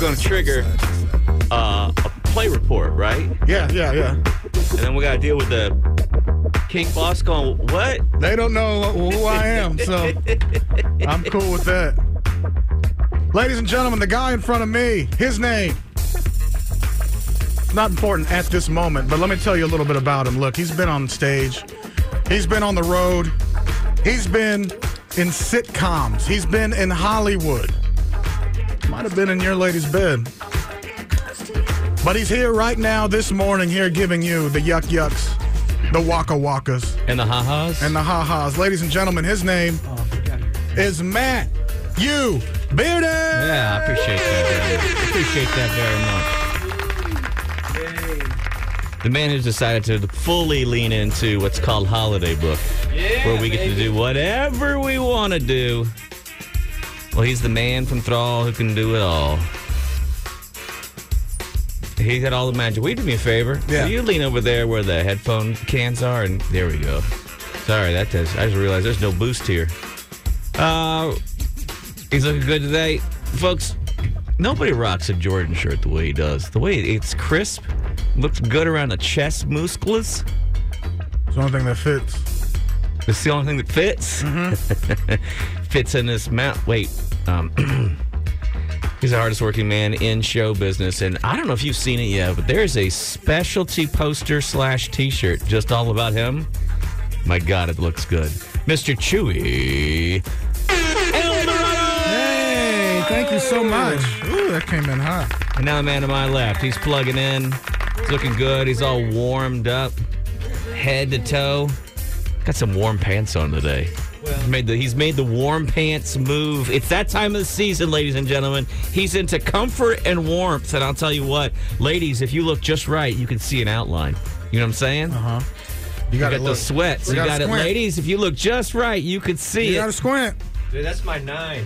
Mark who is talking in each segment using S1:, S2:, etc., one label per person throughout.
S1: going to trigger uh, a play report, right?
S2: Yeah, yeah, yeah.
S1: And then we got to deal with the King Boss going, what?
S2: They don't know who I am, so I'm cool with that. Ladies and gentlemen, the guy in front of me, his name. Not important at this moment, but let me tell you a little bit about him. Look, he's been on stage, he's been on the road, he's been in sitcoms, he's been in Hollywood. Might have been in your lady's bed. But he's here right now this morning, here giving you the yuck yucks, the waka wakas,
S3: And the ha-has?
S2: and the ha ha's. Ladies and gentlemen, his name is Matt You Bearden.
S3: yeah, I appreciate that. Very, appreciate that very much. The man has decided to fully lean into what's called Holiday Book, where we get to do whatever we want to do. Well, he's the man from Thrall who can do it all. He got all the magic. Will you do me a favor?
S2: Yeah.
S3: Will you lean over there where the headphone cans are? And there we go. Sorry, that does. I just realized there's no boost here. Uh, He's looking good today. Folks, nobody rocks a Jordan shirt the way he does. The way it's crisp, looks good around the chest muscles.
S2: It's the only thing that fits.
S3: It's the only thing that fits. fits in this mount. Wait, um, he's the hardest working man in show business, and I don't know if you've seen it yet, but there's a specialty poster slash T-shirt just all about him. My God, it looks good, Mr. Chewy.
S2: Hey, thank you so much. Ooh, that came in hot.
S3: And now the man to my left, he's plugging in. He's looking good. He's all warmed up, head to toe. Got some warm pants on today. He's made the, he's made the warm pants move. It's that time of the season, ladies and gentlemen. He's into comfort and warmth. And I'll tell you what, ladies, if you look just right, you can see an outline. You know what I'm saying?
S2: Uh huh. You
S3: You
S2: got
S3: got
S2: it.
S3: the sweats. You,
S2: gotta
S3: got it.
S2: squint.
S3: Ladies, if you look just right, you can see
S2: You
S3: it.
S2: got to squint.
S3: Dude, that's my nine.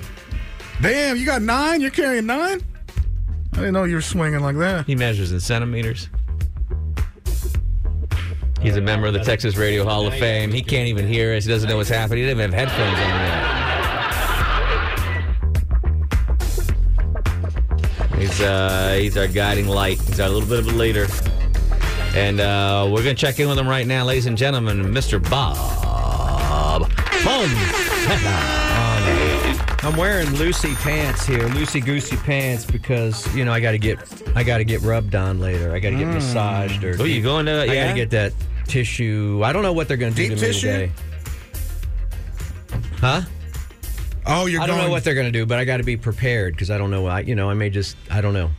S2: Damn, you got nine. You're carrying nine. I didn't know you were swinging like that.
S3: He measures in centimeters. He's a member of the Texas Radio Hall of Fame. He can't even hear us. He doesn't know what's happening. He doesn't even have headphones on yet. He's uh, he's our guiding light. He's our little bit of a leader. And uh, we're gonna check in with him right now, ladies and gentlemen, Mr. Bob Fonseca.
S4: I'm wearing loosey pants here, loosey goosey pants, because you know I got to get I got to get rubbed on later. I got to get massaged or
S3: Oh, you going to?
S4: I
S3: Yeah?
S4: got to get that tissue. I don't know what they're going to do
S2: Deep
S4: to
S2: tissue?
S4: me today. Huh?
S2: Oh, you're
S4: I don't
S2: going.
S4: know what they're going to do, but I got to be prepared because I don't know. I you know I may just I don't know.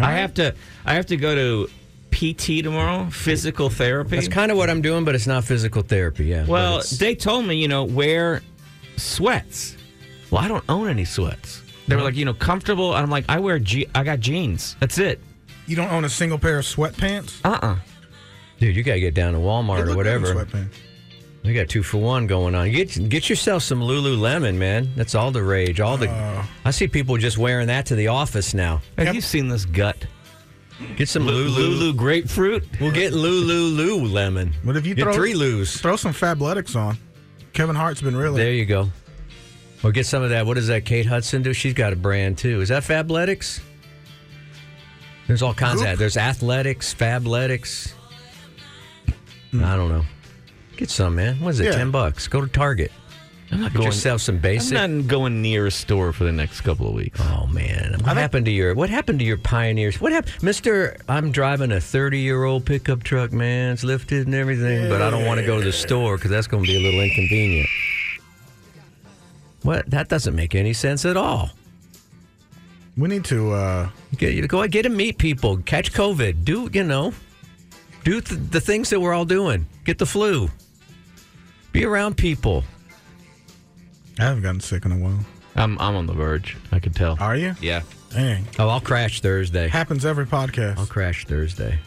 S3: I have to. I have to go to PT tomorrow. Physical therapy.
S4: That's kind of what I'm doing, but it's not physical therapy. Yeah. but
S3: Well,
S4: it's-
S3: they told me, you know, wear sweats. Well, I don't own any sweats. They were like, you know, comfortable. And I'm like, I wear, je- I got jeans. That's it.
S2: you don't own a single pair of sweatpants.
S3: Uh uh
S4: dude, you got to get down to
S2: They look
S4: Walmart or
S2: good in
S4: whatever.
S2: Sweatpants.
S4: We got two for one going on. Get get yourself some Lululemon, man. That's all the rage. All the I see people just wearing that to the office now.
S3: Have
S2: Yep.
S3: you seen this gut?
S4: Get some
S3: Lulu,
S4: Lulu.
S3: grapefruit.
S4: We'll get Lululemon.
S2: What if you
S4: get
S2: throw-
S4: three Lus?
S2: Throw some Fabletics on. Kevin Hart's been really.
S4: There you go. Or get some of that. What does that Kate Hudson do? She's got a brand too. Is that Fabletics? There's all kinds of that. There's athletics, Fabletics. I don't know. Get some, man. What is it?
S2: Yeah.
S4: Ten bucks. Go to Target.
S3: I'm not
S4: Get
S3: going.
S4: yourself some
S3: I'm
S4: basic.
S3: not going near a store for the next couple of weeks.
S4: Oh man, what happened to your what happened to your pioneers? What happened, Mister? I'm driving a 30 year old pickup truck, man. It's lifted and everything, but I don't want to go to the store because that's going to be a little inconvenient. What? That doesn't make any sense at all.
S2: We need to. uh
S4: Get, you go out, get to meet people, catch COVID, do you know, do th- the things that we're all doing. Get the flu, be around people.
S2: I haven't gotten sick in a while.
S3: I'm, I'm on the verge. I can tell.
S2: Are you?
S3: Yeah.
S2: Dang.
S4: Oh, I'll crash Thursday.
S2: Happens every podcast.
S4: I'll crash Thursday.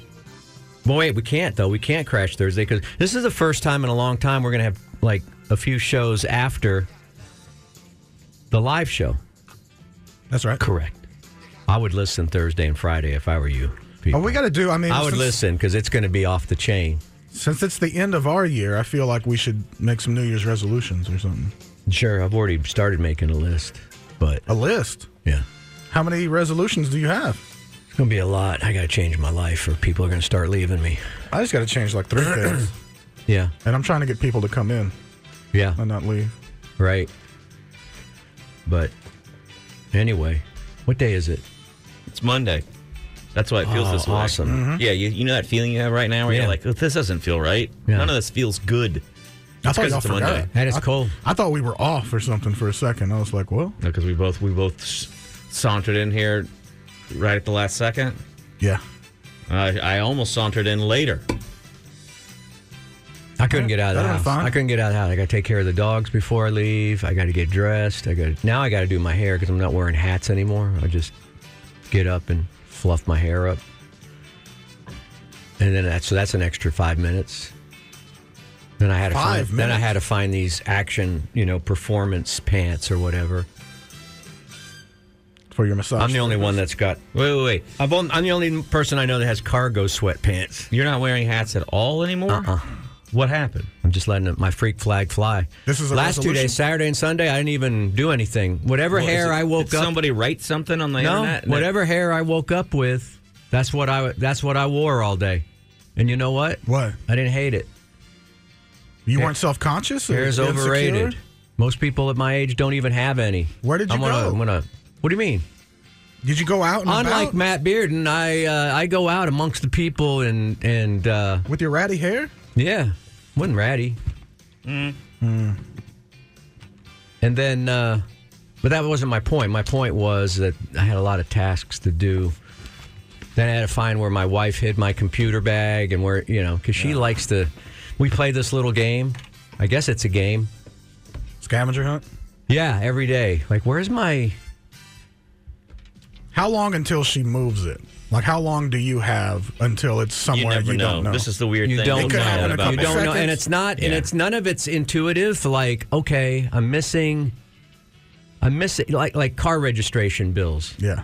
S4: Well, wait, we can't though. We can't crash Thursday because this is the first time in a long time we're gonna have like a few shows after the live show.
S2: That's right.
S4: Correct. I would listen Thursday and Friday if I were you.
S2: Oh,
S4: people.
S2: we got to do. I mean,
S4: I would
S2: since-
S4: listen because it's gonna be off the chain.
S2: Since it's the end of our year, I feel like we should make some New Year's resolutions or something.
S4: Sure, I've already started making a list, but
S2: A list.
S4: yeah,
S2: How many resolutions do you have?
S4: It's gonna be a lot. I gotta change my life, or people are gonna start leaving me.
S2: I just got to change like three things,
S4: Yeah,
S2: and I'm trying to get people to come in
S4: yeah,
S2: and not leave.
S4: right. But anyway, what day is it?
S3: It's Monday. That's why it feels
S4: Oh,
S3: this way. Mm-hmm.
S4: awesome.
S3: Yeah, you, you know that feeling you have right now where
S4: Yeah.
S3: you're like, "Oh, this doesn't feel right.
S4: Yeah.
S3: None of this feels good.
S2: I thought
S3: 'cause
S2: y'all
S3: it's a
S2: forgot.
S3: Monday.
S4: And it's
S2: I-
S4: cold.
S2: I thought we were off or something for a second. I was like, well,
S3: Because we both we both s- sauntered in here right at the last second.
S2: yeah.
S3: I I almost sauntered in later.
S4: I couldn't get out of the
S2: That'll
S4: house.
S2: be fine.
S4: I couldn't get out of the house. I got to take care of the dogs before I leave. I got to get dressed. I got to now. I got to do my hair because I'm not wearing hats anymore. I just get up and fluff my hair up, and then that's so that's an extra five minutes. Then I had to
S2: Five
S4: find, then I
S2: minutes?
S4: had to find these action you know performance pants or whatever.
S2: For your massage.
S4: I'm the only one that's got.
S3: Wait, wait, wait.
S4: I've only, I'm the only person I know that has cargo sweatpants.
S3: You're not wearing hats at all anymore?
S4: Uh-uh.
S3: What happened?
S4: I'm just letting it, my freak flag fly.
S2: This is a
S4: last two
S2: resolution?
S4: days, Saturday and Sunday. I didn't even do anything. Whatever
S3: What is
S4: hair
S3: it?
S4: I woke
S3: Did
S4: up,
S3: somebody write something on the
S4: no,
S3: internet? and
S4: whatever hair I woke up with, that's what I that's what I wore all day. And you know what?
S2: What?
S4: I didn't hate it.
S2: You weren't self conscious?
S4: Hair's overrated. Most people at my age don't even have any.
S2: Where did you
S4: I'm gonna,
S2: go?
S4: I'm gonna. What do you mean?
S2: Did you go out and
S4: Unlike
S2: about
S4: Matt Bearden, I uh, I go out amongst the people and and uh,
S2: with your ratty hair?
S4: Yeah, wasn't ratty.
S2: Mm.
S4: Mm. And then, uh, but that wasn't my point. My point was that I had a lot of tasks to do. Then I had to find where my wife hid my computer bag and where you know because she likes to. We play this little game. I guess it's a game.
S2: Scavenger hunt?
S4: Yeah, every day. Like, where's my?
S2: How long until she moves it? Like, how long do you have until it's
S3: You
S2: somewhere
S3: never
S2: you,
S3: know.
S2: don't know?
S3: This is the weird
S4: You
S3: thing.
S4: don't
S2: could happen
S4: know.
S2: in a
S3: about
S4: You
S3: me.
S2: couple
S4: don't know, and
S2: seconds.
S4: it's not, and
S3: Yeah.
S4: it's none of it's intuitive. Like, okay, I'm missing, I'm missing, like like car registration bills.
S2: yeah.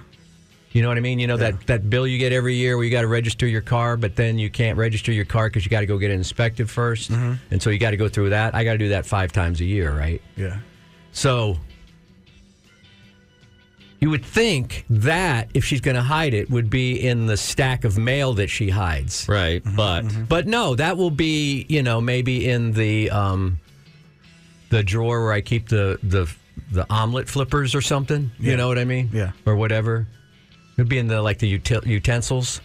S4: You know what I mean? You know that, that bill you get every year where you got to register your car, but then you can't register your car because you got to go get it inspected 1st and so you got to go through that. I got to do that five times a year, right?
S2: Yeah.
S4: So you would think that if she's going to hide it, would be in the stack of mail that she hides,
S3: Right, but
S4: but no, that will be you know maybe in the um, the drawer where I keep the the the omelet flippers or something. You
S2: Yeah.
S4: know what I mean?
S2: Yeah.
S4: Or whatever. It'd be in the like the util- utensils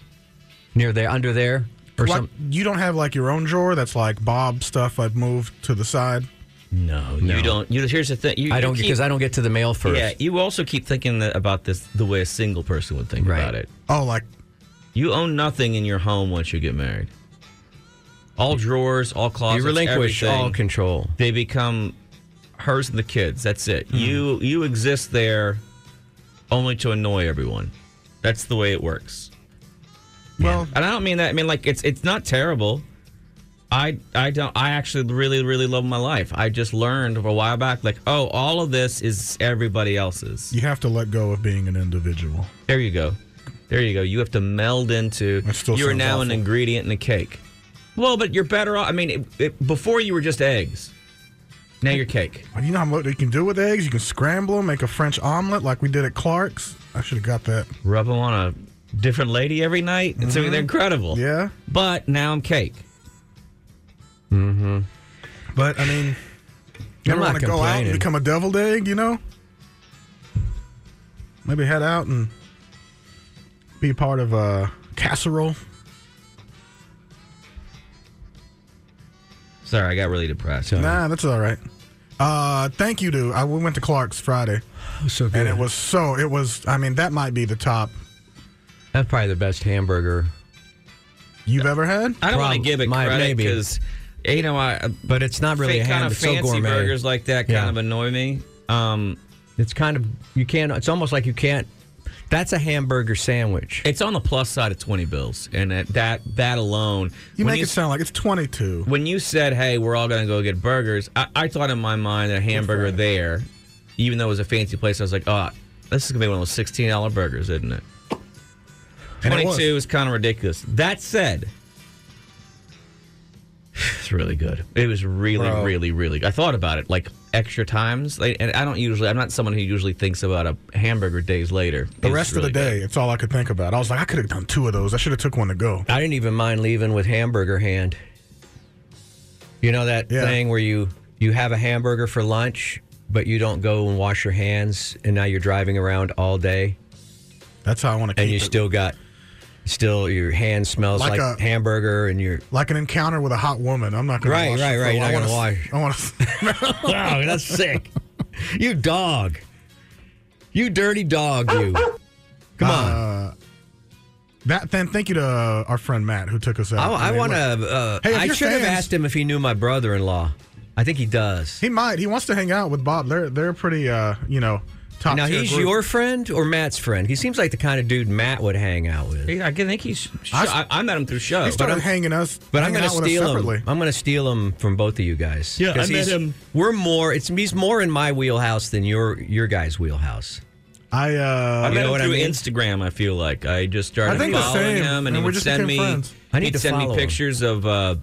S4: near there, under there, or
S2: Like,
S4: some.
S2: you don't have like your own drawer that's like Bob stuff I've moved to the side?
S3: no,
S4: No.
S3: you don't. You here's the thing. You,
S4: I
S3: you
S4: don't
S3: keep-
S4: because I don't get to the mail first.
S3: Yeah, you also keep thinking that, about this the way a single person would think
S4: Right.
S3: about it.
S2: Oh, like,
S3: You own nothing in your home once you get married. All drawers, all closets,
S4: you relinquish
S3: everything,
S4: all control.
S3: They become hers and the kids. That's it.
S4: Hmm.
S3: You you exist there only to annoy everyone. That's the way it works.
S2: well,
S3: And I don't mean that. I mean like it's it's not terrible. I I don't. I actually really really love my life. I just learned a while back, like oh, all of this is everybody else's.
S2: you have to let go of being an individual.
S3: There you go. There you go. You have to meld into.
S2: That still
S3: You're
S2: sounds
S3: now an
S2: awful.
S3: ingredient in a cake. Well, but you're better off. I mean, it, it, before you were just eggs. Now you're cake.
S2: Well, You know how much you can do with eggs? You can scramble them, make a French omelet like we did at Clark's. I should have got that.
S3: Rub them on a different lady every night. It's they're incredible.
S2: Mm-hmm. Yeah.
S3: But now I'm cake.
S2: But I mean, you
S4: I'm
S2: ever
S4: not
S2: want to go out and
S4: complaining.
S2: become a deviled egg, you know? Maybe head out and be part of a casserole.
S3: Sorry, I got really depressed.
S4: Uh-huh.
S2: Nah, that's all right. Uh, thank you, dude. I, we went to Clark's Friday,
S4: So
S2: and it was Oh, so. It was. I mean, that might be the top
S4: That's probably the best hamburger,
S2: you've ever had.
S3: I don't want to
S4: Prob-
S3: give it
S4: my-
S3: credit
S4: maybe.
S3: because you know I
S4: but it's not really a
S3: kind
S4: ham.
S3: of
S4: It's
S3: fancy
S4: so gourmet.
S3: burgers like that
S4: Yeah.
S3: kind of annoy me. Um,
S4: It's kind of you can't. It's almost like you can't. That's a hamburger sandwich.
S3: it's on the plus side of twenty bills, and that that, that alone.
S2: You
S3: when
S2: make it sound like it's 22.
S3: when you said, "Hey, we're all gonna go get burgers," I, I thought in my mind that a hamburger there, even though it was a fancy place, I was like, "Oh, this is gonna be one of those sixteen dollar burgers, isn't it?"
S2: And it was.
S3: Twenty two is kind of ridiculous. That said, It's really good. It was really,
S2: Bro.
S3: really, really. I thought about it like extra times, like, and I don't usually. I'm not someone who usually thinks about a hamburger days later.
S2: The rest of the day, it's all I could think about. I was like, I could have done two of those. I should have took one to go.
S4: I didn't even mind leaving with hamburger hand. You know that
S2: Yeah.
S4: thing where you you have a hamburger for lunch, but you don't go and wash your hands, and now you're driving around all day,
S2: That's how I want to
S4: and
S2: keep
S4: you
S2: it.
S4: still got still your hand smells
S2: Like
S4: like,
S2: a-
S4: hamburger, and you're
S2: like an encounter with a hot woman. I'm not gonna
S4: Right,
S2: wash
S4: right,
S2: the
S4: right. You're
S2: floor.
S4: not
S2: I
S4: gonna
S2: wanna s- I want to.
S4: wow, that's sick. You dog, you dirty dog, you. Come on.
S2: Uh, that then thank you to uh, our friend Matt who took us out.
S4: I, I
S2: mean,
S4: want to.
S2: look,
S4: Uh,
S2: Hey, if
S4: I
S2: you're
S4: should have
S2: fans-
S4: asked him if he knew my brother-in-law. I think he does.
S2: He might. He wants to hang out with Bob. They're they're pretty. Uh, you know, top.
S4: now
S2: tier
S4: he's
S2: group.
S4: your friend or Matt's friend? He seems like the kind of dude Matt would hang out with.
S3: I think he's.
S2: I-
S3: I, I met him through show.
S2: He started hanging us.
S4: But I'm
S2: hanging
S4: going to
S2: out with us
S4: steal
S2: separately.
S4: him. I'm going to steal him from both of you guys.
S3: Yeah,
S4: 'Cause
S3: I met
S4: he's-
S3: him.
S4: We're more. It's he's more in my wheelhouse than your your guys' wheelhouse.
S3: I
S2: I uh,
S3: met
S4: know
S3: him
S4: what I
S3: through
S4: mean?
S3: Instagram. I feel like I just started
S2: I think the
S3: following
S2: same,
S3: him, and,
S2: and
S3: he
S2: we
S3: would
S2: just
S3: send me.
S2: became friends.
S4: I need
S3: he'd
S4: to
S3: send
S4: follow
S3: me
S4: him.
S3: pictures of. Uh,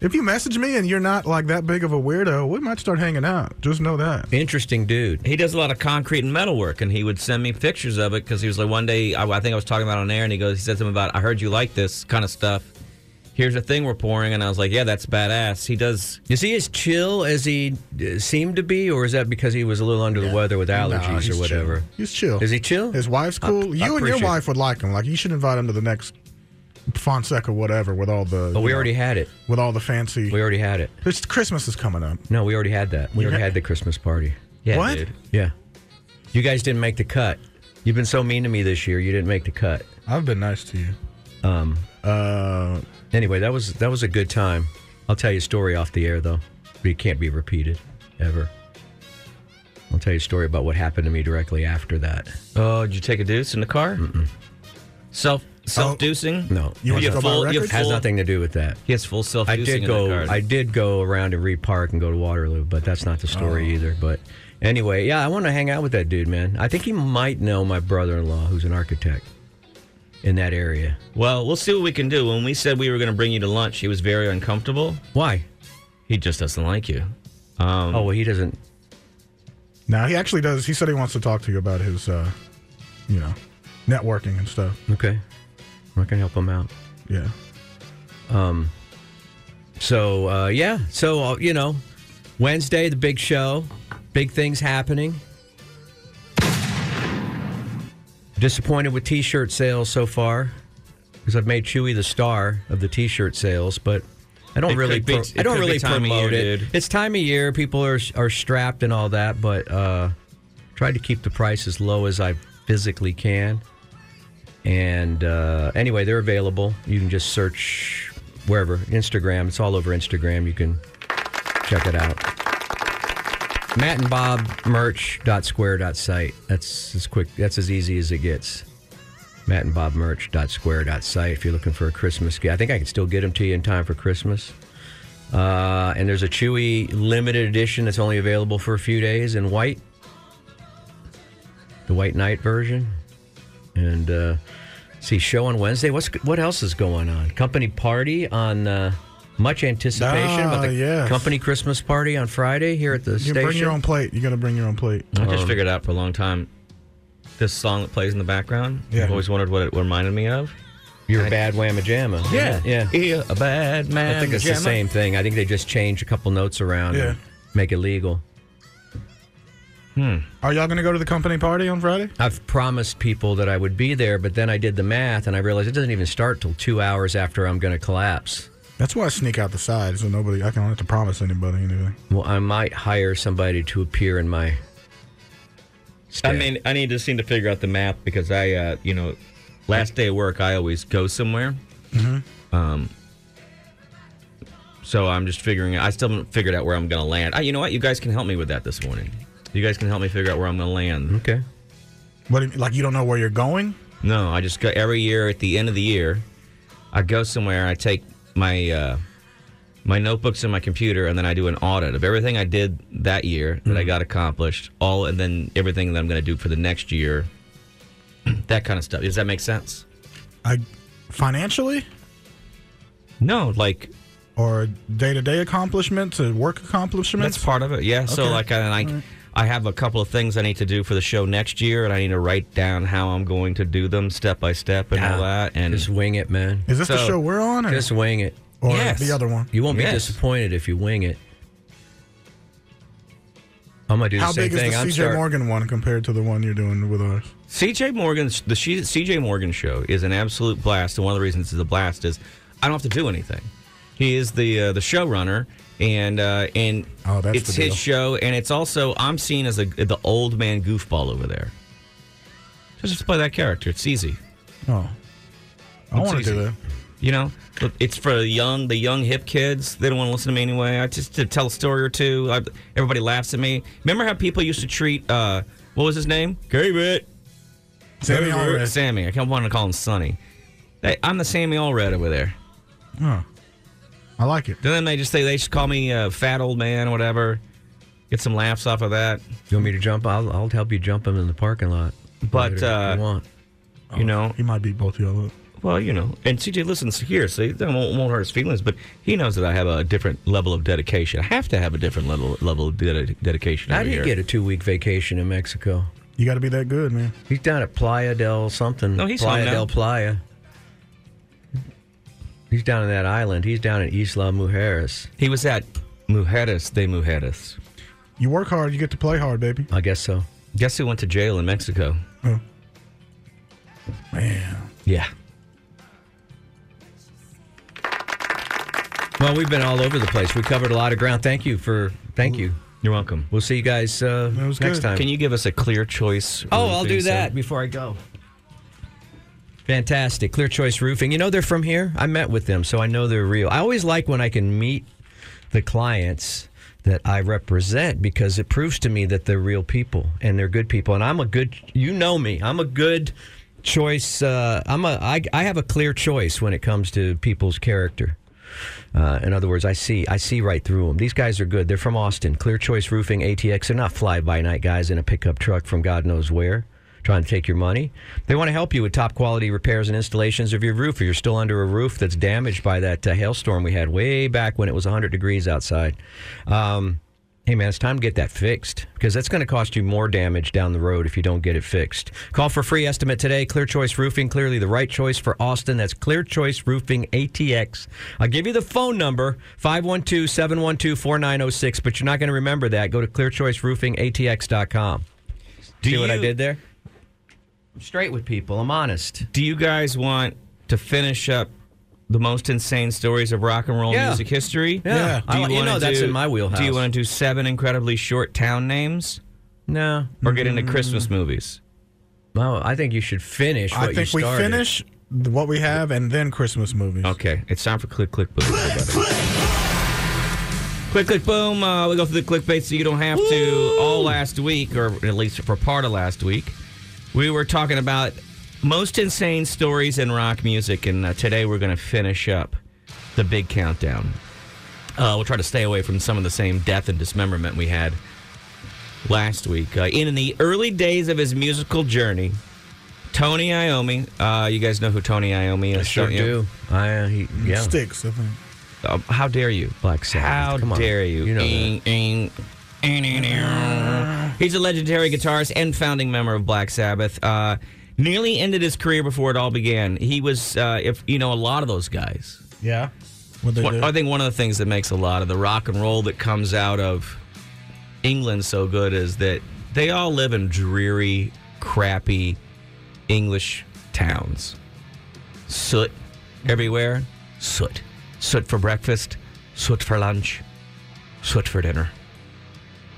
S2: if you message me and you're not like that big of a weirdo, we might start hanging out. Just know that.
S4: Interesting dude.
S3: he does a lot of concrete and metal work, and he would send me pictures of it because he was like, one day I, I think I was talking about it on air, and he goes, he said something about I heard you like this kind of stuff. Here's a thing we're pouring, and I was like, yeah, that's badass. He does.
S4: Is he as chill as he uh, seemed to be, or is that because he was a little under the weather with
S2: Nah,
S4: allergies
S2: he's
S4: or whatever?
S2: chill. He's chill.
S4: Is he chill?
S2: His wife's cool. you and your
S4: appreciate
S2: wife would like him. Like you should invite him to the next Fonseca whatever with all the.
S4: But we
S2: you know,
S4: already had it.
S2: with all the fancy.
S4: We already had it.
S2: It's Christmas is coming up.
S4: No, we already had that. We already had the Christmas party.
S3: Yeah,
S2: What?
S3: dude.
S4: Yeah. You guys didn't make the cut. You've been so mean to me this year. You didn't make the cut.
S2: I've been nice to you.
S4: Um,
S2: Uh,
S4: anyway, that was that was a good time. I'll tell you a story off the air though. It can't be repeated ever. I'll tell you a story about what happened to me directly after that.
S3: Oh, did you take a deuce in the car? Self self deucing?
S4: Oh, No.
S2: You want
S3: You
S2: to
S3: have
S2: go by
S3: full- you
S2: records?
S3: have
S4: It has
S3: Full-
S4: nothing to do with that.
S3: He has full self
S4: I
S3: deucing.
S4: did go. I did go around and repark and go to Waterloo, but that's not the story either. But anyway, yeah, I want to hang out with that dude, man. I think he might know my brother-in-law, who's an architect in that area.
S3: well, we'll see what we can do. When we said we were going to bring you to lunch, he was very uncomfortable.
S4: Why?
S3: He just doesn't like you. Um,
S4: Oh, well, he doesn't.
S2: now he actually does. He said he wants to talk to you about his, uh, you know, networking and stuff.
S4: Okay, I can help him out.
S2: Yeah.
S4: So uh, yeah, so uh, you know, Wednesday the big show, big things happening. Disappointed with T-shirt sales so far, because I've made Chewy the star of the T-shirt sales, but I don't
S3: It
S4: really,
S3: could be-
S4: pro-
S3: it
S4: I don't
S3: could be
S4: really
S3: time of
S4: promote
S3: year,
S4: it.
S3: dude.
S4: It's time of year, people are are strapped and all that, but uh, tried to keep the price as low as I physically can. And uh, anyway, they're available. You can just search wherever Instagram. It's all over Instagram. You can check it out. Matt and Bob merch.square.site. That's as quick. That's as easy as it gets. Matt and Bob merch.square.site. If you're looking for a Christmas gift, I think I can still get them to you in time for Christmas. Uh, and there's a Chewy limited edition that's only available for a few days in white, the White Knight version. And uh, see, show on Wednesday. What's what else is going on? Company party on uh, much anticipation,
S2: Ah,
S4: but the
S2: yes.
S4: company Christmas party on Friday here at the
S2: You
S4: station.
S2: bring your own plate. You got to bring your own plate.
S3: I just
S4: Um,
S3: figured out for a long time this song that plays in the background.
S2: Yeah.
S3: I've always wondered what it reminded me of.
S4: You're a bad whamma jamma. yeah.
S3: Yeah, a bad man.
S4: I think it's the
S3: jamma.
S4: same thing. I think they just change a couple notes around
S2: Yeah.
S4: and make it legal.
S2: Are y'all going to go to the company party on Friday?
S4: I've promised people that I would be there, but then I did the math and I realized it doesn't even start till two hours after I'm going to collapse.
S2: That's why I sneak out the side so nobody, I don't have to promise anybody anything.
S4: Well, I might hire somebody to appear in my.
S3: I
S4: stead.
S3: mean, I need to seem to figure out the math because I, uh, you know, last day of work, I always go somewhere. Mm-hmm. Um, so I'm just figuring. I still haven't figured out where I'm going to land. Ah, you know what? You guys can help me with that this morning. You guys can help me figure out where I'm going to land.
S4: okay.
S2: What, do you- like you don't know where you're going?
S3: No, I just go every year at the end of the year. I go somewhere. I take my uh, my notebooks and my computer, and then I do an audit of everything I did that year that I got accomplished. All and then everything that I'm going to do for the next year. that kind of stuff. Does that make sense?
S2: I, financially?
S3: No, like
S2: or day to day accomplishments or work accomplishments?
S3: That's part of it. Yeah. So
S2: Okay.
S3: like, I, I, I have a couple of things I need to do for the show next year, and I need to write down how I'm going to do them step by step and all that. And
S4: Just wing it, man.
S2: Is this the
S3: So-
S2: show we're on, or,
S4: Just wing it.
S2: or
S3: Yes.
S2: the other one?
S4: You won't be
S3: Yes.
S4: disappointed if you wing it. I'm gonna do the
S2: How
S4: same
S2: big is
S4: thing.
S2: the
S4: I'm
S2: CJ
S4: start-
S2: Morgan one compared to the one you're doing with ours?
S3: CJ Morgan's the she- CJ Morgan show is an absolute blast, and one of the reasons it's a blast is I don't have to do anything. He is the uh, the showrunner, and uh, and
S2: Oh, that's
S3: it's
S2: the
S3: his
S2: deal.
S3: show, and it's also I'm seen as a, the old man goofball over there. So just play that character; it's easy.
S2: Oh, I
S3: It's
S2: want to
S3: easy.
S2: do that.
S3: You know, But it's for the young, the young hip kids. They don't want to listen to me anyway. I just to tell a story or two. I, everybody laughs at me. Remember how people used to treat uh, what was his name? David.
S2: Sammy
S3: Sammy,
S2: Allred.
S3: Sammy. I kept wanting to call him Sonny. Hey, I'm the Sammy Allred over there.
S2: Huh. I like it.
S3: Then they just say they just call me uh, fat old man or whatever. Get some laughs off of that.
S4: You want me to jump? I'll, I'll help you jump him in the parking lot.
S3: But,
S4: later if
S3: uh,
S4: you want.
S3: You know,
S2: He might beat both of y'all up.
S3: well, you know. And CJ listens here, so it won't, won't hurt his feelings. But he knows that I have a different level of dedication. I have to have a different level level of dedi- dedication.
S4: I
S3: every
S4: did
S3: year.
S4: get a two week vacation in Mexico.
S2: You got to be that good, man.
S4: He's down at Playa del something.
S3: No, he's
S4: Playa
S3: home now.
S4: del Playa. He's down in that island. He's down in Isla Mujeres.
S3: He was at Mujeres de Mujeres.
S2: You work hard, you get to play hard, baby.
S4: I guess so.
S3: Guess who went to jail in Mexico?
S2: Man,
S3: Yeah.
S4: Well, we've been all over the place. We covered a lot of ground. Thank you for thank you.
S3: You're welcome.
S4: We'll see you guys uh,
S2: That was
S4: next
S2: good.
S4: time.
S3: Can you give us a clear choice?
S4: Oh, I'll
S3: roofing,
S4: do
S3: sir?
S4: that before I go. Fantastic. Clear Choice Roofing. You know they're from here. I met with them, so I know they're real. I always like when I can meet the clients that I represent because it proves to me that they're real people and they're good people. And I'm a good you know me. I'm a good choice uh, I'm a I, I have a clear choice when it comes to people's character. Uh, in other words, I see I see right through them. These guys are good. They're from Austin. Clear Choice Roofing, ATX. They're not fly by night guys in a pickup truck from God knows where trying to take your money. They want to help you with top quality repairs and installations of your roof. If you're still under a roof that's damaged by that uh, hailstorm we had way back when it was 100 degrees outside. Um, Hey man, it's time to get that fixed because that's going to cost you more damage down the road if you don't get it fixed. Call for free estimate today. Clear Choice Roofing, clearly the right choice for Austin. That's Clear Choice Roofing ATX. I'll give you the phone number 512 712 4906, but you're not going to remember that. Go to clearchoiceroofingatx.com.
S3: Do
S4: See what I
S3: you-
S4: did there? I'm straight with people. I'm honest.
S3: Do you guys want to finish up the most insane stories of rock and roll
S4: Yeah.
S3: music history?
S4: Yeah.
S3: Do
S4: I- you
S3: wanna
S4: know that's
S3: do-
S4: in my wheelhouse.
S3: Do you want to do seven incredibly short town names,
S4: No.
S3: or get into Christmas
S4: Mm.
S3: movies?
S4: No, I think you should finish what
S2: I
S4: you
S2: think we
S4: started.
S2: finish th- what we have and then Christmas movies.
S3: Okay, it's time for click click boom. everybody. Click click boom. Uh, we go through the clickbait so you don't have to. All last week, or at least for part of last week, we were talking about most insane stories in rock music, and uh, today we're going to finish up the big countdown. Uh, we'll try to stay away from some of the same death and dismemberment we had last week. Uh, in the early days of his musical journey, Tony Iommi, uh, you guys know who Tony Iommi is,
S4: I sure
S3: don't you?
S4: do. I, uh, he, yeah.
S2: Sticks, I think.
S3: Uh,
S4: Um,
S3: how dare you?
S4: Black Sabbath.
S3: How
S4: Come on.
S3: dare you?
S4: You know that.
S3: Ing, ing, ing, ing, ing. He's a legendary guitarist and founding member of Black Sabbath. Uh, nearly ended his career before it all began. He was, uh, if you know, a lot of those guys.
S2: Yeah. What they
S3: What-
S2: do.
S3: I think one of the things that makes a lot of the rock and roll that comes out of England so good is that they all live in dreary, crappy English towns. Soot everywhere. Soot. Soot for breakfast. Soot for lunch. Soot for dinner.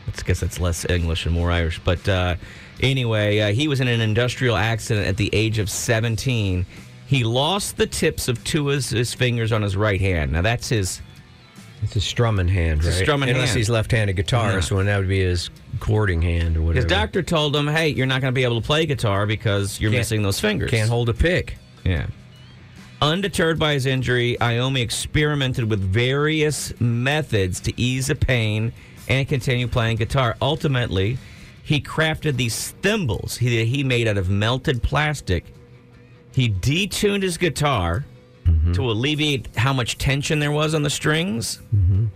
S3: I guess that's less English and more Irish. But uh, anyway, uh, he was in an industrial accident at the age of 17. He lost the tips of two of his fingers on his right hand. Now that's his.
S4: It's a strumming hand,
S3: a
S4: right?
S3: strumming
S4: Unless
S3: hand.
S4: he's left-handed guitarist, when that would be his cording hand or
S3: His
S4: whatever.
S3: doctor told him, "Hey, you're not going to be able to play guitar because you're
S4: Can't-
S3: missing those fingers.
S4: can't hold a pick.
S3: Yeah. Undeterred by his injury, Iomi experimented with various methods to ease the pain and continue playing guitar. Ultimately, he crafted these thimbles he- that he made out of melted plastic. He detuned his guitar
S4: Mm-hmm.
S3: to alleviate how much tension there was on the strings.
S4: Mm-hmm.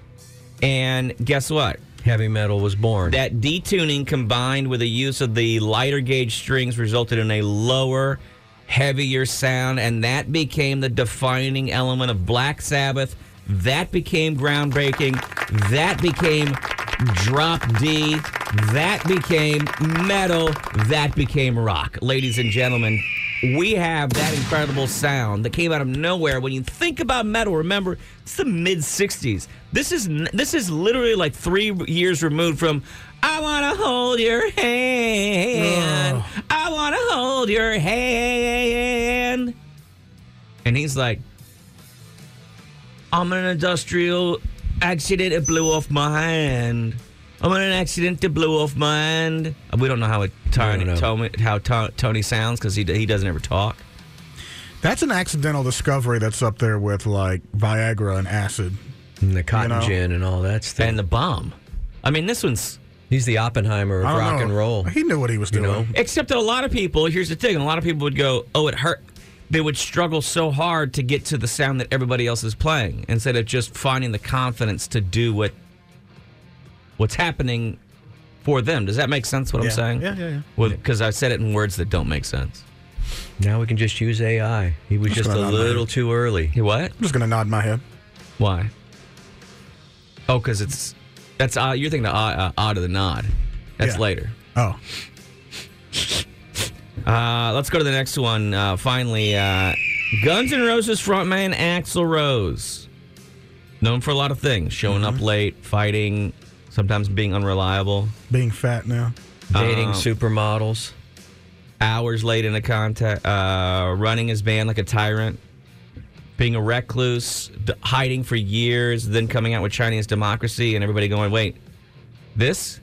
S3: And guess what?
S4: Heavy metal was born.
S3: That detuning combined with the use of the lighter gauge strings resulted in a lower, heavier sound, and that became the defining element of Black Sabbath. That became groundbreaking. That became drop D. That became metal. That became rock. Ladies and gentlemen, we have that incredible sound that came out of nowhere. When you think about metal, remember it's the mid '60s. This is n- this is literally like three years removed from "I want to hold your hand." I want to hold your hand. And he's like, "I'm in an industrial accident. It blew off my hand." I'm in an accident. It blew off my hand. We don't know how it Tony
S4: know.
S3: Tony- how To- Tony sounds because he d- he doesn't ever talk.
S2: That's an accidental discovery that's up there with like Viagra and acid.
S4: and the cotton
S2: you know.
S4: gin and all that stuff.
S3: and the bomb. I mean, this one's
S4: He's the Oppenheimer of
S2: I don't
S4: rock
S2: know.
S4: and roll.
S2: He knew what he was
S4: You
S2: doing.
S4: know?
S3: except that a lot of people. Here's the thing: a lot of people would go, "Oh, it hurt." They would struggle so hard to get to the sound that everybody else is playing, instead of just finding the confidence to do what what's happening for them. Does that make sense? What
S2: Yeah.
S3: I'm saying?
S2: Yeah, yeah, yeah.
S3: Because I said it in words that don't make sense.
S4: Now we can just use AI. He was just
S2: what
S4: a
S2: I thought,
S4: little too early.
S3: Hey, What?
S2: I'm just gonna nod my head.
S3: Why? Oh, because it's that's uh, you're thinking of uh, uh, odd of the nod. That's
S2: Yeah.
S3: later.
S2: Oh,
S3: Uh, let's go to the next one. Uh, finally, uh, Guns N' Roses frontman Axl Rose, known for a lot of things: showing up late, fighting, sometimes being unreliable,
S2: being fat now.
S4: Dating
S3: Um,
S4: supermodels.
S3: hours late in a contact, uh, running his band like a tyrant, being a recluse, d- hiding for years, then coming out with Chinese Democracy, and everybody going, "Wait, this?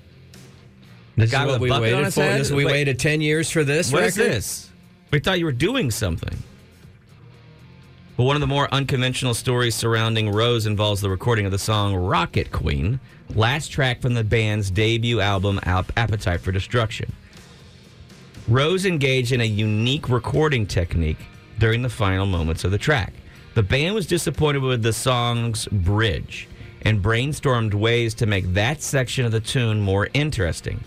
S4: This
S3: guy
S4: is
S3: with
S4: what
S3: a
S4: we
S3: bucket on
S4: waited
S3: his
S4: for.
S3: head?
S4: This, we
S3: Wait.
S4: waited 10 years for this
S3: What
S4: record?
S3: is this? We thought you were doing something. But one of the more unconventional stories surrounding Rose involves the recording of the song Rocket Queen, last track from the band's debut album Ap- Appetite for Destruction. Rose engaged in a unique recording technique during the final moments of the track. The band was disappointed with the song's bridge and brainstormed ways to make that section of the tune more interesting.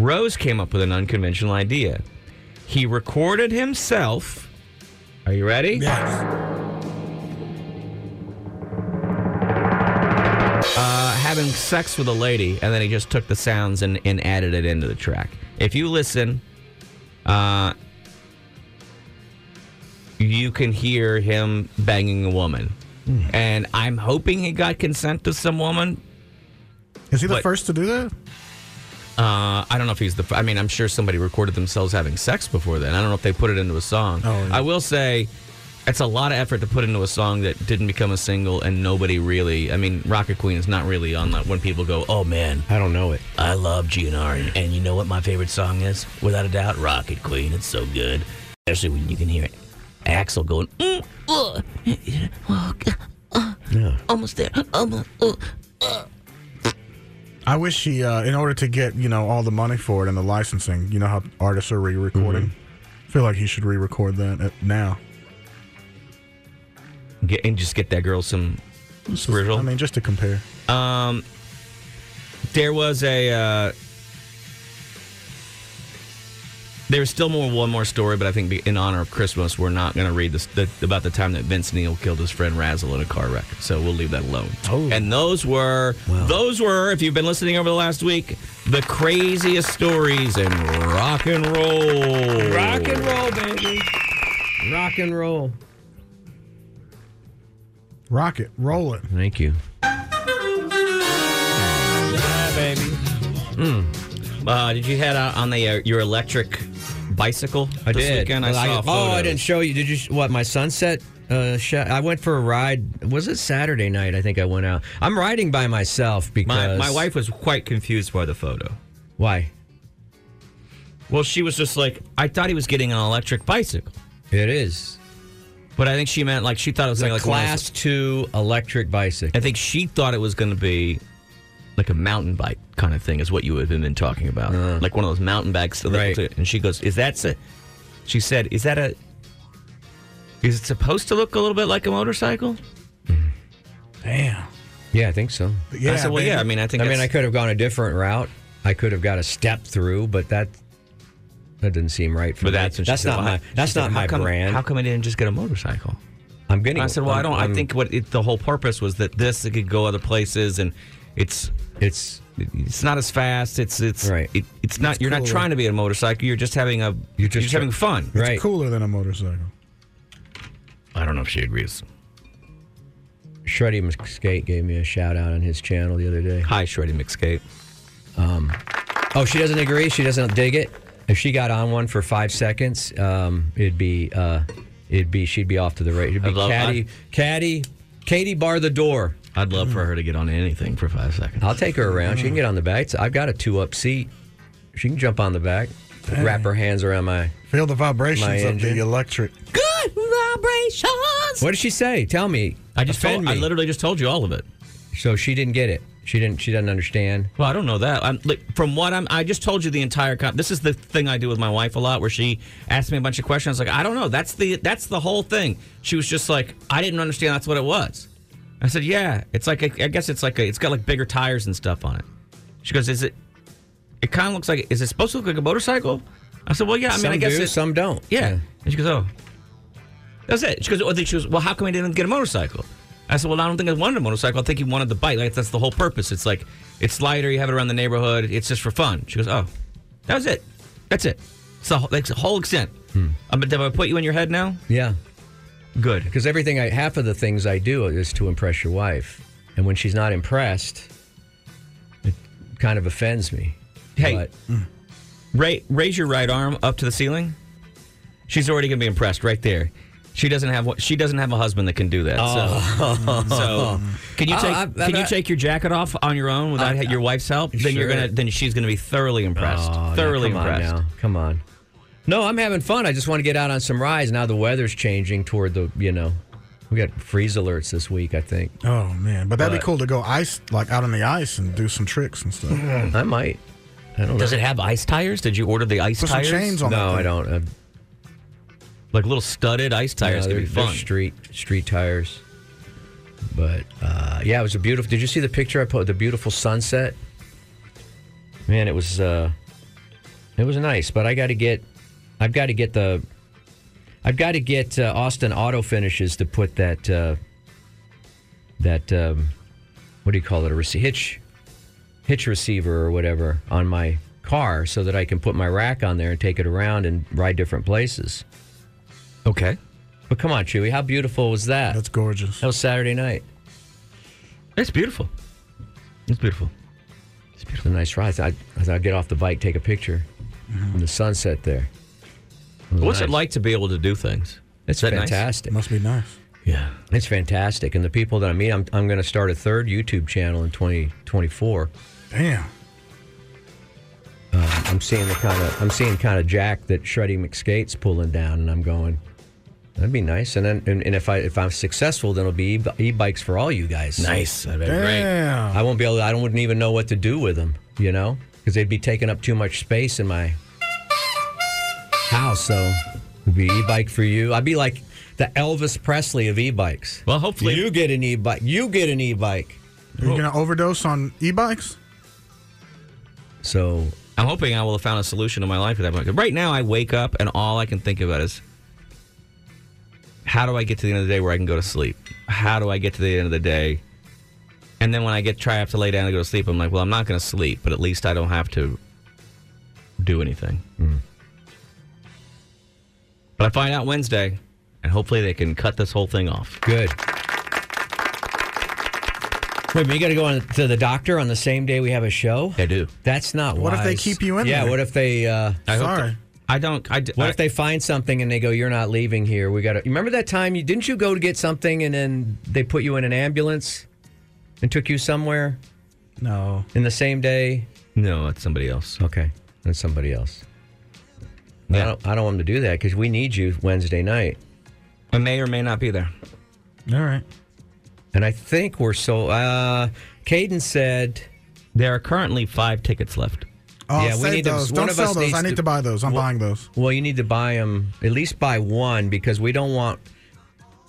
S3: Rose came up with an unconventional idea. He recorded himself. Are you ready?
S2: Yes.
S3: Uh, having sex with a lady, and then he just took the sounds and, and added it into the track. If you listen, uh, you can hear him banging a woman. And I'm hoping he got consent to some woman.
S2: Is he the
S3: What?
S2: first to do that?
S3: Uh, I don't know if he's the. I mean, I'm sure somebody recorded themselves having sex before then. I don't know if they put it into a song.
S2: Oh, yeah.
S3: I will say, it's a lot of effort to put into a song that didn't become a single, and nobody really. I mean, Rocket Queen is not really on that when people go, "Oh man,
S4: I don't know it.
S3: I love GNR, and you know what my favorite song is? Without a doubt, Rocket Queen. It's so good, especially when you can hear it. Axel going, mm, uh, uh, uh, almost there, almost. Uh.
S2: I wish he, uh, in order to get you know all the money for it and the licensing, you know how artists are re-recording.
S4: Mm-hmm.
S2: I feel like he should re-record that at, now.
S3: Get, and just get that girl some sprizzle.
S2: I mean, just to compare.
S3: there was a uh, there's still more one more story but i think be- in honor of christmas we're not going to read this the, about the time that vince neil killed his friend razzle in a car wreck so we'll leave that alone
S4: Oh.
S3: and those were those were if you've been listening over the last week the craziest stories in rock and roll
S4: Rock and roll, baby. Rock and roll.
S2: Rock it, roll it.
S4: Thank you.
S3: uh, did you head out on the uh, your electric bicycle
S4: I
S3: this
S4: did.
S3: weekend i
S4: Well,
S3: saw
S4: oh, I
S3: photos.
S4: didn't show you. Did you? sh- What my sunset? Uh, sh- I went for a ride. Was it Saturday night? I think I went out. I'm riding by myself
S3: my,
S4: because
S3: my wife was quite confused by the photo
S4: Why?
S3: Well, she was just like, I thought he was getting an electric bicycle,
S4: It is
S3: but I think she meant like she thought it was
S4: it's a
S3: like one of those-
S4: class two electric bicycle.
S3: I think she thought it was going to be like a mountain bike kind of thing, is what you had been talking about,
S4: Uh-huh.
S3: like one of those mountain bikes. that-
S4: Right.
S3: And she goes, "Is that?" A, she said, "Is that a?" Is it supposed to look a little bit like a motorcycle?
S2: Damn.
S4: Yeah, I think so.
S2: But yeah,
S3: I said, well,
S2: baby.
S3: yeah. I mean, I think.
S4: I mean, I
S3: that's-
S4: could have gone a different route. I could have got a step through, but that that didn't seem right for
S3: But
S4: me.
S3: that's when she
S4: that's
S3: said,
S4: not
S3: well,
S4: my
S3: how-
S4: that's
S3: she said,
S4: not
S3: how
S4: my
S3: come-
S4: brand.
S3: How come I didn't just get a motorcycle?
S4: I'm getting.
S3: I said, well, I'm, I do not
S4: I'm-
S3: I think what it, the whole purpose was that this it could go other places, and it's
S4: it's
S3: it's not as fast. It's it's
S4: Right.
S3: It, it's not. you're not
S2: cooler.
S3: trying to be a motorcycle. You're just having a. You're
S4: just
S3: just,
S4: try-
S3: having fun.
S4: right.
S2: Cooler than a motorcycle.
S3: I don't know if she agrees.
S4: Shreddy Skate gave me a shout out on his channel the other day.
S3: Hi, Shreddy McScape.
S4: Oh, she doesn't agree. She doesn't dig it. If she got on one for five seconds, um, it'd be uh, it'd be she'd be off to the right. It'd be
S3: I'd love-
S4: caddy,
S3: I'd-
S4: caddy, Katie bar the door.
S3: I'd love for her to get on anything for five seconds.
S4: I'll take her around. She can get on the back. It's- I've got a two up seat. She can jump on the back, wrap her hands around my.
S2: Feel the vibrations
S4: My
S2: of
S4: engine.
S2: the electric.
S3: Good vibrations.
S4: What did she say? Tell me.
S3: I just
S4: Offend
S3: told, I
S4: me.
S3: literally just told you all of it.
S4: So she didn't get it. She didn't. She doesn't understand.
S3: Well, I don't know that. I'm like, from what I'm, I just told you the entire. Com- this is the thing I do with my wife a lot, where she asks me a bunch of questions. Like, I don't know. That's the that's the whole thing. She was just like, I didn't understand. That's what it was. I said, yeah. It's like a, I guess it's like a, it's got like bigger tires and stuff on it. She goes, is it? It kind of looks like. Is it supposed to look like a motorcycle? I said, well, yeah. I mean,
S4: some
S3: I guess
S4: do,
S3: it,
S4: some don't.
S3: yeah. And she goes, oh. That's it. She goes, well, then she goes, well, how come he didn't get a motorcycle? I said, well, I don't think I wanted a motorcycle. I think he wanted the bike. Like, that's the whole purpose. It's like, it's lighter. You have it around the neighborhood. It's just for fun. She goes, oh, that was it. That's it. It's the, whole- like, the whole extent. Um, did I put you in your head now?
S4: Yeah.
S3: Good.
S4: Because everything I half of the things I do is to impress your wife, and when she's not impressed, it kind of offends me.
S3: Hey.
S4: But-
S3: Ra- raise your right arm up to the ceiling. She's already gonna be impressed right there. She doesn't have what she doesn't have a husband that can do that. So, so can you
S4: Oh,
S3: take
S4: I- I-
S3: can you take your jacket off on your own without
S4: I-
S3: your wife's help? Then you're
S4: Sure.
S3: gonna then she's gonna be thoroughly impressed.
S4: Oh, now,
S3: thoroughly
S4: come
S3: impressed.
S4: On now. Come on. No, I'm having fun. I just want to get out on some rides. Now the weather's changing toward the you know, we got freeze alerts this week. I think
S2: Oh man, but that'd
S4: But-
S2: be cool to go ice like out on the ice and do some tricks and stuff.
S4: I might. I don't
S3: Does
S4: know.
S3: it have ice tires? Did you order the ice
S2: Put some
S3: tires?
S2: chains on. that
S4: No, I
S2: thing.
S4: don't. Uh,
S3: Like little studded ice tires
S4: no,
S3: could
S4: they're,
S3: be
S4: they're
S3: fun.
S4: street street tires. But uh, yeah, it was a beautiful. Did you see the picture I put? The beautiful sunset. Man, it was uh, it was nice. But I got to get, I've got to get the, I've got to get uh, Austin Auto Finishes to put that uh, that um, what do you call it a rece- hitch hitch receiver or whatever on my car so that I can put my rack on there and take it around and ride different places.
S3: Okay.
S4: But come on, Chewy, how beautiful was that?
S2: That's gorgeous.
S4: that was Saturday night.
S3: It's beautiful. It's beautiful.
S4: It's beautiful. nice ride. I, I thought I'd get off the bike, take a picture, and the sunset there.
S3: Mm-hmm. What's it
S4: nice.
S3: like to be able to do things?
S4: It's
S3: that nice?
S4: fantastic.
S2: Must be nice.
S3: Yeah.
S4: It's fantastic. And the people that I meet, I'm, I'm going to start a third YouTube channel in 2024.
S2: Damn.
S4: I'm seeing the kind of I'm seeing kind of Jack that Shreddy McSkate's pulling down, and I'm going, that'd be nice. And then and, and if I if I'm successful, then it'll be e- e-bikes for all you guys.
S3: Nice. That'd be great.
S2: Damn.
S4: I won't be able. I don't, wouldn't even know what to do with them, you know, because they'd be taking up too much space in my house. So it'd be e-bike for you. I'd be like the Elvis Presley of e-bikes.
S3: Well, hopefully
S4: you get an e-bike. You get an e-bike.
S2: Are you gonna overdose on e-bikes?
S4: So
S3: I'm hoping I will have found a solution to my life at that point. Right now, I wake up and all I can think about is how do I get to the end of the day where I can go to sleep? How do I get to the end of the day? And then when I get try have to lay down and go to sleep, I'm like, well, I'm not going to sleep, but at least I don't have to do anything.
S4: Mm.
S3: But I find out Wednesday, and hopefully they can cut this whole thing off.
S4: good. Wait, but you got to go on to the doctor on the same day we have a show.
S3: I do.
S4: That's not
S2: What if they
S4: wise.
S2: keep you in
S4: Yeah.
S2: there?
S4: What if they? Uh,
S3: I hope
S2: Sorry.
S3: that- I don't. I, d-
S4: What
S3: I-
S4: if they find something and they go, "You're not leaving here. We got to." Remember that time you didn't you go to get something and then they put you in an ambulance and took you somewhere
S2: No.
S4: in the same day?
S3: No, it's somebody else.
S4: Okay, that's somebody else. I
S3: Yeah.
S4: don't. I don't want them to do that because we need you Wednesday night,
S3: I may or may not be there.
S2: All right.
S4: and I think we're so. Uh, Caden said,
S3: There are currently five tickets left.
S2: Oh,
S4: Yeah, we
S2: save
S4: need to-
S2: those.
S4: one
S2: Don't
S4: of
S2: sell
S4: us
S2: those.
S4: needs
S2: I need
S4: to-
S2: to buy those. I'm
S4: Well-
S2: buying those.
S4: "Well, you need to buy them at least buy one because we don't want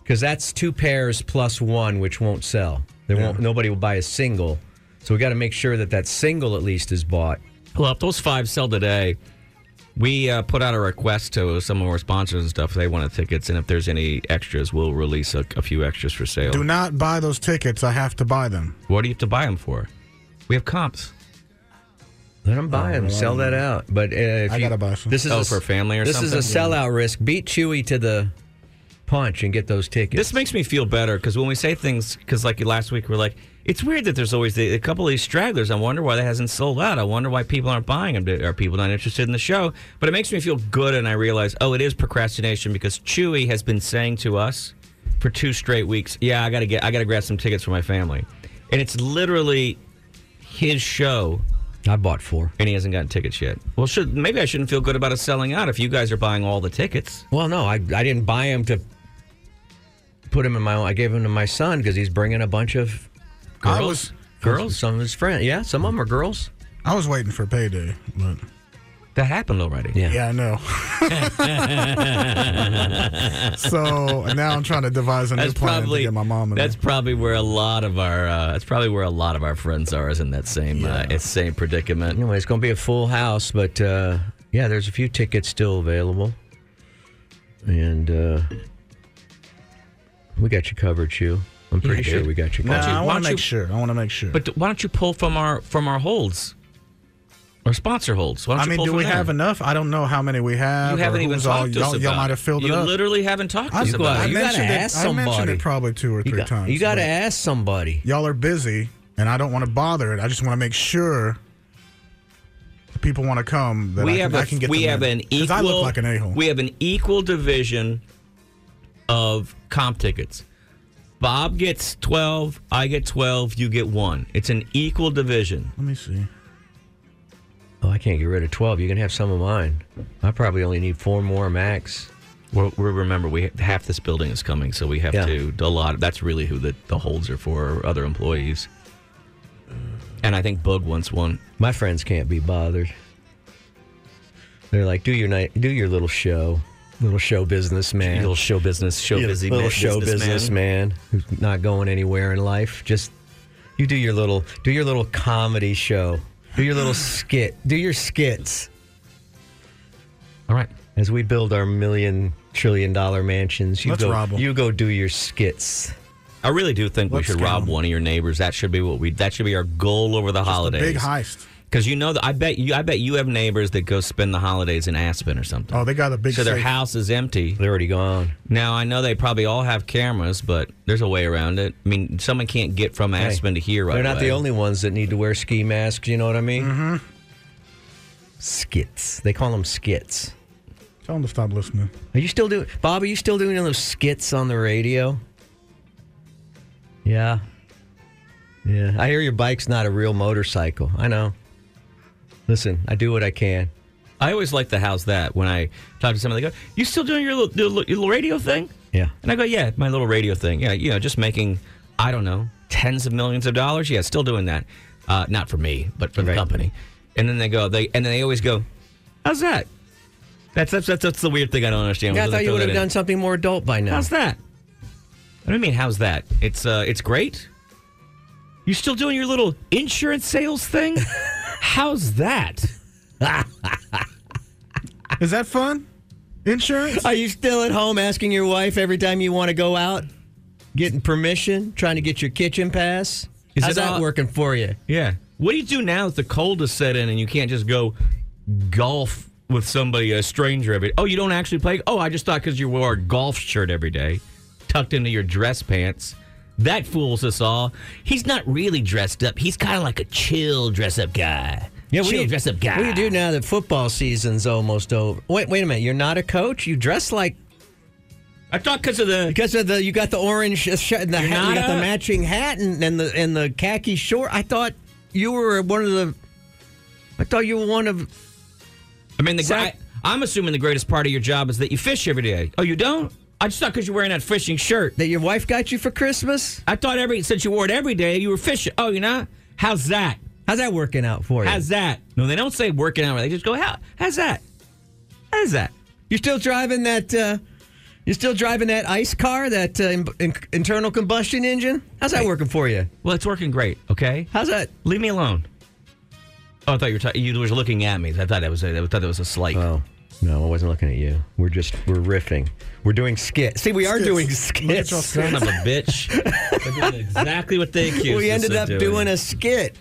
S4: because that's two pairs plus one, which won't sell. There won't. Nobody will buy a single. So we got to make sure that that single at least is bought.
S3: Well, if those five sell today, we uh, put out a request to some of our sponsors and stuff. If they wanted tickets, and if there's any extras, we'll release a, a few extras for sale.
S2: Do not buy those tickets. I have to buy them.
S3: what do you have to buy them for? We have comps.
S4: Let them buy them, sell that out. But uh, if
S2: I
S4: you,
S2: gotta buy some.
S4: This is
S3: Oh,
S4: a,
S3: for family or
S4: this is a
S3: something?
S4: sellout risk. Beat Chewy to the punch and get those tickets.
S3: This makes me feel better because when we say things, because like last week, we're like, it's weird that there's always the, a couple of these stragglers. I wonder why that hasn't sold out. I wonder why people aren't buying them. Are people not interested in the show? But it makes me feel good, and I realize, oh, it is procrastination because Chewy has been saying to us for two straight weeks, yeah, I gotta get, I gotta grab some tickets for my family, and it's literally his show
S4: I bought four.
S3: and he hasn't gotten tickets yet. Well, should maybe I shouldn't feel good about us selling out if you guys are buying all the tickets.
S4: Well, no, I, I didn't buy them to put them in my own. I gave them to my son because he's bringing a bunch of girls.
S2: I was
S3: Girls?
S4: Some of his friends. Yeah, some of them are girls.
S2: I was waiting for payday, but
S3: That happened already.
S4: Yeah.
S2: yeah, I know. so and now I'm trying to devise a new
S3: That's
S2: plan
S3: probably
S2: to get my mom. In
S3: that's
S2: there.
S3: probably where a lot of our uh, that's probably where a lot of our friends are is in that same uh, same predicament.
S4: Anyway, it's going to be a full house, but uh, yeah, there's a few tickets still available. And uh, we got you covered, Chew. I'm pretty
S3: Yeah,
S4: sure
S3: dude.
S4: we got you
S2: Nah,
S4: covered.
S3: you-
S2: I
S3: why
S2: want
S3: don't
S2: to make
S3: you-
S2: sure. I want to make sure.
S3: But why don't you pull from our from our holds, our sponsor holds? Why don't
S2: I
S3: you
S2: mean,
S3: pull
S2: do
S3: from
S2: we
S3: there?
S2: have enough? I don't know how many we have.
S3: You
S2: or
S3: haven't even
S2: who's
S3: talked
S2: all-
S3: to us
S2: y'all,
S3: about.
S2: y'all might have filled
S3: you
S2: it up.
S3: literally haven't talked to
S2: I,
S3: us
S2: I
S3: about.
S4: You
S3: it.
S4: gotta
S2: mentioned
S4: ask
S2: it. I mentioned
S4: somebody.
S2: it probably two or
S4: You
S2: three
S4: got,
S2: times.
S4: you got to
S2: but
S4: ask somebody.
S2: Y'all are busy, and I don't want to bother it. I just want to make sure people want to come. That
S3: we
S2: I can,
S3: have
S2: I
S3: a,
S2: can get
S3: we
S2: them
S3: have
S2: in.
S3: an equal
S2: 'Cause I look like an a-hole.
S3: we have an equal division of comp tickets. Bob gets twelve, I get twelve, you get one. It's an equal division.
S2: Let me see.
S4: Oh, I can't get rid of 12. You can have some of mine. I probably only need four more max.
S3: We're, we're remember we half this building is coming, so we have
S4: Yeah.
S3: to a lot. That's really who the, the holds are for, or other employees. And I think Bug wants one.
S4: My friends can't be bothered. They're like, do your night, do your little show, little show businessman,
S3: Little show business, show
S4: Yeah,
S3: busy,
S4: little
S3: man,
S4: show businessman who's not going anywhere in life. Just you do your little, do your little comedy show, do your little skit, do your skits
S3: All right,
S4: as we build our million trillion dollar mansions. You
S2: Let's
S4: go,
S2: rob 'em.
S4: you go do your skits.
S3: I really do think
S2: Let's
S3: we should
S2: go.
S3: rob one of your neighbors. That should be what we. That should be our goal over the holidays.
S2: Big heist.
S3: Because you know that I bet you. I bet you have neighbors that go spend the holidays in Aspen or something.
S2: Oh, they got a big.
S3: so their
S2: safe.
S3: house is empty.
S4: They're already gone.
S3: Now I know they probably all have cameras, but there's a way around it. I mean, someone can't get from
S4: Hey,
S3: Aspen to here right
S4: They're not the
S3: away.
S4: only ones that need to wear ski masks. You know what I mean? Mm-hmm. Skits. They call them skits.
S2: Tell them to stop listening.
S4: Are you still doing, Bob? Are you still doing those skits on the radio? Yeah. Yeah. I hear your bike's not a real motorcycle. I know. Listen, I do what I can.
S3: I always like the how's that when I talk to someone. They go, "You still doing your little, your little- your little radio thing?"
S4: Yeah.
S3: And I go, "Yeah, my little radio thing. Yeah, you know, just making, I don't know, tens of millions of dollars. Yeah, still doing that. Uh, not for me, but for the
S4: Right.
S3: company." And then they go, they and then they always go, "How's that?" That's that's that's, that's the weird thing I don't understand.
S4: Yeah, I
S3: when they
S4: thought you
S3: throw
S4: would
S3: that
S4: have
S3: in.
S4: done something more adult by now.
S3: How's that? What do you mean? How's that? It's uh, it's great. You still doing your little insurance sales thing? How's that?
S2: Is that fun? Insurance?
S4: Are you still at home asking your wife every time you want to go out, getting permission, trying to get your kitchen pass?
S3: Is
S4: How's
S3: it
S4: that
S3: all-
S4: working for you?
S3: Yeah. What do you do now if the cold has set in and you can't just go golf with somebody, a stranger every Oh, you don't actually play? Oh, I just thought because you wore a golf shirt every day, tucked into your dress pants. That fools us all. He's not really dressed up. He's kind of like a chill dress up guy.
S4: Yeah,
S3: chill
S4: what do you
S3: dress up guy.
S4: What do you do now that football season's almost over? Wait, wait a minute. You're not a coach. You dress like
S3: I thought because of the
S4: because of the you got the orange sh- and the
S3: You're
S4: hat,
S3: not
S4: you got the
S3: a-
S4: matching hat and, and the and the khaki short. I thought you were one of the. I thought you were one of.
S3: I mean, the
S4: Zach-
S3: guy. I'm assuming the greatest part of your job is that you fish every day. Oh, you don't? I just thought because you're wearing that fishing shirt.
S4: That your wife got you for Christmas?
S3: I thought every since you wore it every day, you were fishing. Oh, you're not? How's that?
S4: How's that working out for you?
S3: How's that? No, they don't say working out. They just go, how? How's that? How's that?
S4: You're still driving that uh, You're still driving that ice car, that uh, in- in- internal combustion engine? How's that working for you?
S3: Well, it's working great. Okay,
S4: How's that?
S3: leave me alone. Oh, I thought you were ta- you were looking at me. I thought that was a, I thought that was a slight.
S4: Oh, no, I wasn't looking at you. We're just, we're riffing. We're doing skits. See, we are
S2: Skits.
S4: doing
S2: Look at y'all
S4: skits.
S3: Son of a bitch. They're doing exactly what they accused.
S4: We
S3: us
S4: ended
S3: of
S4: up
S3: doing.
S4: doing a skit.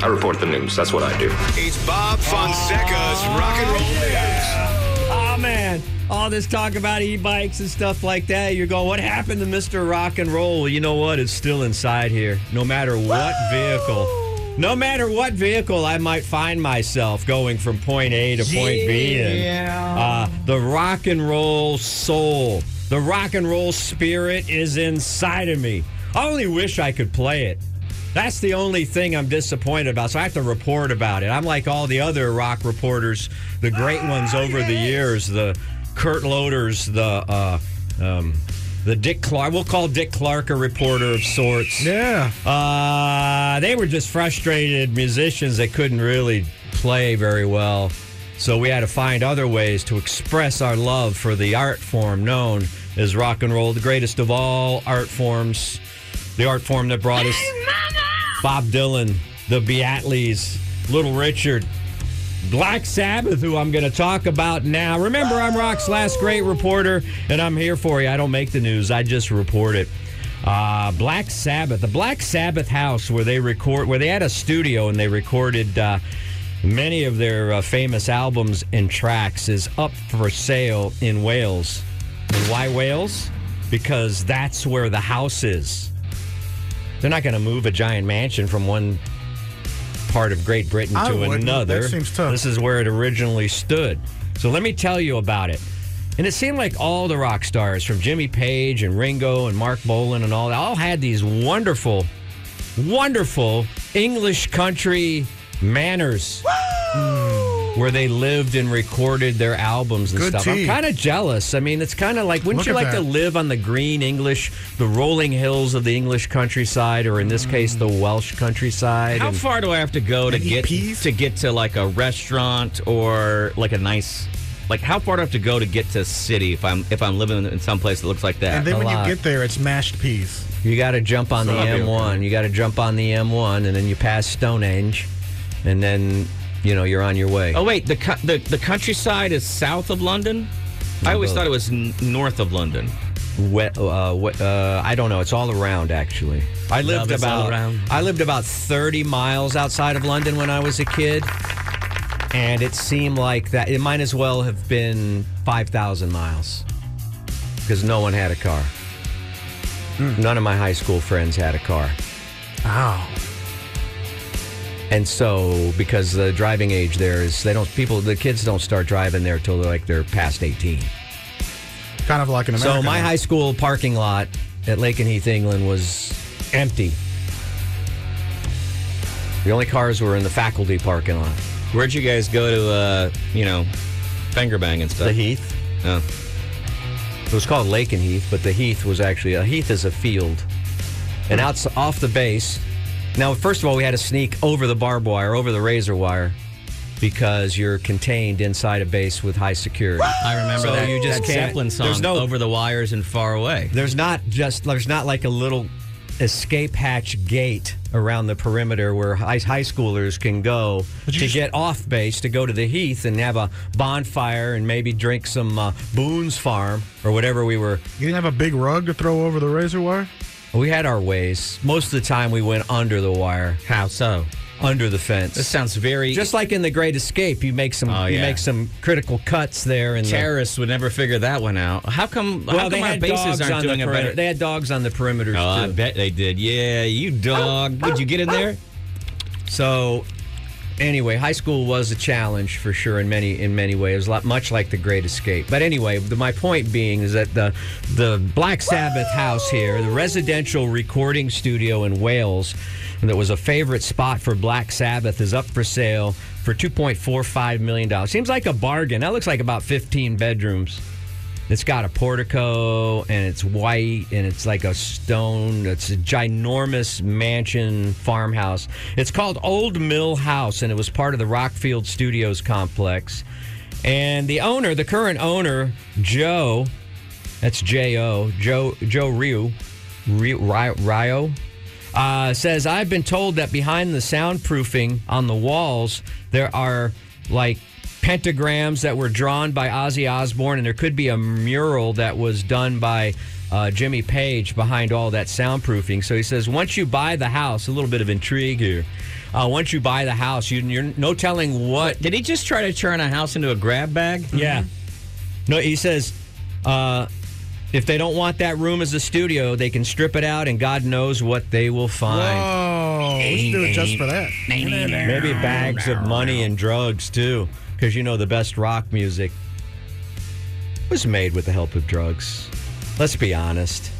S5: I report the news. That's what I do.
S6: It's Bob Fonseca's Rock and Roll News.
S4: Oh man, all this talk about e-bikes and stuff like that. You're going, what happened to Mr. Rock and Roll? Well, you know what? It's still inside here. No matter what vehicle, no matter what vehicle I might find myself going from point A to point B in. Uh, the rock and roll soul, the rock and roll spirit is inside of me. I only wish I could play it. That's the only thing I'm disappointed about. So I have to report about it. I'm like all the other rock reporters, the great ones over the years, the Kurt Loaders, the uh, um, the Dick Clark. We'll call Dick Clark a reporter of sorts.
S2: Yeah.
S4: Uh, they were just frustrated musicians that couldn't really play very well. So we had to find other ways to express our love for the art form known as rock and roll, the greatest of all art forms, the art form that brought us Bob Dylan, the Beatles, Little Richard, Black Sabbath, who I'm going to talk about now. Remember, I'm Rock's last great reporter, and I'm here for you. I don't make the news, I just report it. Uh, Black Sabbath, the Black Sabbath house where they record, where they had a studio and they recorded uh, many of their uh, famous albums and tracks, is up for sale in Wales. And why Wales? Because that's where the house is. They're not going to move a giant mansion from one part of Great Britain
S2: I
S4: to
S2: wouldn't.
S4: another.
S2: That seems tough.
S4: This is where it originally stood. So let me tell you about it. And it seemed like all the rock stars, from Jimmy Page and Ringo and Mark Bolan and all that, all had these wonderful, wonderful English country manners hmm, where they lived and recorded their albums and
S2: Good
S4: stuff.
S2: tea.
S4: I'm kind of jealous. I mean, it's kind of like, wouldn't
S2: Look
S4: you
S2: at
S4: like
S2: that.
S4: to live on the green English, the rolling hills of the English countryside, or in this case, the Welsh countryside?
S3: How
S4: and-
S3: far do I have to go to
S2: Any
S3: get
S2: peas?
S3: to get to like a restaurant or like a nice like how far do I have to go to get to city if I'm if I'm living in some place that looks like that?
S2: And then when
S4: lot.
S2: you get there, it's mashed peas.
S4: You got to jump on the
S3: So that'd be
S4: M1. You got to jump on the M1, and then you pass Stonehenge, and then you know you're on your way.
S3: oh wait, the co- the the countryside is south of London. I always
S4: both.
S3: thought it was n- north of London.
S4: Wet, uh, wet, uh, I don't know. It's all around, actually. I lived
S3: Love is all
S4: about
S3: around.
S4: I lived about 30 miles outside of London when I was a kid, and it seemed like that it might as well have been 5,000 miles because no one had a car.
S3: Hmm.
S4: None of my high school friends had a car.
S2: Wow.
S4: And so, because the driving age there is, they don't people the kids don't start driving there till they're like they're past eighteen.
S2: Kind of like an American.
S4: so my
S2: one.
S4: high school parking lot at Lake and Heath, England, was empty. The only cars were in the faculty parking lot.
S3: Where'd you guys go to uh, you know, finger bang and stuff?
S4: Heath.
S3: Oh.
S4: It was called Lake and Heath, but the Heath was actually a Heath is a field, and out off the base. Now, first of all, we had to sneak over the barbed wire, over the razor wire, because you're contained inside a base with high security.
S3: I remember
S4: So
S3: that
S4: you just
S3: that
S4: can't-
S3: Zeppelin song
S4: there's no-
S3: over the wires and far away.
S4: There's not just there's not like a little escape hatch gate around the perimeter where high, high schoolers can go to get off base to go to the heath and have a bonfire and maybe drink some uh, Boone's Farm or whatever we were.
S2: You didn't have a big rug to throw over the razor wire?
S4: We had our ways. Most of the time we went under the wire,
S3: How so?
S4: under the fence.
S3: This sounds very
S4: just like in the Great Escape, you make some
S3: Oh,
S4: you
S3: yeah.
S4: make some critical cuts there and
S3: terrorists would never figure that one out. How come how
S4: Well,
S3: come
S4: they
S3: our
S4: had
S3: bases
S4: dogs
S3: aren't
S4: on
S3: doing
S4: the
S3: a
S4: perimeter.
S3: better
S4: They had dogs on the perimeters
S3: Oh, I
S4: too.
S3: bet they did. Yeah, you dog. Would you get in there?
S4: So, anyway, high school was a challenge for sure in many in many ways. It was a lot much like the Great Escape. But anyway, the, my point being is that the the Black Sabbath house here, the residential recording studio in Wales, that was a favorite spot for Black Sabbath, is up for sale for two point four five million dollars. Seems like a bargain. That looks like about fifteen bedrooms. It's got a portico and it's white and it's like a stone. It's a ginormous mansion farmhouse. It's called Old Mill House and it was part of the Rockfield Studios complex. And the owner, the current owner, Joe, That's J O Joe Joe Ryu Ryu Ry- Ryo. Uh, says I've been told that behind the soundproofing on the walls there are like pentagrams that were drawn by Ozzy Osbourne, and there could be a mural that was done by uh, Jimmy Page behind all that soundproofing. So he says once you buy the house, a little bit of intrigue here. Uh, once you buy the house, you, you're no telling what
S3: Did he just try to turn a house into a grab bag?
S4: yeah. No, he says, uh, if they don't want that room as a studio, they can strip it out, and God knows what they will find.
S2: Oh, we should do it just for that.
S4: Maybe bags of money and drugs too, because you know the best rock music was made with the help of drugs. Let's be honest.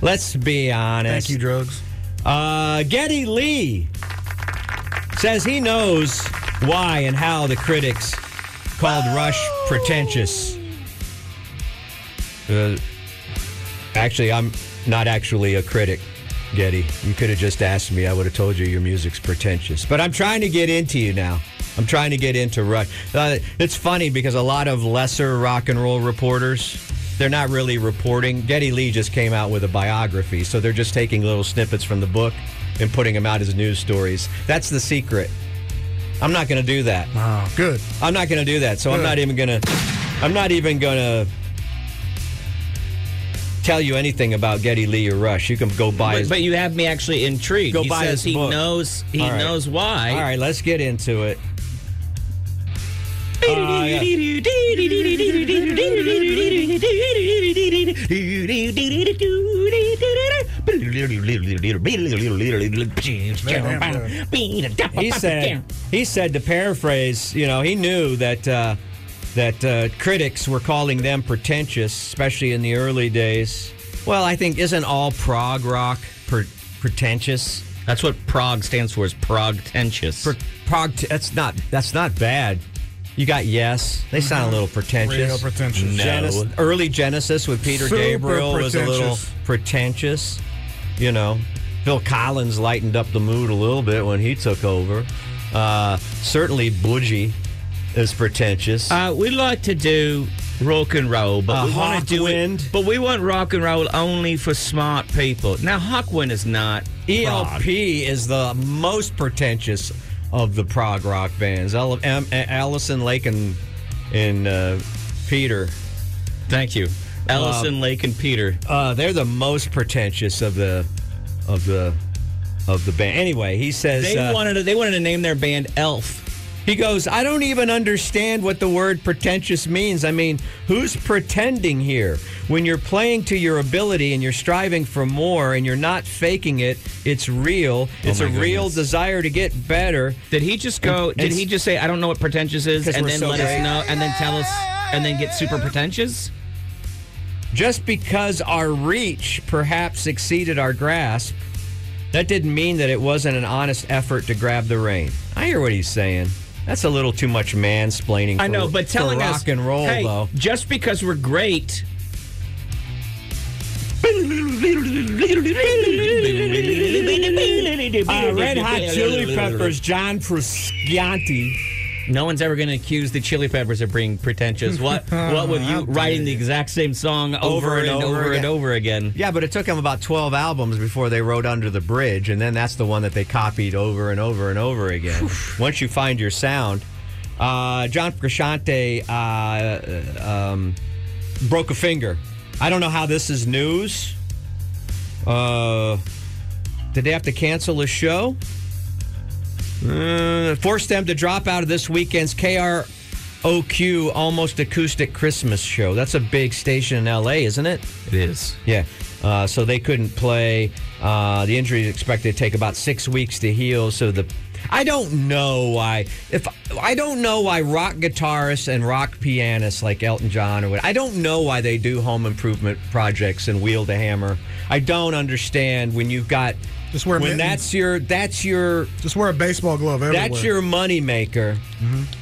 S4: Let's be honest.
S2: Thank you, drugs.
S4: Uh, Getty Lee says he knows why and how the critics called Rush pretentious. Uh, actually, I'm not actually a critic, Getty. You could have just asked me. I would have told you your music's pretentious. But I'm trying to get into you now. I'm trying to get into Rush. Uh, it's funny because a lot of lesser rock and roll reporters, they're not really reporting. Getty Lee just came out with a biography, so they're just taking little snippets from the book and putting them out as news stories. That's the secret. I'm not going to do that.
S2: Oh, good.
S4: I'm not going to do that. So I'm not even going to. I'm not even going to tell you anything about Getty Lee or Rush. You can go buy.
S3: But,
S4: his-
S3: but you have me actually intrigued.
S4: Go
S3: he
S4: buy
S3: says
S4: his
S3: he
S4: book.
S3: knows he
S4: All right.
S3: knows why.
S4: All right, let's get into it. Uh, yeah. He said. He said to paraphrase. You know, he knew that uh, that uh, critics were calling them pretentious, especially in the early days. Well, I think isn't all prog rock per- pretentious?
S3: That's what prog stands for is progtentious.
S4: For prog, that's not that's not bad. You got yes. They sound a little pretentious.
S2: Real pretentious.
S4: Genesis, early Genesis with Peter
S2: Super
S4: Gabriel was a little pretentious. You know, Phil Collins lightened up the mood a little bit when he took over. Uh, certainly, Budgie is pretentious.
S3: Uh, we like to do rock and roll, but
S4: Uh,
S3: we want to do
S4: Hawkwind.
S3: it. But we want rock and roll only for smart people. Now, Hawkwind is not e- prog.
S4: ELP E is the most pretentious of the prog rock bands. Ele- Em- Allison Lake and, and uh, Peter.
S3: Thank you, Ellison, Lake, and Peter.
S4: Uh, they're the most pretentious of the of the of the band. Anyway, he says
S3: They
S4: uh,
S3: wanted to, they wanted to name their band Elf.
S4: He goes, I don't even understand what the word pretentious means. I mean, who's pretending here? When you're playing to your ability and you're striving for more and you're not faking it, it's real. It's a real desire to get better.
S3: Did he just go? Did
S4: it's-
S3: he just say, "I don't know what pretentious is,"
S4: 'Cause
S3: and
S4: we're
S3: then
S4: so
S3: let
S4: great.
S3: us know, and then tell us, and then get super pretentious?
S4: Just because our reach perhaps exceeded our grasp, that didn't mean that it wasn't an honest effort to grab the rein. I hear what he's saying. That's a little too much mansplaining. For,
S3: I know, but
S4: for
S3: telling
S4: rock
S3: us
S4: and roll
S3: hey,
S4: though.
S3: just because we're great. Ah,
S4: Uh, Red Hot Chili Peppers, John Frusciante.
S3: No one's ever going to accuse the Chili Peppers of being pretentious. What? what with you writing the exact same song over, and, over, and over again?
S4: Yeah, but it took them about 12 albums before they wrote Under the Bridge, and then that's the one that they copied over and over and over again. Once you find your sound, uh, John Frusciante uh, um, broke a finger. I don't know how this is news. Uh, did they have to cancel the show? Uh, forced them to drop out of this weekend's KROQ Almost Acoustic Christmas show. That's a big station in LA, isn't it?
S3: It is.
S4: Yeah. Uh, so they couldn't play. Uh, the injury is expected to take about six weeks to heal. So the I don't know why if I don't know why rock guitarists and rock pianists like Elton John or what I don't know why they do home improvement projects and wield a hammer. I don't understand when you've got
S2: Just wear mittens.
S4: when that's your that's your
S2: Just wear a baseball glove everywhere.
S4: that's your money maker,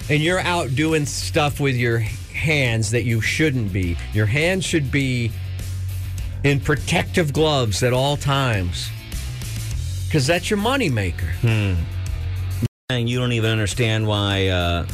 S4: and you're out doing stuff with your hands that you shouldn't be. Your hands should be in protective gloves at all times, because that's your money maker.
S3: And you don't even understand why, uh,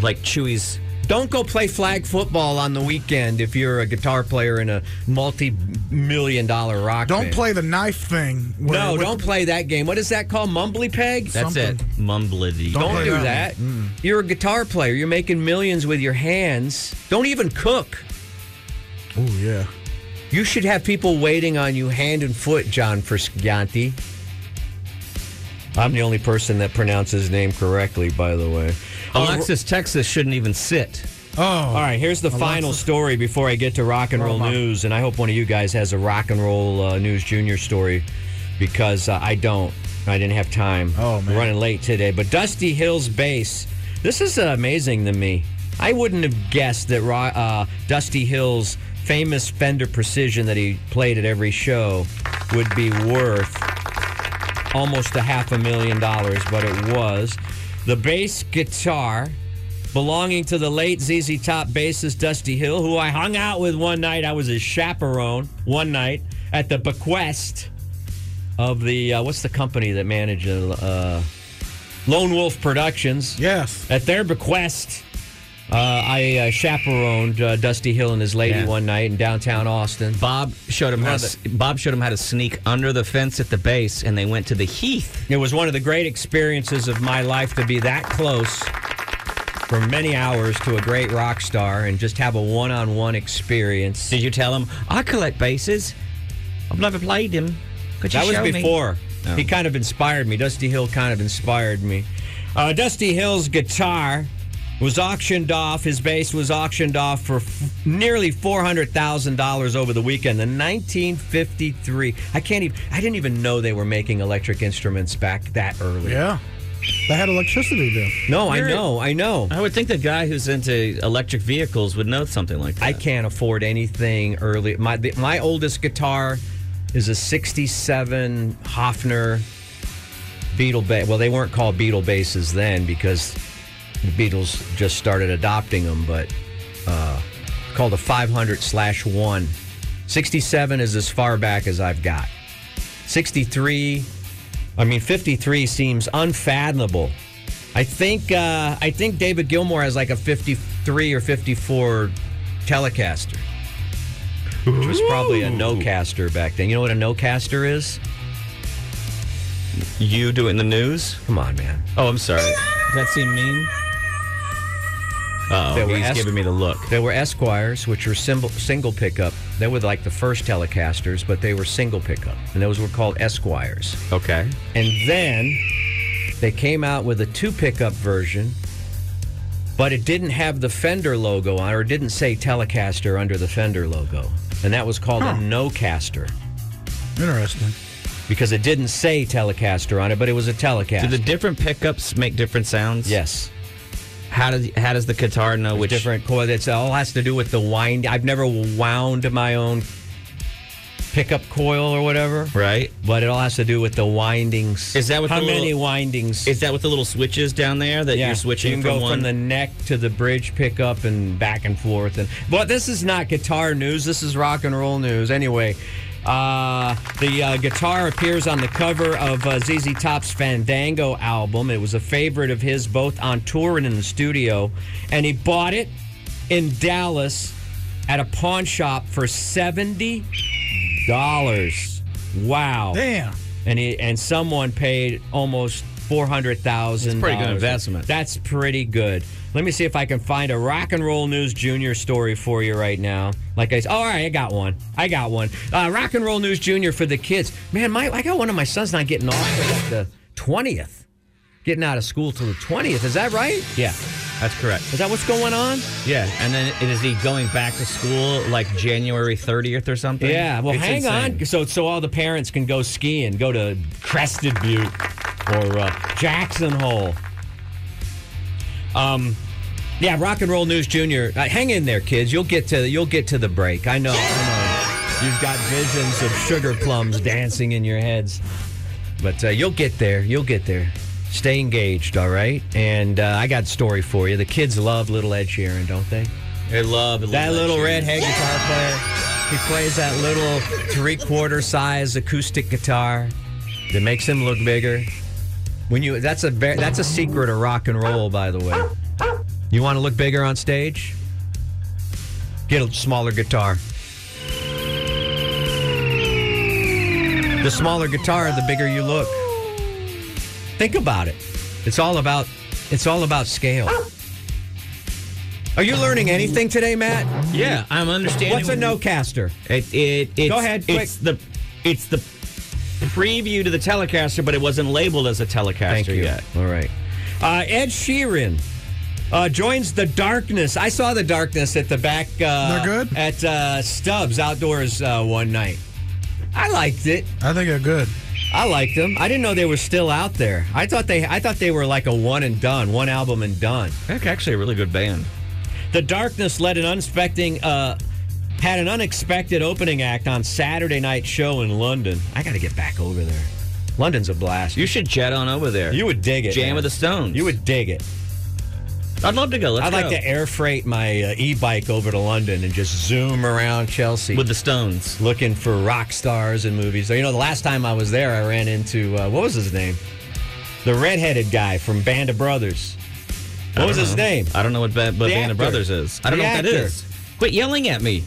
S3: like Chewie's
S4: Don't go play flag football on the weekend if you're a guitar player in a multi-million dollar rock.
S2: Don't
S4: band.
S2: play the knife thing. where-
S4: No,
S2: with-
S4: don't play that game. What is that called? Mumbly peg?
S3: That's
S2: Something.
S3: it. Mumbledy.
S2: Don't
S4: Don't
S2: play
S4: do
S2: that.
S4: that. You're a guitar player. You're making millions with your hands. Don't even cook.
S2: Oh yeah.
S4: You should have people waiting on you hand and foot, John Frusciante. I'm the only person that pronounces his name correctly, by the way.
S3: Alexis, Texas shouldn't even sit.
S2: Oh.
S4: All right, here's the final story before I get to rock and roll
S2: my.
S4: news, and I hope one of you guys has a rock and roll uh, news junior story because uh, I don't. I didn't have time.
S2: Oh, man.
S4: I'm running late today. But Dusty Hill's bass. This is uh, amazing to me. I wouldn't have guessed that Ro- uh, Dusty Hill's famous Fender Precision that he played at every show would be worth almost a half a million dollars, but it was. The bass guitar belonging to the late ZZ Top bassist Dusty Hill, who I hung out with one night. I was his chaperone one night at the bequest of the, uh, what's the company that manages uh, Lone Wolf Productions?
S2: Yes.
S4: At their bequest, uh, I uh, chaperoned uh, Dusty Hill and his lady
S3: Yeah.
S4: one night in downtown Austin.
S3: Bob showed him how. To, Bob showed him how to sneak under the fence at the base, and they went to the heath.
S4: It was one of the great experiences of my life to be that close for many hours to a great rock star and just have a one on one experience.
S3: Did you tell him I collect bases? I've never played them. Could you
S4: That was
S3: show me?"
S4: before.
S3: Oh.
S4: He kind of inspired me. Dusty Hill kind of inspired me. Uh, Dusty Hill's guitar was auctioned off. His bass was auctioned off for f- nearly four hundred thousand dollars over the weekend. The nineteen fifty three. I can't even. I didn't even know they were making electric instruments back that early.
S2: Yeah. They had electricity then.
S4: No, I
S3: You're-
S4: know. I know.
S3: I would think the guy who's into electric vehicles would know something like that.
S4: I can't afford anything early. My the, my oldest guitar is a '67 Hofner Beetle bass. Well, they weren't called Beetle basses then because the Beatles just started adopting them, but uh, called a 500 slash one. 67 is as far back as I've got. 63, I mean 53 seems unfathomable. I think uh, I think David Gilmour has like a 53 or 54 Telecaster, which was probably a no-caster back then. You know what a no-caster is?
S3: You doing the news?
S4: Come on, man.
S3: Oh, I'm sorry. Does that seem mean?
S4: They
S3: Oh,
S4: were
S3: he's
S4: asked-
S3: giving me the look.
S4: There were Esquires, which were symbol, single pickup. They were like the first Telecasters, but they were single pickup, and those were called Esquires.
S3: Okay.
S4: And then they came out with a two pickup version, but it didn't have the Fender logo on, or it didn't say Telecaster under the Fender logo, and that was called a no caster
S2: Interesting.
S4: because it didn't say Telecaster on it, but it was a Telecaster.
S3: Do the different pickups make different sounds?
S4: yes.
S3: How does how does the guitar know which?
S4: different chord. It's all has to do with the wind. I've never wound my own pickup coil or whatever,
S3: Right.
S4: but it all has to do with the windings.
S3: Is that what
S4: how
S3: the little-
S4: many windings?
S3: Is that with the little switches down there that
S4: Yeah,
S3: you're switching
S4: you can
S3: from
S4: go
S3: one?
S4: from the neck to the bridge pickup and back and forth. And but this is not guitar news. This is rock and roll news. Anyway, uh, the uh, guitar appears on the cover of uh, ZZ Top's Fandango album. It was a favorite of his, both on tour and in the studio. And he bought it in Dallas at a pawn shop for seventy dollars. Wow!
S2: Damn.
S4: and he and someone paid almost four hundred
S3: That's
S4: thousand.
S3: pretty good investment.
S4: That's pretty good. Let me see if I can find a rock and roll news junior story for you right now. Like I, s- oh, all right, I got one. I got one. Uh, rock and roll news junior for the kids. Man, my I got one of my sons not getting off till like the twentieth, getting out of school till the twentieth. Is that right?
S3: yeah, that's correct.
S4: Is that what's going on?
S3: Yeah, and then it is he going back to school like January 30th or something?
S4: Yeah, well,
S3: It's
S4: hang on,
S3: insane.
S4: so so all the parents can go skiing, go to Crested Butte or uh, Jackson Hole. Um, yeah, Rock and Roll News Junior. Uh, hang in there, kids. You'll get to you'll get to the break. I know. I know. You've got visions of sugar plums dancing in your heads, but uh, you'll get there. You'll get there. Stay engaged, all right? And uh, I got a story for you. The kids love little Ed Sheeran, don't they?
S3: I love
S4: That little
S3: Sheeran.
S4: redhead guitar player. He plays that little three quarter size acoustic guitar that makes him look bigger. When you that's a ve- that's a secret of rock and roll, by the way. You want to look bigger on stage? Get a smaller guitar. The smaller guitar, the bigger you look. Think about it. It's all about it's all about scale. Are you learning anything today, Matt?
S3: Yeah, I'm understanding.
S4: What's a
S3: what you-
S4: no caster?
S3: It, it, it's,
S4: Go ahead, quick.
S3: It's the, it's the preview to the Telecaster, but it wasn't labeled as a Telecaster
S4: Thank you.
S3: yet.
S4: All right. Uh, Ed Sheeran uh, joins the darkness. I saw the darkness at the back. Uh,
S2: They're good?
S4: at uh, Stubbs Outdoors uh, one night. I liked it.
S2: I think they're good.
S4: I liked them. I didn't know they were still out there. I thought they. I thought they were like a one and done, one album and done.
S3: They're actually a really good band.
S4: The Darkness led an unexpected, uh, had an unexpected opening act on Saturday night show in London. I got to get back over there. London's a blast. You,
S3: You should jet on over there.
S4: would dig it.
S3: jam
S4: man.
S3: with the Stones.
S4: You would dig it.
S3: I'd love to go. Let's
S4: I'd
S3: go.
S4: like to air freight my uh, e-bike over to London and just zoom around Chelsea
S3: with the Stones.
S4: looking for rock stars and movies. So, you know, the last time I was there, I ran into uh, what was his name? The redheaded guy from Band of Brothers.
S3: I
S4: What was
S3: don't
S4: his
S3: know. Uh,
S4: name?
S3: I don't know what ba- but Band of
S4: actor.
S3: Brothers is. I don't
S4: The
S3: know what that
S4: actor.
S3: is. Quit yelling at me.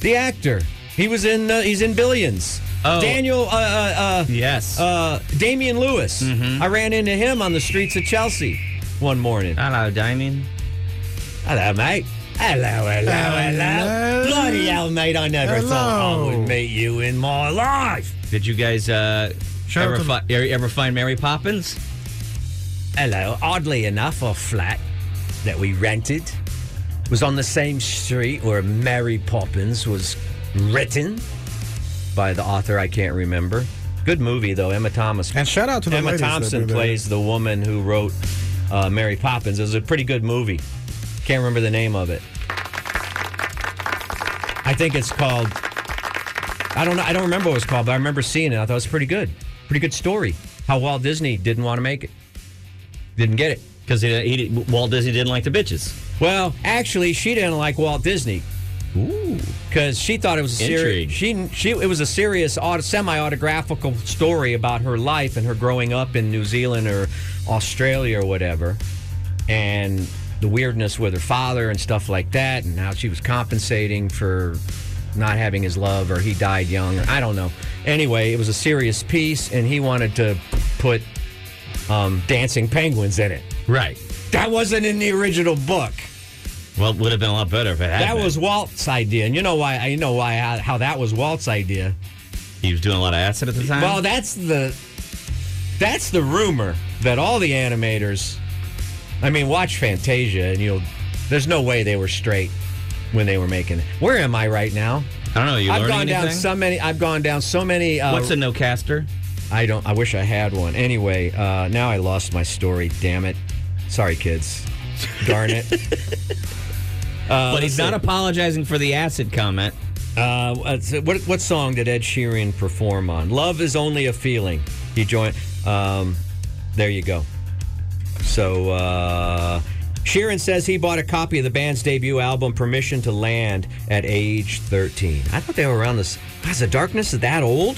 S4: The actor. He was in. Uh, he's in Billions.
S3: Oh.
S4: Daniel. Uh, uh, uh,
S3: Yes.
S4: uh, Damian Lewis.
S3: Mm-hmm.
S4: I ran into him on the streets of Chelsea one morning.
S3: Hello, Damien.
S4: Hello, mate. Hello, hello, hello.
S2: Hello.
S4: Bloody hell, mate. I never thought I
S2: Hello.
S4: would meet you in my life.
S3: Did you guys uh,
S2: Shout out
S3: ever,
S2: to
S3: fi- er- ever find Mary Poppins?
S4: Hello. Oddly enough, our flat that we rented was on the same street where Mary Poppins was written by the author I can't remember. Good movie, though. Emma Thomas.
S2: And shout out to the
S4: Emma
S2: ladies that
S4: Thompson
S2: do that.
S4: plays the woman who wrote uh, Mary Poppins. It was a pretty good movie. Can't remember the name of it. I think it's called. I don't know. I don't remember what it was called, but I remember seeing it. I thought it was pretty good. Pretty good story. How Walt Disney didn't want to make it. Didn't get it.
S3: Because he, he, did- Walt Disney didn't like the bitches.
S4: Well, actually, she didn't like Walt Disney. Ooh. Because she thought it was a
S3: Intrigue.
S4: serious. She she it was a serious semi autographical story about her life and her growing up in New Zealand or Australia or whatever, and the weirdness with her father and stuff like that, and how she was compensating for not having his love or he died young. I don't know. Anyway, it was a serious piece, and he wanted to put um, dancing penguins in it.
S3: Right.
S4: That wasn't in the original book.
S3: Well, it would have been a lot better if it had.
S4: That
S3: been.
S4: was Walt's idea, and you know why? You know why? How, how that was Walt's idea?
S3: he was doing a lot of acid at the time.
S4: Well, that's the that's the rumor that all the animators. I mean, watch Fantasia, and you'll. There's no way they were straight when they were making it. Where am I right now?
S3: I don't know. You
S4: I've
S3: learning
S4: gone down
S3: anything?
S4: so many. I've gone down so many. Uh,
S3: What's a no caster?
S4: I don't. I wish I had one. Anyway, uh, now I lost my story. Damn it. Sorry, kids. Darn it.
S3: but he's not apologizing for the acid comment.
S4: Uh, what's- what, what song did Ed Sheeran perform on? Love is only a feeling. He joined. Um, there you go. So uh, Sheeran says he bought a copy of the band's debut album, Permission to Land, at age 13. I thought they were around this. Is the darkness is that old?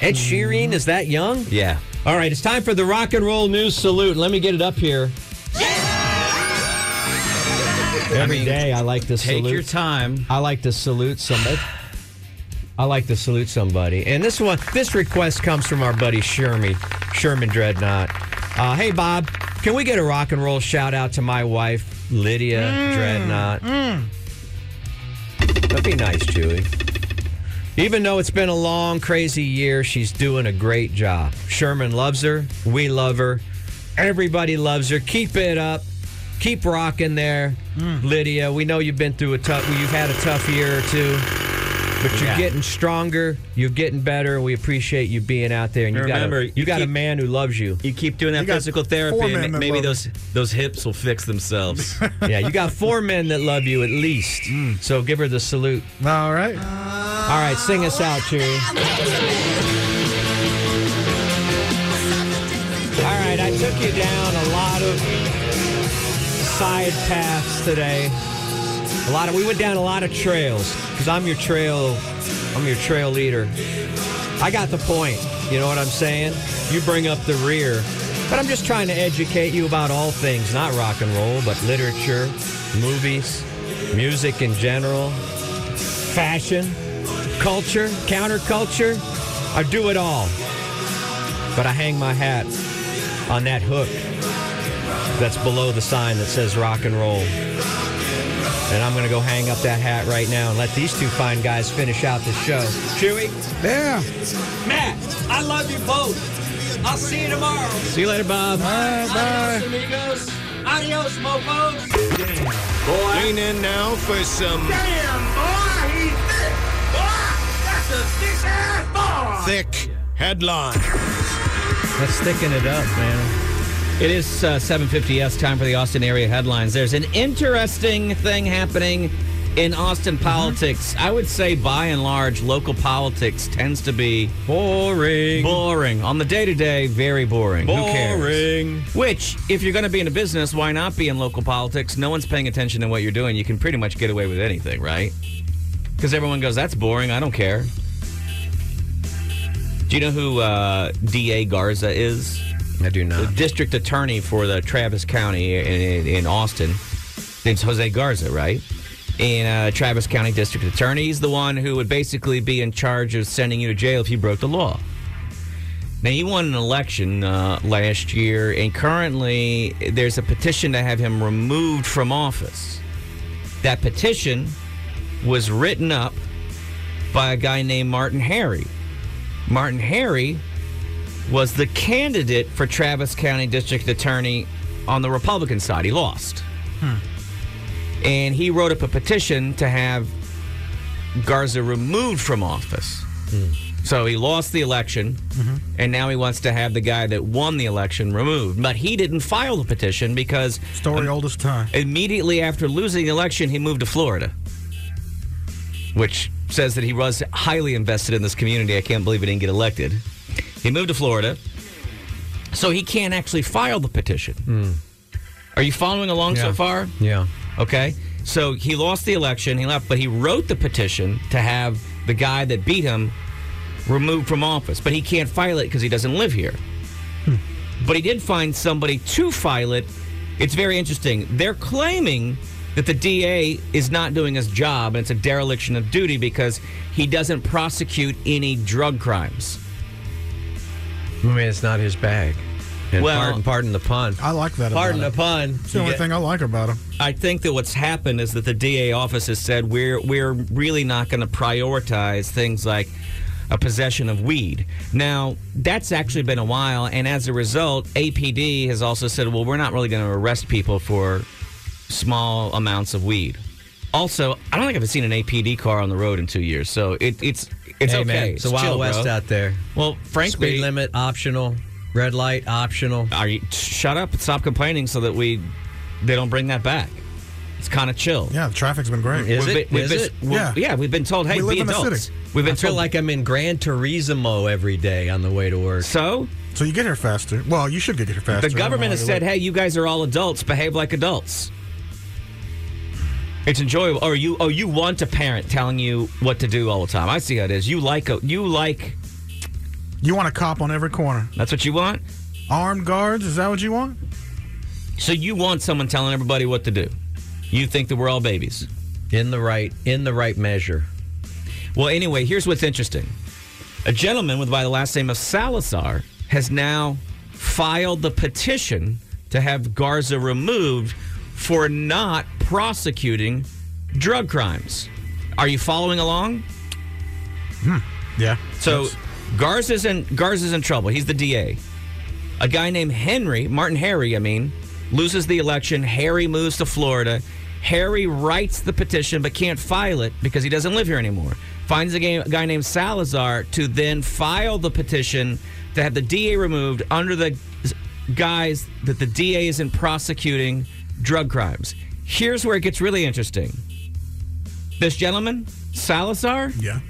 S4: Ed Sheeran is that young?
S3: Yeah.
S4: All right, it's time for the rock and roll news salute. Let me get it up here. Every day I like this
S3: Take
S4: salute.
S3: your time.
S4: I like to salute somebody. I like to salute somebody. And this one, this request comes from our buddy Sherman, Sherman Dreadnought. Uh, hey, Bob, can we get a rock and roll shout out to my wife, Lydia Dreadnought? That'd be nice, Chewy. Even though it's been a long, crazy year, she's doing a great job. Sherman loves her. We love her. Everybody loves her. Keep it up. Keep rocking there,
S3: Mm.
S4: Lydia. We know you've been through a tough. You've had a tough year or two, but you're
S3: Yeah.
S4: getting stronger. You're getting better. and We appreciate you being out there. And you
S3: Remember,
S4: got a, you,
S3: you
S4: got a
S3: keep-
S4: man who loves you.
S3: You keep doing that
S2: You got
S3: physical therapy,
S2: four
S3: and
S2: men
S3: ma-
S2: that
S3: maybe
S2: love
S3: those those hips will fix themselves.
S4: yeah, you got four men that love you at least.
S3: Mm.
S4: So give her the salute.
S2: All right.
S4: All right, sing us out, Chewy. All right, I took you down a lot of side paths today. A lot of we went down a lot of trails because I'm your trail, I'm your trail leader. I got the point. You know what I'm saying? You bring up the rear But I'm just trying to educate you about all things, not rock and roll, but literature, movies, music in general, fashion, culture, counterculture. I do it all. But I hang my hat on that hook that's below the sign that says rock and roll. And I'm going to go hang up that hat right now and let these two fine guys finish out the show. Chewy,
S2: Yeah.
S4: Matt, I love you both. I'll see you tomorrow. See you later, Bob.
S2: Bye.
S4: amigos. Adios, mofos.
S6: Lean in now for some thick headline.
S4: That's sticking it up, man.
S3: It is uh, 750S time for the Austin area headlines. There's an interesting thing happening in Austin
S4: Mm-hmm.
S3: politics. I would say by and large, local politics tends to be
S4: Boring.
S3: boring. On the day to day, very boring. Who cares?
S4: Boring.
S3: Which, if you're going to be in a business, why not be in local politics? No one's paying attention to what you're doing. You can pretty much get away with anything, right? Because everyone goes, that's boring. I don't care. Do you know who uh, D.A. Garza is?
S4: I do
S3: the
S4: not.
S3: district attorney for the Travis County in, in, in Austin. Name's Jose Garza, right? And uh, Travis County District Attorney. He's the one who would basically be in charge of sending you to jail if you broke the law. Now, he won an election uh, last year, and currently there's a petition to have him removed from office. That petition was written up by a guy named Martin Harry. Martin Harry was the candidate for Travis County District Attorney on the Republican side. He lost. And he wrote up a petition to have Garza removed from office. So he lost the election, and now he wants to have the guy that won the election removed. But he didn't file the petition because
S2: Story oldest time.
S3: immediately after losing the election, he moved to Florida, which says that he was highly invested in this community. I can't believe he didn't get elected. He moved to Florida, so he can't actually file the petition. Are you following along so
S4: Yeah.
S3: far?
S4: Yeah.
S3: Okay. So he lost the election, he left, but he wrote the petition to have the guy that beat him removed from office. But he can't file it because he doesn't live here. But he did find somebody to file it. It's very interesting. They're claiming that the DA is not doing his job and it's a dereliction of duty because he doesn't prosecute any drug crimes.
S4: I mean, it's not his bag. And
S3: Well-
S4: pardon, pardon the pun.
S2: I like that.
S4: Pardon
S2: about
S4: the
S2: him.
S4: pun.
S2: It's the only thing I like about him.
S3: I think that what's happened is that the DA office has said we're we're really not going to prioritize things like a possession of weed. Now, that's actually been a while and as a result, APD has also said, "Well, we're not really going to arrest people for small amounts of weed." Also, I don't think I've seen an APD car on the road in 2 years. So it, it's it's
S4: hey,
S3: okay.
S4: man, it's a wild
S3: chill,
S4: west
S3: bro.
S4: out there.
S3: Well, frankly,
S4: Speed limit optional. Red light optional.
S3: are you, shut up and stop complaining so that we they don't bring that back. It's kind of chill.
S2: Yeah, the traffic's been great.
S4: Is
S3: We've
S4: it?
S3: been- we've
S4: Is
S3: been-
S4: it?
S3: we've-
S2: Yeah.
S3: yeah, we've been told, hey,
S2: We live
S3: be
S2: in the
S3: adults.
S2: city.
S3: We've been
S4: I feel
S3: told
S4: like I'm in Gran Turismo every day on the way to work.
S3: so.
S2: So you get here faster. Well, you should get here faster.
S3: The government has said, hey, you guys are all adults. Behave like adults. It's enjoyable. Or you, oh, you want a parent telling you what to do all the time. I see how it is. You like a, you like.
S2: you want a cop on every corner.
S3: That's what you want.
S2: Armed guards, is that what you want?
S3: So you want someone telling everybody what to do. You think that we're all babies.
S4: In the right, in the right measure.
S3: Well, anyway, here's what's interesting. A gentleman with by the last name of Salazar has now filed the petition to have Garza removed for not prosecuting drug crimes. Are you following along?
S2: Yeah.
S3: So Garza's in Garza's in trouble. He's the DA. A guy named Henry, Martin Harry, I mean, loses the election. Harry moves to Florida. Harry writes the petition but can't file it because he doesn't live here anymore. Finds a, game, a guy named Salazar to then file the petition to have the DA removed under the guise that the DA isn't prosecuting drug crimes. Here's where it gets really interesting. This gentleman, Salazar,
S2: Yeah.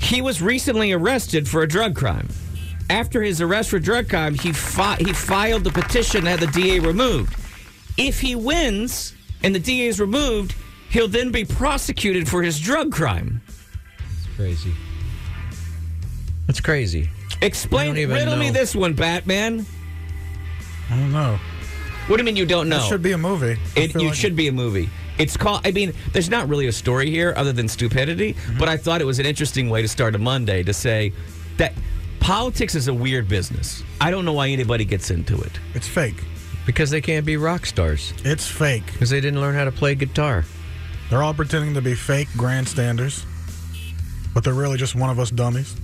S3: he was recently arrested for a drug crime. After his arrest for drug crime, he fi- he filed the petition to have the DA removed. If he wins and the DA is removed, he'll then be prosecuted for his drug crime.
S4: Crazy. That's crazy.
S3: Explain,
S4: We don't even
S3: riddle me
S4: know.
S3: this one, Batman.
S2: I don't know.
S3: What do you mean you don't know?
S2: It should be a movie. I
S3: It,
S2: feel
S3: you
S2: like-
S3: should be a movie. It's called. I mean, there's not really a story here other than stupidity. But I thought it was an interesting way to start a Monday to say that politics is a weird business. I don't know why anybody gets into it.
S2: It's fake.
S4: Because they can't be rock stars.
S2: It's fake.
S4: Because they didn't learn how to play guitar.
S2: They're all pretending to be fake grandstanders, but they're really just one of us dummies.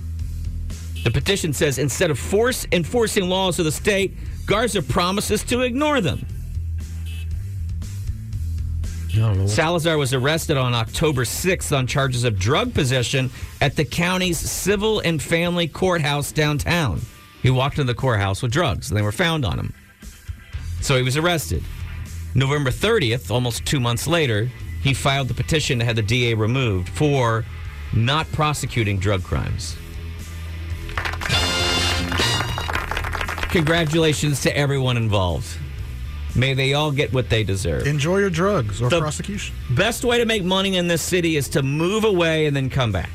S3: The petition says instead of force enforcing laws of the state, Garza promises to ignore them.
S4: I don't know. what-
S3: Salazar was arrested on October 6th on charges of drug possession at the county's civil and family courthouse downtown. He walked into the courthouse with drugs and they were found on him. So he was arrested. November 30th, almost two months later, he filed the petition to have the DA removed for not prosecuting drug crimes. Congratulations to everyone involved. May they all get what they deserve.
S2: Enjoy your drugs or
S3: The-
S2: prosecution.
S3: Best way to make money in this city is to move away and then come back.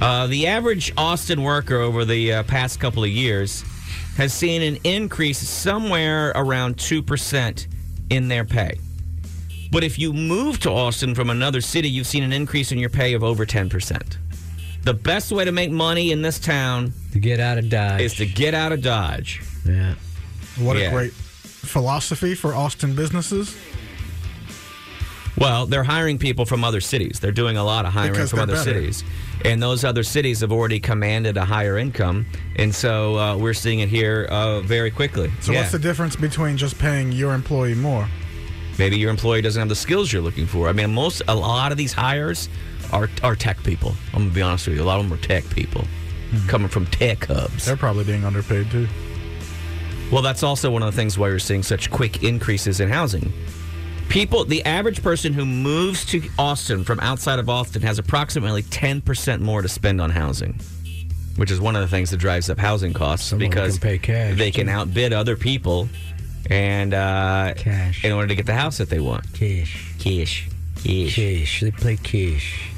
S3: Uh, the average Austin worker over the uh, past couple of years has seen an increase somewhere around 2% in their pay. But if you move to Austin from another city, you've seen an increase in your pay of over 10%. The best way to make money in this town
S4: To get out of Dodge.
S3: is to get out of Dodge.
S4: yeah.
S2: What
S3: Yeah.
S2: a great philosophy for Austin businesses
S3: Well, they're hiring people from other cities. They're doing a lot of hiring
S2: Because
S3: from
S2: they're
S3: other
S2: better.
S3: cities. And those other cities have already commanded a higher income. And so uh, we're seeing it here uh, very quickly.
S2: So what's the difference between just paying your employee more?
S3: Maybe your employee doesn't have the skills you're looking for. I mean, most, a lot of these hires are, are tech people. I'm going to be honest with you. A lot of them are tech people
S2: Hmm.
S3: coming from tech hubs.
S2: They're probably being underpaid too.
S3: Well, that's also one of the things why you're seeing such quick increases in housing. People, the average person who moves to Austin from outside of Austin has approximately 10% more to spend on housing, which is one of the things that drives up housing costs
S4: of them
S3: because
S4: can pay cash,
S3: they can outbid other people and uh,
S4: Cash.
S3: in ororder to get the house that they want.
S4: Kish.
S3: Cash. Cash.
S4: Kish. They play kish.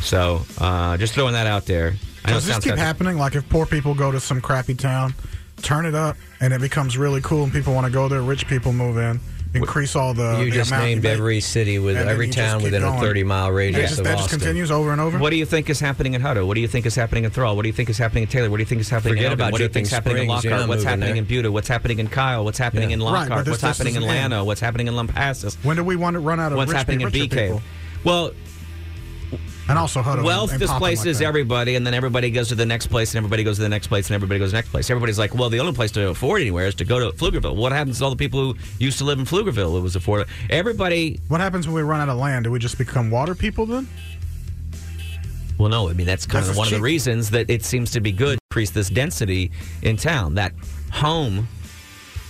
S3: So uh, just throwing that out there. I know it
S2: Does this
S3: sounds
S2: keep
S3: kinda-
S2: happening? Like if poor people go to some crappy town, turn it up, and it becomes really cool, and people want to go there. Rich people move in, increase all the. the
S4: You just
S2: amount
S4: named
S2: make.
S4: every city with
S2: And then
S4: every
S2: you just
S4: town
S2: keep
S4: within a
S2: going.
S4: 30 mile radius
S2: That just,
S4: of
S2: that
S4: Austin.
S2: just continues over and over.
S3: What do you think is happening in Hutto? What do you think is happening in Thrall? What do you think is happening in Taylor? What do you think is happening
S4: Forget
S3: in Elgin?
S4: about
S3: What do you
S4: Dripping
S3: think is happening in
S4: Springs. You're
S3: Lockhart?
S4: not
S3: What's
S4: moving
S3: happening
S4: there.
S3: in Buda? What's happening in Kyle? What's happening
S4: Yeah.
S3: in
S2: but
S3: Lockhart?
S2: this-
S3: What's
S2: this
S3: happening in
S2: is in.
S3: Lano? What's happening in Lampasas?
S2: When do we want to run out of
S3: What's
S2: rich
S3: happening in
S2: richer
S3: BK?
S2: people?
S3: Well,
S2: And also Hutto. and-
S3: wealth
S2: and Popham like
S3: displaces
S2: that.
S3: everybody, and then everybody goes to the next place, and everybody goes to the next place, and everybody goes to the next place. Everybody's like, well, the only place to afford anywhere is to go to Pflugerville. What happens to all the people who used to live in Pflugerville? It was affordable. Everybody,
S2: What happens when we run out of land? Do we just become water people then?
S3: well, no, I mean, that's kind
S2: That's
S3: of one of the
S2: cheap.
S3: reasons that it seems to be good to increase this density in town. That home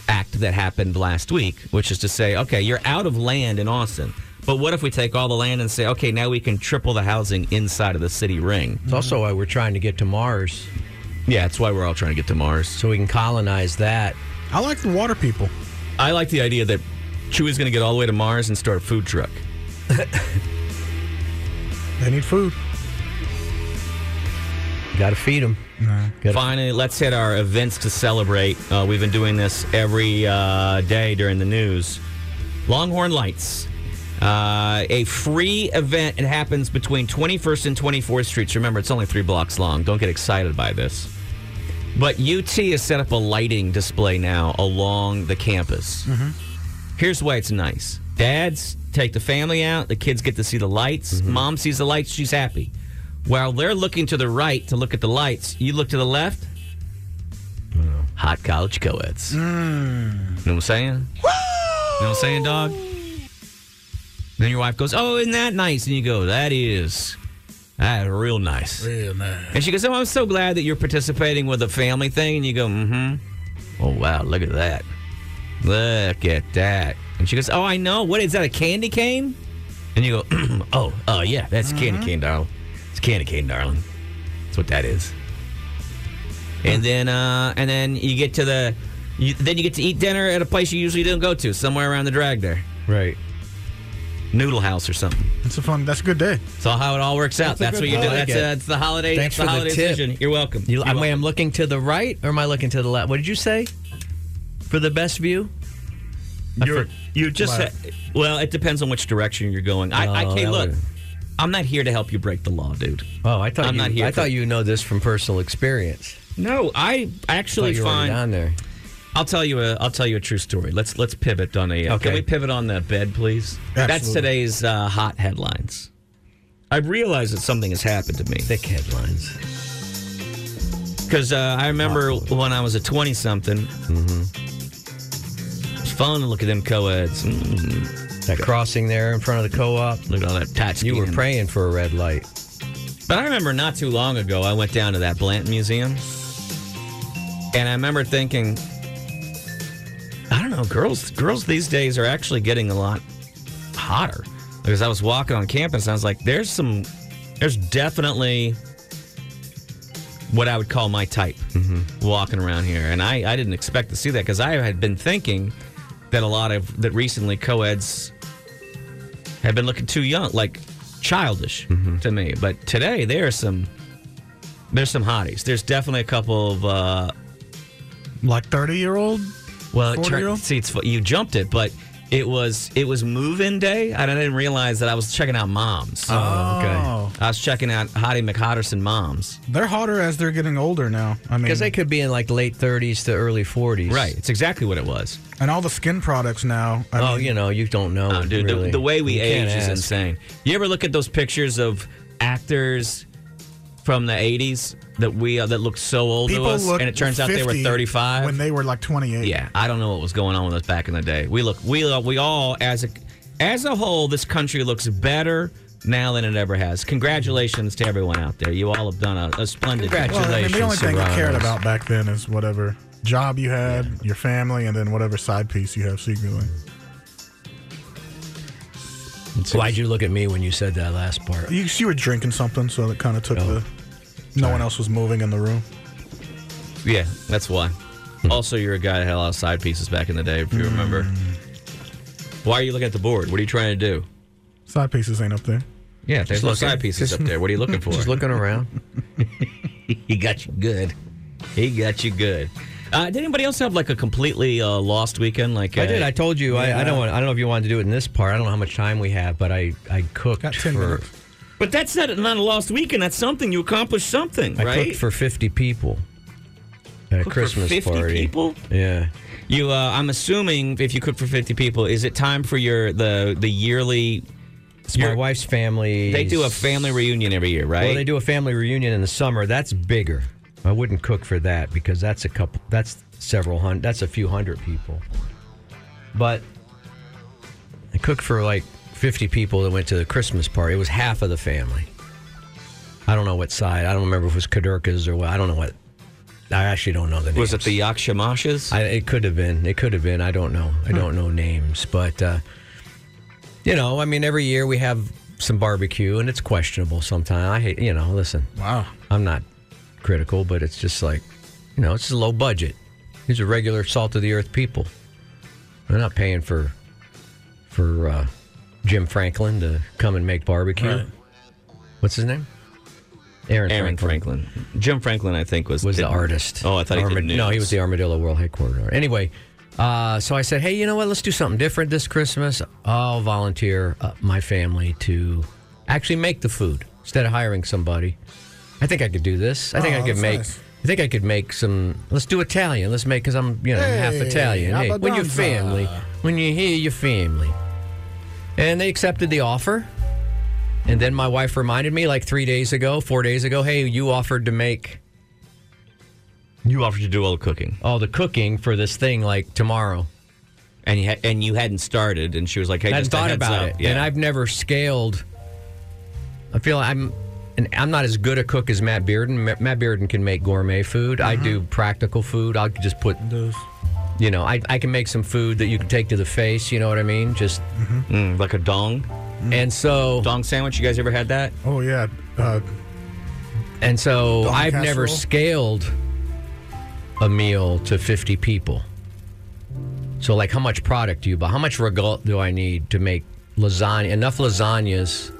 S3: act that happened last week, which is to say, okay, you're out of land in Austin, but what if we take all the land and say, okay, now we can triple the housing inside of the city ring?
S4: It's also why we're trying to get to Mars
S3: Yeah, that's why we're all trying to get to Mars.
S4: so we can colonize that.
S2: I like the water people.
S3: I like the idea that Chewy's going to get all the way to Mars and start a food truck.
S2: They need food.
S4: Got to feed them. Good.
S3: Finally, let's hit our events to celebrate. Uh, we've been doing this every uh, day during the news. Longhorn Lights, uh, a free event. It happens between 21st and 24th Streets. Remember, it's only three blocks long. Don't get excited by this. But UT has set up a lighting display now along the campus. Here's why it's nice. Dads take the family out. The kids get to see the lights. Mom sees the lights. She's happy. While they're looking to the right to look at the lights, you look to the left. Hot college co-eds.
S2: Hmm.
S3: You know what I'm saying? You know what I'm saying, dog? Then your wife goes, "Oh, isn't that nice?" And you go, "That is, that is real nice."
S2: Real nice.
S3: And she goes, "Oh, I'm so glad that you're participating with the family thing." And you go, "Mm-hmm." Oh wow, look at that! Look at that! And she goes, "Oh, I know. What is that? A candy cane?" And you go, "Oh, oh yeah, that's a
S2: Mm-hmm.
S3: candy cane, darling. It's a candy cane, darling. That's what that is." And then, uh, and then you get to the, you, then you get to eat dinner at a place you usually don't go to, somewhere around the drag there.
S4: Right.
S3: noodle house or something.
S2: It's a fun. That's a good day.
S3: So how it all works out. That's,
S7: a
S3: what
S7: good
S3: you do.
S7: one. I like
S3: that's,
S7: it.
S3: uh, that's the holiday.
S7: Thanks
S3: that's the
S7: for the
S3: holiday
S7: tip.
S3: vision. You're welcome.
S7: You,
S3: You're
S7: I'm, wait,
S3: welcome.
S7: I'm looking to the right, or am I looking to the left? What did you say? For the best view,
S3: You're, you just
S2: Left.
S3: ha- well, it depends on which direction you're going. I,
S7: Oh,
S3: I can't
S7: that
S3: look.
S7: would-
S3: I'm not here to help you break the law, dude.
S7: Oh, I thought
S3: I'm
S7: you,
S3: not here
S7: I
S3: for-
S7: thought you know this from personal experience.
S3: No, I
S7: Thought
S3: actually
S7: you were already
S3: find.
S7: down there.
S3: I'll tell you a. I'll tell you a true story. Let's let's pivot on a. Uh,
S7: Okay.
S3: Can we pivot on the bed, please? That's
S2: Absolutely.
S3: today's uh, hot headlines. I realize that something has happened to me.
S7: Thick headlines.
S3: Because uh, I remember when I was a 20 something, it's fun to look at them co eds. Mm,
S7: That crossing there in front of the co-op.
S3: look at all that tat
S7: You were
S3: skiing.
S7: praying for a red light.
S3: But I remember not too long ago, I went down to that Blanton Museum. And I remember thinking, I don't know, girls girls these days are actually getting a lot hotter. Because I was walking on campus and I was like, there's some, there's definitely what I would call my type walking around here. And I, I didn't expect to see that because I had been thinking that a lot of, that recently co eds have been looking too young, like childish to me. But today there are some there's some hotties. There's definitely a couple of uh
S2: Like thirty year old.
S3: well, it
S2: 40-year-old?
S3: turned, see, it's fu- you jumped it, but it was it was move-in day, and I didn't realize that I was checking out moms.
S2: Oh,
S3: I was checking out Hottie McHotterson moms.
S2: they're hotter as they're getting older now. I mean,
S7: Because they could be in like late 30s to early 40s.
S3: Right, it's exactly what it was.
S2: and all the skin products now. I
S7: Oh,
S2: mean,
S7: you know, you don't know.
S3: Oh, dude,
S7: really.
S3: the, the way we
S7: You
S3: age
S7: can't
S3: is
S7: ask.
S3: insane. You ever look at those pictures of actors from the '80s that we uh, that look so old to
S2: people
S3: us,
S2: look
S3: and it turns out they were
S2: 50
S3: 35
S2: when they were like twenty eight.
S3: Yeah, I don't know what was going on with us back in the day. We look, we uh, we all as a as a whole, this country looks better now than it ever has. Congratulations to everyone out there. You all have done a, a splendid job.
S2: Well, I mean, the only thing I cared
S7: Serranos.
S2: about back then is whatever job you had, your family, and then whatever side piece you have secretly.
S7: Why'd you look at me when you said that last part?
S2: You, you were drinking something, so it kind of took
S7: Oh.
S2: the. No one else was moving in the room.
S3: Yeah, that's why. Also, you're a guy that had a lot of side pieces back in the day, if you remember. Why are you looking at the board? What are you trying to do?
S2: Side pieces ain't up there.
S3: Yeah, there's no side pieces up there. What are you looking for?
S7: Just looking around.
S3: He got you good. He got you good. Uh, did anybody else have like a completely uh, lost weekend? Like
S7: I
S3: uh,
S7: did. I told you. I, I don't want. I don't know if you wanted to do it in this part. I don't know how much time we have, but I I cooked
S2: Got 10
S7: for
S2: minutes.
S3: But that's not, not a lost weekend. That's something. You accomplished something,
S7: I
S3: right?
S7: cooked for 50 people at
S3: Cooked
S7: a
S3: for
S7: Christmas
S3: 50
S7: party.
S3: people?
S7: Yeah.
S3: you, uh, I'm assuming if you cook for 50 people, is it time for your the the yearly?
S7: It's my
S3: Your-
S7: wife's family.
S3: They do a family reunion every year, right?
S7: Well, they do a family reunion in the summer. That's bigger. I wouldn't cook for that because that's a couple. That's several hundred. That's a few hundred people. But I cooked for like 50 people that went to the Christmas party. It was half of the family. I don't know what side. I don't remember if it was Kadurka's or what. I don't know what. I actually don't know the names.
S3: Was it the Yakshamashes?
S7: I, it could have been. It could have been. I don't know. I don't know names, but uh, you know, I mean, every year we have some barbecue, and it's questionable sometimes. I hate, you know. Listen,
S2: Wow.
S7: I'm not critical, but it's just like, you know, it's a low budget. These are regular salt of the earth people. They're not paying for for uh, Jim Franklin to come and make barbecue. What's his name? Aaron,
S3: Aaron Franklin. Jim Franklin, I think, was
S7: was the artist.
S3: Oh, I thought he did
S7: Armad- No, he
S3: nudes.
S7: was the Armadillo World Headquarters. Anyway, uh, so I said, hey, you know what? Let's do something different this Christmas. I'll volunteer uh, my family to actually make the food instead of hiring somebody. I think I could do this. I think
S2: Oh,
S7: I could
S2: that's
S7: make.
S2: nice.
S7: I think I could make some. Let's do Italian. Let's make because I'm you know half
S2: Hey,
S7: Italian. Hey, when your
S2: abbastanza.
S7: family, when you hear your family, and they accepted the offer. And then my wife reminded me like three days ago, four days ago, hey, you offered to make
S3: You offered to do all the cooking,
S7: all the cooking for this thing like tomorrow.
S3: and you ha- and you hadn't started, and she was like, "Hey,
S7: I
S3: just a
S7: hadn't thought
S3: heads
S7: about
S3: up.
S7: it,
S3: Yeah.
S7: and I've never scaled. I feel I'm, and I'm not as good a cook as Matt Bearden. Ma- Matt Bearden can make gourmet food. I do
S3: Mm-hmm.
S7: practical food. I'll just put, you know, I, I can make some food that you can take to the face. You know what I mean? Just
S3: Mm, like a dong
S7: and so
S3: dong sandwich. You guys ever had that?
S2: Oh yeah. Uh,
S7: and so
S2: Dong
S7: I've never
S2: casserole?
S7: scaled a meal to 50 people. So like, how much product do you buy? How much regault do I need to make lasagna, enough lasagnas.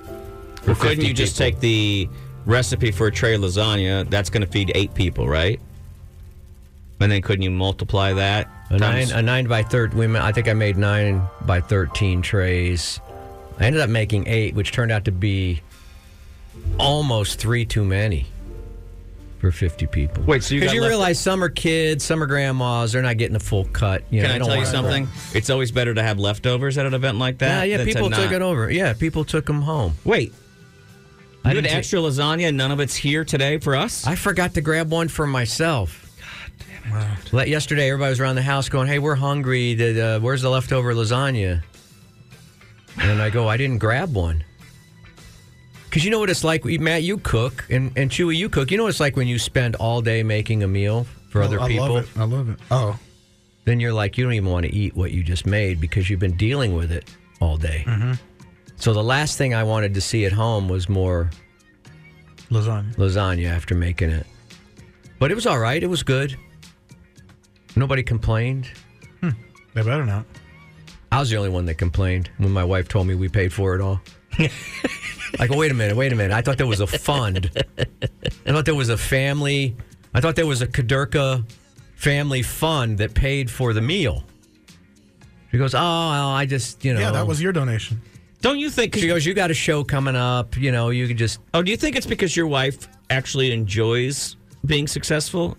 S3: Well, couldn't
S7: 50
S3: you just
S7: people.
S3: take the recipe for a tray of lasagna? That's going to feed eight people, right? And then couldn't you multiply that?
S7: A
S3: times-
S7: nine, a nine by thirteen. We, ma- I think I made nine by thirteen trays. I ended up making eight, which turned out to be almost three too many for fifty people.
S3: Wait, so you
S7: because
S3: got
S7: you
S3: left-
S7: realize some are kids, some are grandmas. They're not getting the full cut. You know,
S3: Can
S7: they
S3: I
S7: don't
S3: tell you
S7: want-
S3: something? It's always better to have leftovers at an event like
S7: Yeah,
S3: that.
S7: yeah.
S3: than to
S7: People took
S3: not.
S7: it over. Yeah, people took them home.
S3: Wait, you had
S7: didn't ta-
S3: extra lasagna. and None of it's here today for us.
S7: I forgot to grab one for myself. God damn it. Yesterday, everybody was around the house going, hey, we're hungry. Did, uh, where's the leftover lasagna? And I go, I didn't grab one. Because you know what it's like, Matt, you cook, and, and Chewy, you cook. You know what it's like when you spend all day making a meal for other
S2: I
S7: people?
S2: love it. I love it. Oh,
S7: Then you're like, you don't even want to eat what you just made because you've been dealing with it all day.
S2: Mm-hmm.
S7: So the last thing I wanted to see at home was more
S2: lasagna.
S7: lasagna after making it. But it was all right. It was good. Nobody complained.
S2: They better not.
S7: I was the only one that complained when my wife told me we paid for it all. like, well, wait a minute, wait a minute. I thought there was a fund. I thought there was a family. I thought there was a Kadurka family fund that paid for the meal. She goes, oh, well, I just, you know.
S2: Yeah, that was your donation.
S3: Don't you think?
S7: She goes, you got a show coming up. You know, you can just.
S3: Oh, do you think it's because your wife actually enjoys being successful?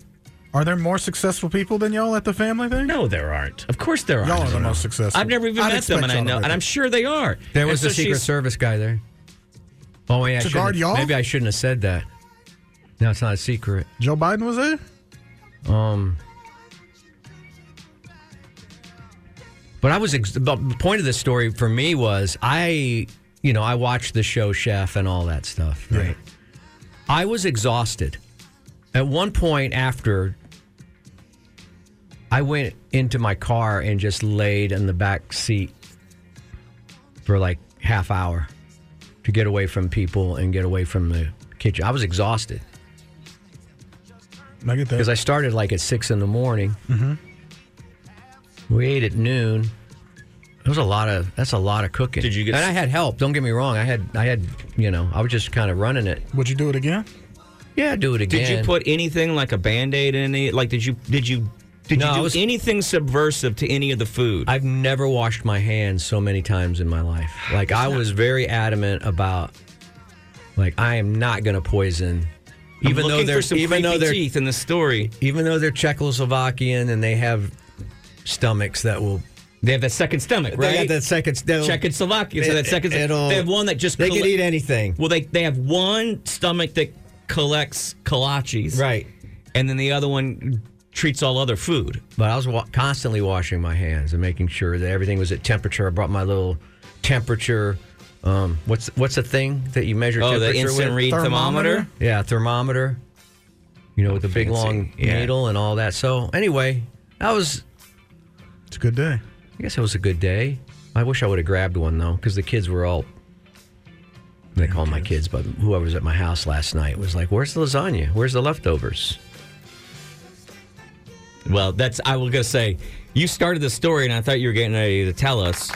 S2: Are there more successful people than y'all at the family thing?
S3: No, there aren't. Of course there
S2: Y'all are
S3: aren't.
S2: the most successful.
S3: I've never even
S2: I'd
S3: met them, and
S2: expect y'all
S3: I
S2: to
S3: know,
S2: be.
S3: and I'm sure they are.
S7: There
S3: And
S7: was
S3: so
S7: a Secret
S3: she's-
S7: Service guy there. Oh, wait, I shouldn't-
S2: guard y'all?
S7: Maybe I shouldn't have said that. No, it's not a secret.
S2: Joe Biden was there?
S7: Um, but I was ex- but the point of this story for me was I, you know, I watched the show Chef and all that stuff. Right. I was exhausted. At one point after, I went into my car and just laid in the back seat for like half hour to get away from people and get away from the kitchen. I was exhausted
S2: I get that.
S7: because I started like at six in the morning. We ate at noon. It was a lot of that's a lot of cooking.
S3: Did you get
S7: And
S3: s-
S7: I had help. Don't get me wrong. I had I had you know I was just kind of running it.
S2: Would you do it again?
S7: Yeah, do it again.
S3: Did you put anything like a band aid in it? Like, did you did you did
S7: No,
S3: you
S7: I
S3: do
S7: was-
S3: anything subversive to any of the food?
S7: I've never washed my hands so many times in my life. Like I was very adamant about like I am not going to poison.
S3: I'm
S7: Even though
S3: looking for
S7: they're
S3: some
S7: even though
S3: creepy
S7: they're
S3: teeth in the story,
S7: even though they're Czechoslovakian and they have stomachs that will
S3: they have that second stomach, right?
S7: they got that second they'll-
S3: Czechoslovakia. So
S7: It-
S3: that second,
S7: it'll-
S3: they have one that just
S7: they
S3: colle-
S7: could eat anything.
S3: Well, they they have one stomach that collects kolaches,
S7: Right.
S3: and then the other one treats all other food.
S7: But I was wa- constantly washing my hands and making sure that everything was at temperature. I brought my little temperature. Um, what's what's the thing that you measure
S3: Oh, the
S7: temperature
S3: instant
S7: with?
S3: read thermometer.
S2: Thermometer?
S7: yeah, thermometer. You know, with the big
S3: fancy.
S7: long
S3: Yeah.
S7: needle and all that. So anyway, that was.
S2: It's a good day.
S7: I guess it was a good day. I wish I would have grabbed one though, because the kids were all. They call my kids, but whoever was at my house last night was like, "Where's the lasagna? Where's the leftovers?"
S3: Well, that's I was gonna say. You started the story, and I thought you were getting ready to tell us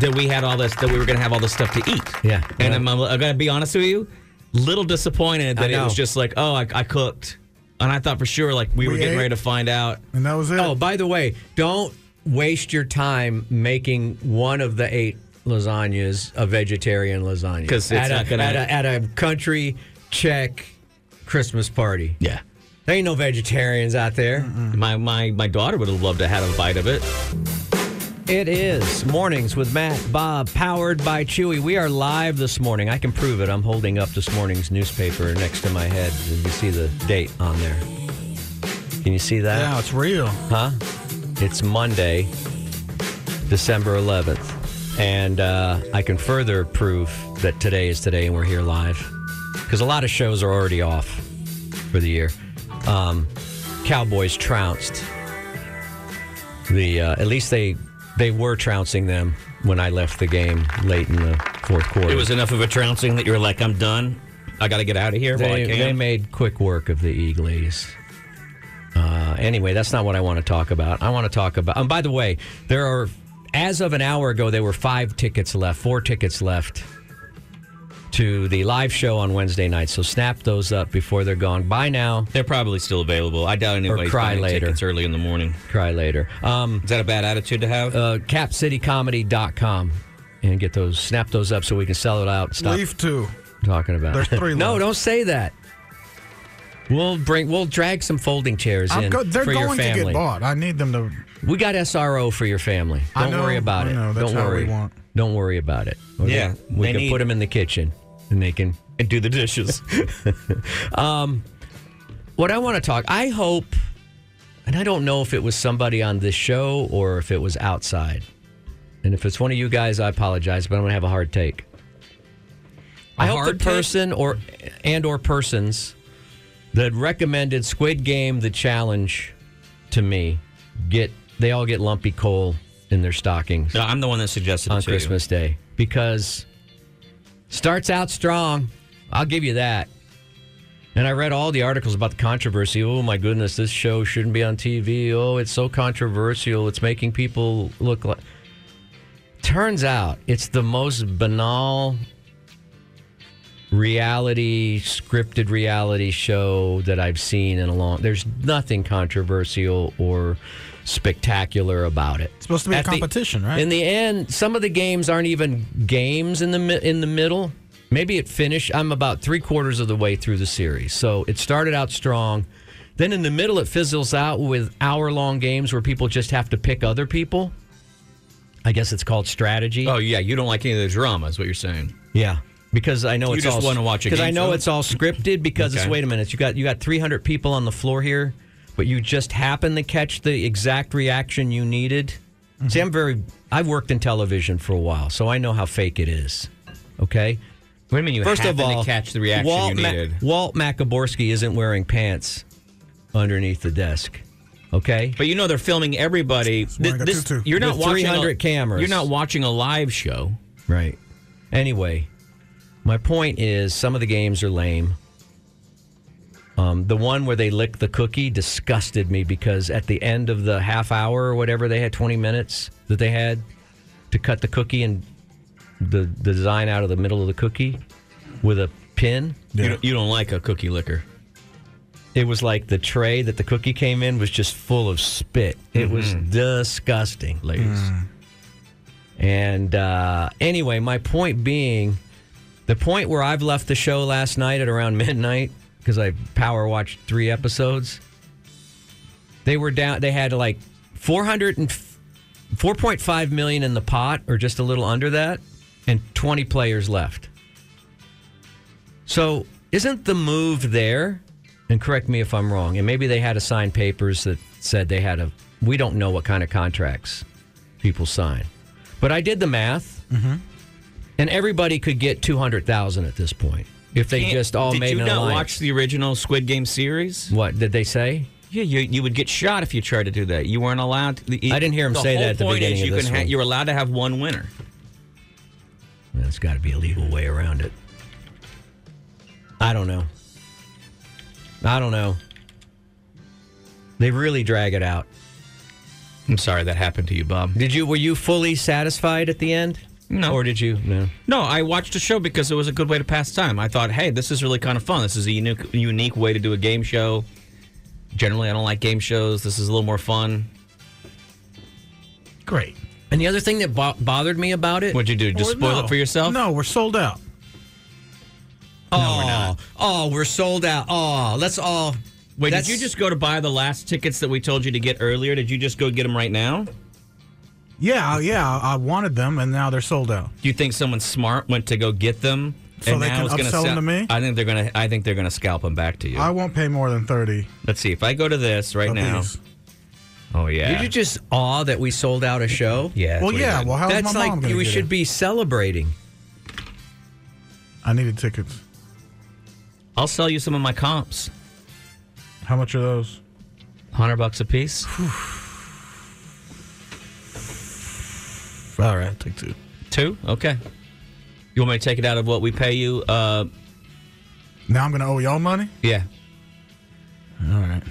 S3: that we had all this, that we were gonna have all this stuff to eat.
S7: Yeah.
S3: And I'm, I'm, gonna be honest with you, little disappointed
S7: I
S3: that it was
S7: know.
S3: just like, oh, I, I cooked, and I thought for sure like we, were
S2: We
S3: getting
S2: ate.
S3: ready to find out.
S2: And that was it.
S7: Oh, by the way, don't waste your time making one of the eight lasagnas a vegetarian lasagna.
S3: 'Cause it's
S7: at,
S3: not
S7: a,
S3: gonna-
S7: at, a, at a country Czech Christmas party.
S3: Yeah.
S7: There ain't no vegetarians out there.
S3: My my my daughter would have loved to have had a bite of it.
S7: It is mornings with Matt Bob, powered by Chewy. We are live this morning. I can prove it. I'm holding up this morning's newspaper next to my head. You can see the date on there. Can you see that?
S2: yeah, it's real.
S7: huh? It's Monday, December 11th. And uh, I can further prove that today is today and we're here live because a lot of shows are already off for the year. Um, Cowboys trounced the, uh, at least they, they were trouncing them when I left the game late in the fourth quarter.
S3: It was enough of a trouncing that you were like, I'm done. I got to get out of here while I
S7: They,
S3: can.
S7: they made quick work of the Eagles. Uh, anyway, that's not what I want to talk about. I want to talk about. And by the way, there are as of an hour ago, there were five tickets left, four tickets left to the live show on Wednesday night. So snap those up before they're gone. Buy now,
S3: They're probably still available. I doubt anybody's
S7: cry
S3: buying
S7: later.
S3: tickets early in the morning.
S7: cry later. Um,
S3: Is that a bad attitude to have?
S7: uh, capcitycomedy.com and get those, snap those up so we can sell it out. Stop
S2: Leaf two.
S7: talking about
S2: There's
S7: it.
S2: three
S7: no,
S2: left.
S7: don't say that. We'll bring, we'll drag some folding chairs
S2: I'm
S7: in
S2: go- they're
S7: for your
S2: going to
S7: family.
S2: get bought. I need them to.
S7: We got SRO for your family.
S2: I
S7: Don't
S2: know,
S7: worry about
S2: I
S7: it.
S2: know. That's
S7: Don't
S2: how we
S7: worry.
S2: want.
S7: Don't worry about it. Okay?
S3: Yeah,
S7: we
S3: they
S7: can
S3: need-
S7: put them in the kitchen, and they can.
S3: and do the dishes.
S7: What I want to talk, I hope, and I don't know if it was somebody on this show or if it was outside, and if it's one of you guys, I apologize, but I'm gonna have a hard take. I hope the
S3: hard take?
S7: person or and or persons that recommended Squid Game the challenge to me get they all get lumpy coal in their stockings.
S3: no, I'm the one that suggested it
S7: on
S3: to you.
S7: Christmas Day because starts out strong. I'll give you that. And I read all the articles about the controversy. Oh my goodness, this show shouldn't be on TV. Oh, it's so controversial. It's making people look like. Turns out it's the most banal reality scripted reality show that I've seen in a long. There's nothing controversial or spectacular about it. It's
S2: supposed to be a competition, right?
S7: In the end, some of the games aren't even games in the mi- in the middle. Maybe it finished. I'm about three quarters of the way through the series, so it started out strong. Then in the middle, it fizzles out with hour long games where people just have to pick other people. I guess it's called strategy.
S3: Oh yeah, you don't like any of the drama, is what you're saying.
S7: Yeah, because I know
S3: You
S7: it's
S3: just
S7: all
S3: wanna watch a
S7: because
S3: game
S7: I know
S3: show?
S7: it's all scripted. Because it's
S3: Okay.
S7: wait a minute, you got you got 300 people on the floor here, but you just happen to catch the exact reaction you needed. See,
S3: Mm-hmm.
S7: I'm very I've worked in television for a while, so I know how fake it is. Okay.
S3: What do you mean you
S7: First of
S3: happened
S7: all,
S3: to catch the reaction
S7: Walt,
S3: you
S7: Ma-
S3: needed?
S7: Walt Macaborski isn't wearing pants underneath the desk. Okay.
S3: but you know they're filming everybody. Th-
S2: wearing a
S3: this-
S2: tutu.
S3: you're not
S7: With
S3: watching a-
S7: 300 cameras.
S3: You're not watching a live show.
S7: Right. Anyway, my point is some of the games are lame. Um, the one where they lick the cookie disgusted me because at the end of the half hour or whatever they had 20 minutes that they had to cut the cookie and the, the design out of the middle of the cookie with a pin.
S3: You, don't, you don't like a cookie licker.
S7: It was like the tray that the cookie came in was just full of spit. It was
S3: Mm-hmm.
S7: disgusting, ladies. And uh, anyway, my point being, the point where I've left the show last night at around midnight because I power watched three episodes. They were down. They had like 400 and f- 4.5 million in the pot, or just a little under that, and 20 players left. So, isn't the move there? And correct me if I'm wrong. And maybe they had to sign papers that said they had a. We don't know what kind of contracts people sign, but I did the math,
S3: Mm-hmm.
S7: and everybody could get 200,000 at this point if they just all
S3: Did
S7: made
S3: you
S7: an
S3: not
S7: alliance.
S3: watch the original Squid Game series?
S7: what did they say?
S3: Yeah, you, you would get shot if you tried to do that. You weren't allowed. To, the,
S7: I didn't hear him
S3: the
S7: say
S3: whole
S7: that at the
S3: point
S7: beginning
S3: Is
S7: of
S3: you
S7: this
S3: can ha-
S7: one.
S3: you're allowed to have one winner.
S7: There's got to be a legal way around it. I don't know. I don't know. They really drag it out.
S3: I'm sorry that happened to you, Bob.
S7: Did you? Were you fully satisfied at the end?
S3: No.
S7: Or did you? No.
S3: No, I watched the show because it was a good way to pass time. I thought, hey, this is really kind of fun. This is a unique, unique way to do a game show. Generally, I don't like game shows. This is a little more fun.
S2: Great.
S7: And the other thing that bo- bothered me about it.
S3: What'd you do? Just
S2: Or
S3: spoil
S2: no.
S3: it for yourself?
S2: No, we're sold out.
S7: oh, oh, we're sold out. Oh, let's all.
S3: Wait,
S7: that's-
S3: did you just go to buy the last tickets that we told you to get earlier? Did you just go get them right now? Do
S2: Yeah, yeah. I I wanted them, and now they're sold out.
S3: you think someone smart went to go get them?
S2: So they
S3: now
S2: can
S3: is gonna
S2: upsell 'em to me?
S3: I think they're gonna. I think they're gonna scalp them back to you.
S2: I won't pay more than thirty
S3: Let's see. If I go to this right
S2: of
S3: now.
S2: these.
S3: Oh yeah.
S7: Did you just awe that we sold out a show?
S3: yeah. that's
S2: Well,
S3: what he
S2: yeah.
S3: did.
S2: Well, how's
S7: That's
S2: my
S7: like
S2: mom going
S7: we should be celebrating.
S2: I needed tickets.
S3: I'll sell you some of my comps.
S2: How much are those?
S3: Hundred bucks a piece.
S2: All right, take two.
S3: Two? Okay. You want me to take it out of what we pay you? Uh,
S2: Now I'm going to owe y'all money.
S3: yeah.
S2: All right.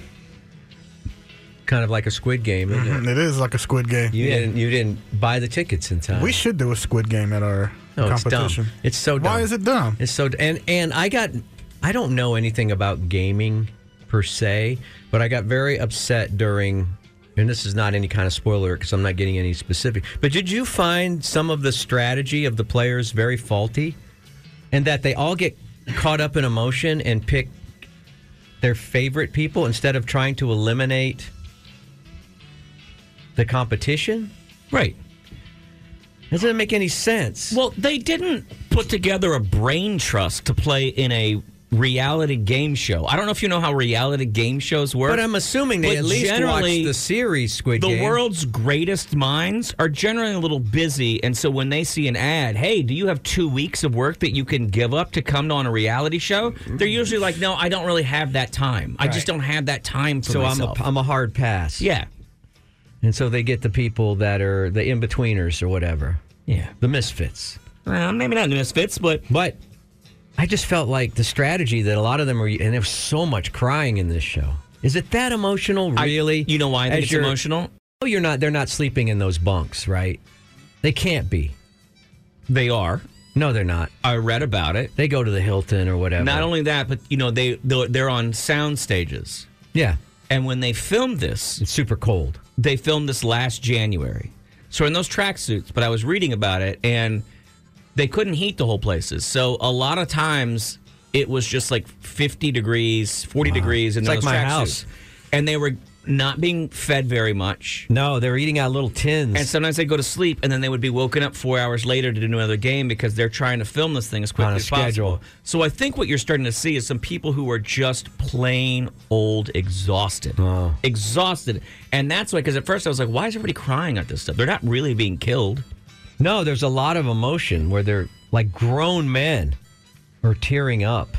S7: kind of like a Squid Game. Isn't it?
S2: Mm, It is like a squid game.
S7: You didn't you didn't buy the tickets in time.
S2: We should do a squid game at our
S7: no, it's dumb.
S2: competition.
S7: It's so dumb.
S2: Why is it dumb?
S7: It's so and and I got I don't know anything about gaming per se, but I got very upset during and this is not any kind of spoiler because I'm not getting any specific. But did you find some of the strategy of the players very faulty, and that they all get caught up in emotion and pick their favorite people instead of trying to eliminate the competition?
S3: Right.
S7: Doesn't make any sense.
S3: Well, they didn't put together a brain trust to play in a reality game show. I don't know if you know how reality game shows work.
S7: But I'm assuming they
S3: But
S7: at least
S3: generally,
S7: watched the series Squid
S3: the
S7: Game.
S3: world's greatest minds are generally a little busy, and so when they see an ad, hey, do you have two weeks of work that you can give up to come on a reality show? They're usually like, no, I don't really have that time. I just don't have that time for
S7: so I'm a,
S3: myself.
S7: I'm a hard pass.
S3: yeah,
S7: And so they get the people that are the in betweeners or whatever,
S3: yeah.
S7: the misfits.
S3: Well, maybe not misfits, but
S7: But I just felt like the strategy that a lot of them were, and there was so much crying in this show. Is it that emotional,
S3: I-
S7: really?
S3: you know why I
S7: As
S3: think it's
S7: you're-
S3: emotional?
S7: Oh, you're not. They're not sleeping in those bunks, right? They can't be.
S3: They are.
S7: No, they're not.
S3: I read about it.
S7: They go to the Hilton or whatever.
S3: Not only that, but you know they they're they're on sound stages,
S7: yeah,
S3: and when they filmed this,
S7: it's super cold.
S3: they filmed this last January. So in those tracksuits, but I was reading about it, and they couldn't heat the whole places. So a lot of times it was just like 50 degrees, 40 degrees in
S7: It's
S3: those
S7: like my
S3: tracksuits.
S7: house.
S3: and they were not being fed very much.
S7: No, they're eating out of little tins.
S3: And sometimes they go to sleep, and then they would be woken up four hours later to do another game because they're trying to film this thing as quickly
S7: On a
S3: as possible.
S7: schedule.
S3: So I think what you're starting to see is some people who are just plain old exhausted, exhausted, and that's why. Because at first I was like, "Why is everybody crying at this stuff? They're not really being killed."
S7: No, there's a lot of emotion where they're like grown men are tearing up.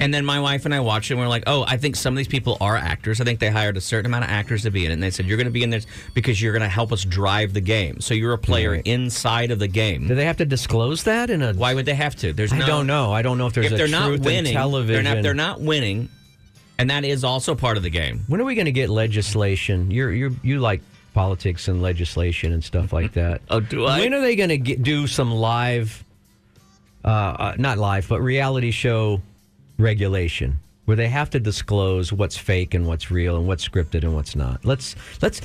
S3: And then my wife and I watched it and we're like, oh, I think some of these people are actors. I think they hired a certain amount of actors to be in it. And they said, you're going to be in this because you're going to help us drive the game. So you're a player
S7: Right.
S3: inside of the game.
S7: Do they have to disclose that in a?
S3: Why would they have to? There's
S7: I
S3: no,
S7: don't know. I don't know if there's
S3: if
S7: a
S3: they're
S7: truth
S3: not winning,
S7: in television.
S3: They're, not, they're not winning, and that is also part of the game.
S7: When are we going to get legislation? You're you you like politics and legislation and stuff like that.
S3: Oh, do I?
S7: When are they going to get do some live, uh, uh, not live, but reality show regulation where they have to disclose what's fake and what's real and what's scripted and what's not? Let's let's.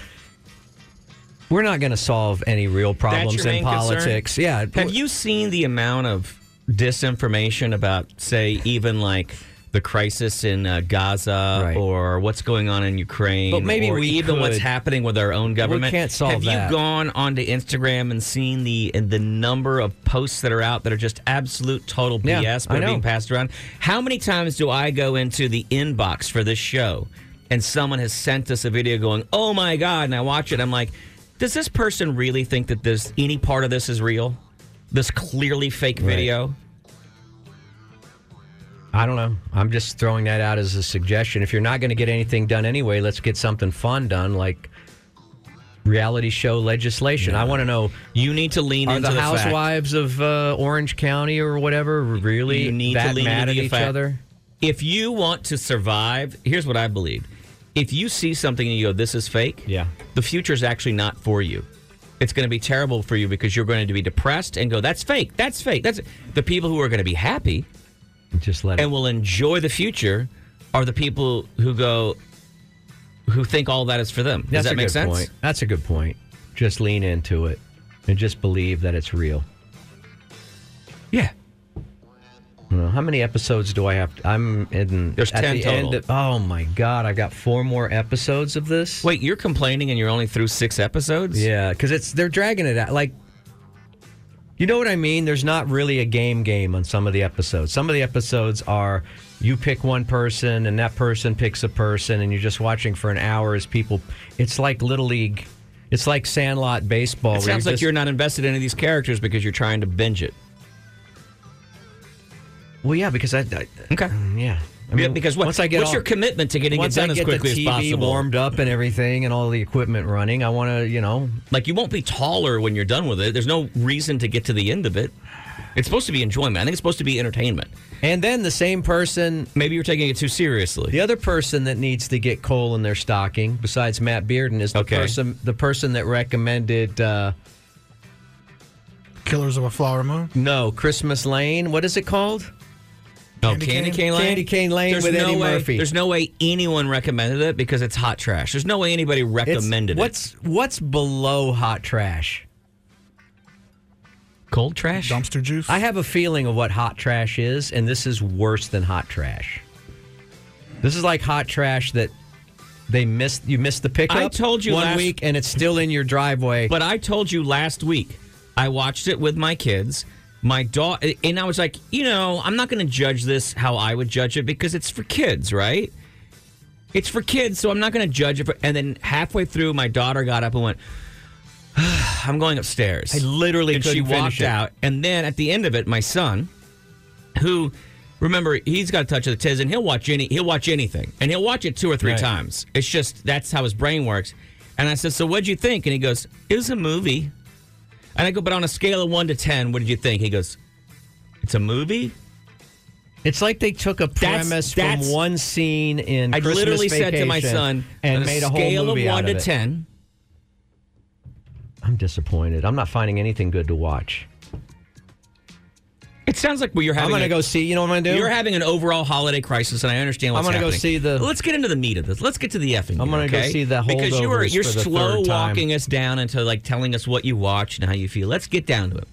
S7: We're not going to solve any real problems in politics. Yeah.
S3: Have you seen the amount of disinformation about, say, even like the crisis in uh, Gaza
S7: Right.
S3: or what's going on in Ukraine?
S7: But maybe
S3: or
S7: we
S3: even what's
S7: could.
S3: happening with our own government.
S7: can't solve
S3: Have
S7: that.
S3: you gone onto Instagram and seen the and the number of posts that are out that are just absolute total
S7: Yeah,
S3: BS? but
S7: I
S3: are
S7: know.
S3: being passed around. How many times do I go into the inbox for this show and someone has sent us a video going, "Oh my god," and I watch it, I'm like, "Does this person really think that this any part of this is real? This clearly fake video?"
S7: I don't know. I'm just throwing that out as a suggestion. If you're not going to get anything done anyway, let's get something fun done, like reality show legislation. I want to know:
S3: You need to lean
S7: Are
S3: into
S7: the
S3: the fact.
S7: housewives of uh, Orange County or whatever really
S3: You need
S7: that
S3: to lean
S7: mad
S3: into
S7: at
S3: the
S7: each
S3: fact.
S7: other?
S3: If you want to survive, here's what I believe. If you see something and you go, this is fake,
S7: Yeah.
S3: the future is actually not for you. It's going to be terrible for you because you're going to be depressed and go, that's fake, that's fake. That's the people who are going to be happy
S7: Just let
S3: and
S7: it.
S3: will enjoy the future are the people who go, who think all that is for them. Does
S7: That's
S3: that
S7: a
S3: make
S7: good
S3: sense?
S7: Point. That's a good point. Just lean into it and just believe that it's real.
S3: Yeah.
S7: You know, how many episodes do I have? To, I'm in.
S3: There's
S7: at
S3: 10
S7: the
S3: total.
S7: End of, oh my god! I've got four more episodes of this.
S3: Wait, you're complaining and you're only through six episodes?
S7: Yeah, because it's they're dragging it out. Like, you know what I mean? There's not really a game game on some of the episodes. Some of the episodes are you pick one person and that person picks a person, and you're just watching for an hour as people. It's like little league. It's like Sandlot baseball.
S3: It
S7: where
S3: sounds like
S7: just-
S3: you're not invested in any of these characters because you're trying to binge it.
S7: Well, yeah, because I. I
S3: Okay.
S7: yeah, I mean,
S3: Mm-hmm. because what,
S7: once I get
S3: what's
S7: all-
S3: your commitment to getting it
S7: once
S3: done
S7: I
S3: as
S7: get
S3: quickly
S7: the
S3: as
S7: TV
S3: possible?
S7: warmed up and everything, and all the equipment running, I want to, you know,
S3: Like you won't be taller when you're done with it. There's no reason to get to the end of it. It's supposed to be enjoyment. I think it's supposed to be entertainment.
S7: and then the same person
S3: Maybe you're taking it too seriously.
S7: The other person that needs to get coal in their stocking, besides Matt Bearden, is the
S3: Okay.
S7: person the person that recommended uh,
S2: Killers of a Flower Moon.
S7: no Christmas Lane. What is it called?
S3: No,
S2: Candy
S3: Oh, Candy,
S2: Cane?
S3: Cane Lane.
S7: Candy Cane Lane with
S3: no
S7: Eddie
S3: way,
S7: Murphy.
S3: There's no way anyone recommended it because it's hot trash. There's no way anybody
S7: It's-
S3: recommended it.
S7: what's what's below hot trash?
S3: cold trash?
S2: Dumpster Juice.
S7: I have a feeling of what hot trash is, and this is worse than hot trash. This is like hot trash that they missed. You missed the pickup.
S3: I told you
S7: one
S3: last-
S7: week, and it's still in your driveway.
S3: But I told you last week, I watched it with my kids. My daughter, and I was like, you know, I'm not going to judge this how I would judge it because it's for kids, right? It's for kids, so I'm not going to judge it. For, and then halfway through, my daughter got up and went, "I'm going upstairs." I
S7: literally
S3: and she
S7: couldn't finish
S3: walked
S7: it.
S3: out. And then at the end of it, my son, who remember he's got a touch of the tiz and he'll watch any he'll watch anything and he'll watch it two or three
S7: Right.
S3: times it's just that's how his brain works and i said so what'd you think and he goes it was a movie and i go but on a scale of one to ten what did you think he goes it's a movie
S7: It's like they took a
S3: That's-
S7: premise
S3: that's-
S7: from one scene in
S3: i
S7: Christmas
S3: literally said to my
S7: Vacation
S3: son on
S7: and
S3: a
S7: made a
S3: scale
S7: whole movie
S3: of one
S7: out of
S3: to
S7: it.
S3: ten
S7: I'm disappointed. I'm not finding anything good to watch.
S3: it sounds like well, you're having
S7: I'm
S3: a-
S7: gonna go see. You know what I'm gonna do?
S3: You're having an overall holiday crisis, and I understand what's
S7: I'm gonna go
S3: happening.
S7: see the-
S3: Let's get into the meat of this. Let's get to the effing.
S7: I'm
S3: here,
S7: gonna go
S3: okay?
S7: see the
S3: because you are
S7: Holdovers
S3: you're
S7: for the
S3: slow
S7: third time.
S3: walking us down into like telling us what you watch and how you feel. Let's get down to it.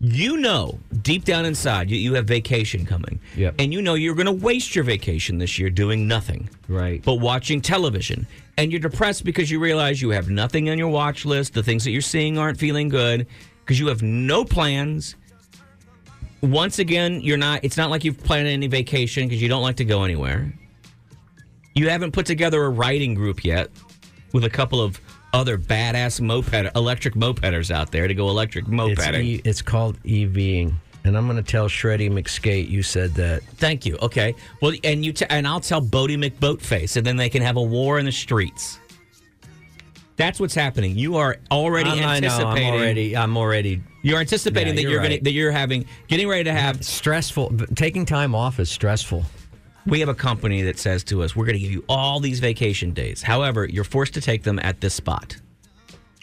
S3: You know, deep down inside, you, you have vacation coming.
S7: Yep.
S3: And you know you're going to waste your vacation this year doing nothing.
S7: Right.
S3: But watching television. And you're depressed because you realize you have nothing on your watch list. The things that you're seeing aren't feeling good because you have no plans once again, you're not. It's not like you've planned any vacation because you don't like to go anywhere. You haven't put together a riding group yet with a couple of other badass moped, electric mopeders out there to go electric
S7: it's,
S3: mopeding.
S7: e- it's called EVing, and I'm gonna tell Shreddy McSkate you said that.
S3: Thank you. Okay. Well, and you t- and I'll tell Bodie McBoatface, and then they can have a war in the streets. That's what's happening. You are already
S7: I'm- I know. I'm
S3: anticipating.
S7: already. I'm already
S3: You're anticipating
S7: Yeah,
S3: that
S7: you're
S3: you're, gonna,
S7: right.
S3: that you're having getting ready to have
S7: stressful. but Taking time off is stressful.
S3: we have a company that says to us, we're going to give you all these vacation days. However, you're forced to take them at this spot.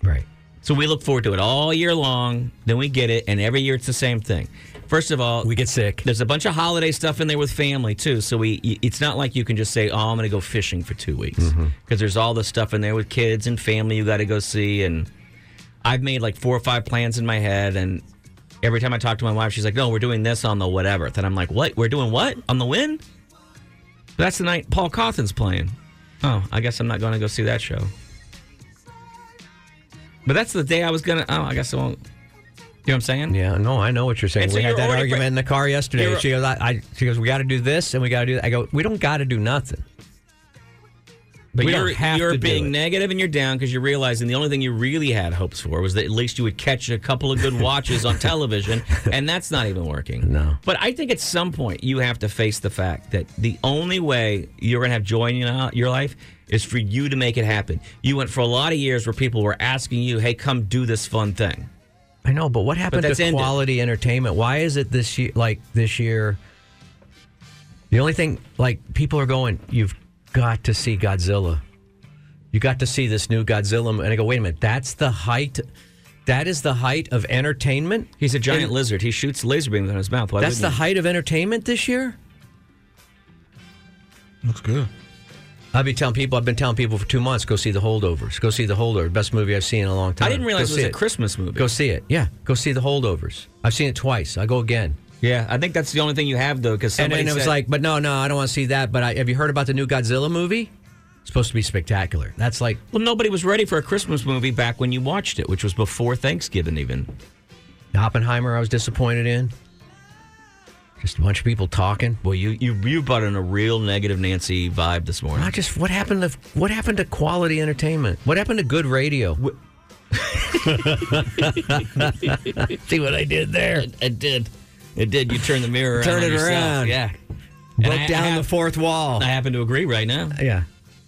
S7: Right.
S3: So we look forward to it all year long. Then we get it, and every year it's the same thing. First of all,
S7: We get sick.
S3: There's a bunch of holiday stuff in there with family too. So we, y- it's not like you can just say, "Oh, I'm going to go fishing for two weeks," because there's all the stuff in there with kids and family you got to go see. And I've made like four or five plans in my head, and every time I talk to my wife, she's like, "No, we're doing this on the whatever." Then I'm like, "What? We're doing what on the when?" That's the night Paul Cawthon's playing. Oh, I guess I'm not going to go see that show. But that's the day I was gonna. Oh, I guess I won't. You know what I'm saying?
S7: Yeah, no, I know what you're saying.
S3: And so
S7: we
S3: you're
S7: had that
S3: already
S7: argument
S3: pre-
S7: in the car yesterday.
S3: You're-
S7: She goes, I, I, she goes, we got to do this and we got to do that. I go, we don't got to do nothing.
S3: But
S7: We
S3: you're,
S7: don't have
S3: you're
S7: to do
S3: being
S7: it.
S3: negative and you're down because you're realizing the only thing you really had hopes for was that at least you would catch a couple of good watches on television, and that's not even working.
S7: No.
S3: But I think at some point you have to face the fact that the only way you're going to have joy in your- your life is for you to make it happen. You went for a lot of years where people were asking you, "Hey, come do this fun thing."
S7: I know, but what happened
S3: that's
S7: to
S3: ended.
S7: quality entertainment? Why is it this year, like this year, the only thing, like people are going, you've got to see Godzilla. You got to see this new Godzilla. mo-" And I go, wait a minute, that's the height. That is the height of entertainment.
S3: He's a giant
S7: And
S3: lizard. He shoots laser beams out of his mouth. Why
S7: That's
S3: wouldn't
S7: the
S3: he?
S7: height of entertainment this year.
S2: Looks good.
S7: I've been telling people. I've been telling people for two months. Go see the holdovers. Go see the holdover. Best movie I've seen in a long time.
S3: I didn't realize
S7: Go
S3: it
S7: see
S3: was a Christmas movie.
S7: Go see it. Yeah. Go see the holdovers. I've seen it twice. I go again.
S3: yeah, I think that's the only thing you have though, because
S7: and then it was like, but no, no, I don't want to see that. But I, have you heard about the new Godzilla movie? It's supposed to be spectacular. That's like
S3: Well, nobody was ready for a Christmas movie back when you watched it, which was before Thanksgiving, even.
S7: Oppenheimer. I was disappointed in. Just a bunch of people talking.
S3: Well, you you you brought in a real negative Nancy vibe this morning.
S7: Not just what happened to what happened to quality entertainment. What happened to good radio?
S3: see what I did there? I did. It did. You turned the mirror.
S7: Turn
S3: around
S7: it
S3: on yourself.
S7: around.
S3: Yeah.
S7: Broke
S8: I- I
S7: down
S8: have-
S7: the fourth wall.
S8: I happen to agree right now.
S7: yeah.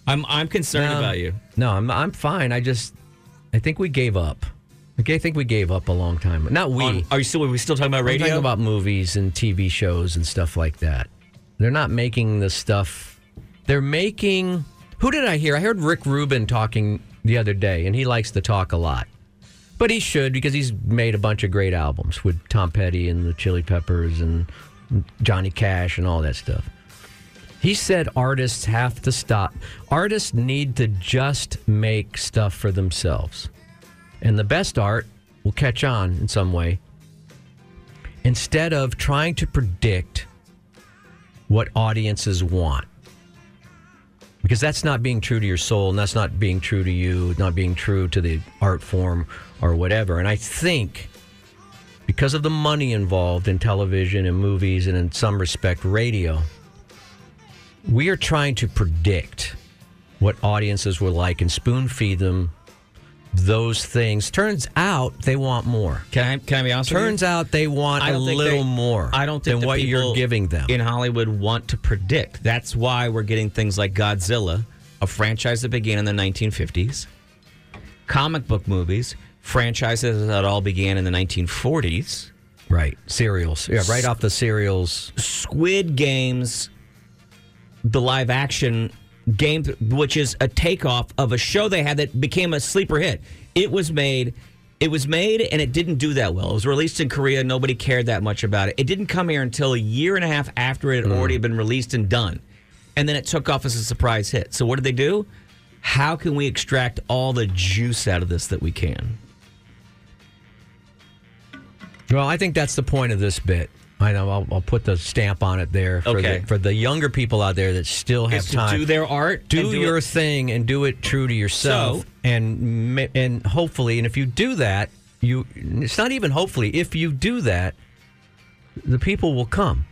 S8: I'm I'm concerned
S7: Um,
S8: about you.
S7: No, I'm I'm fine. I just I think we gave up. Like, I think we gave up a long time. Not we.
S8: On- are you still? Are we still talking about
S7: I'm
S8: radio?
S7: talking about movies and TV shows and stuff like that. They're not making the stuff. They're making. Who did I hear? I heard Rick Rubin talking the other day, and he likes to talk a lot. But he should because he's made a bunch of great albums with Tom Petty and the Chili Peppers and Johnny Cash and all that stuff. He said artists have to stop. Artists need to just make stuff for themselves. And the best art will catch on in some way instead of trying to predict what audiences want. Because that's not being true to your soul, and that's not being true to you, not being true to the art form or whatever. And I think because of the money involved in television and movies, and in some respect, radio, we are trying to predict what audiences will like and spoon feed them those things. Turns out they want more.
S3: Can I, can I be honest? with you?
S7: Turns out they want
S3: I
S7: a
S3: don't think
S7: little
S3: they-
S7: more.
S3: I don't think
S7: than
S3: the
S7: what you're
S3: people
S7: giving them.
S3: in Hollywood want to predict. That's why we're getting things like Godzilla, a franchise that began in the 1950s, comic book movies, franchises that all began in the 1940s,
S7: right, cereals. Yeah, right off the cereals.
S3: Squid Games, the live action game, which is a takeoff of a show they had that became a sleeper hit. It was made. It was made and it didn't do that well. It was released in Korea. Nobody cared that much about it. It didn't come here until a year and a half after it had already
S7: Hmm.
S3: been released and done. And then it took off as a surprise hit. So, what did they do? How can we extract all the juice out of this that we can?
S7: Well, I think that's the point of this bit. I know I'll, I'll put the stamp on it there for,
S3: Okay.
S7: the, for the younger people out there that still have
S3: Is to
S7: time.
S3: do their art,
S7: do,
S3: and it-
S7: your thing and do it true to yourself
S3: So-
S7: and ma- and hopefully and if you do that you it's not even hopefully if you do that the people will come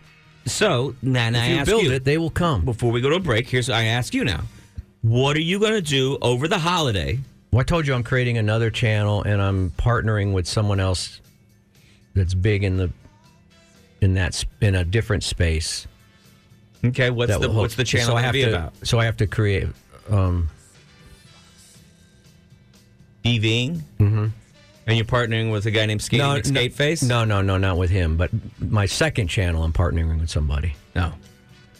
S3: So, now, now I
S7: if you
S3: ask
S7: build
S3: you,
S7: it they will come
S3: before we go to a break, here's I ask you now. What are you going to do over the holiday?
S7: Well, I told you I'm creating another channel and I'm partnering with someone else that's big in the in that sp- in a different space.
S3: Okay, what's
S7: That
S3: the
S7: will help.
S3: what's the channel
S7: So I
S3: gonna
S7: have
S3: be
S7: to
S3: about?
S7: so I have to create um
S3: EVing? Mm-hmm. And you're partnering with a guy named Skating no, Skate Face?
S7: No, no, no, not with him, but my second channel I'm partnering with somebody.
S3: No.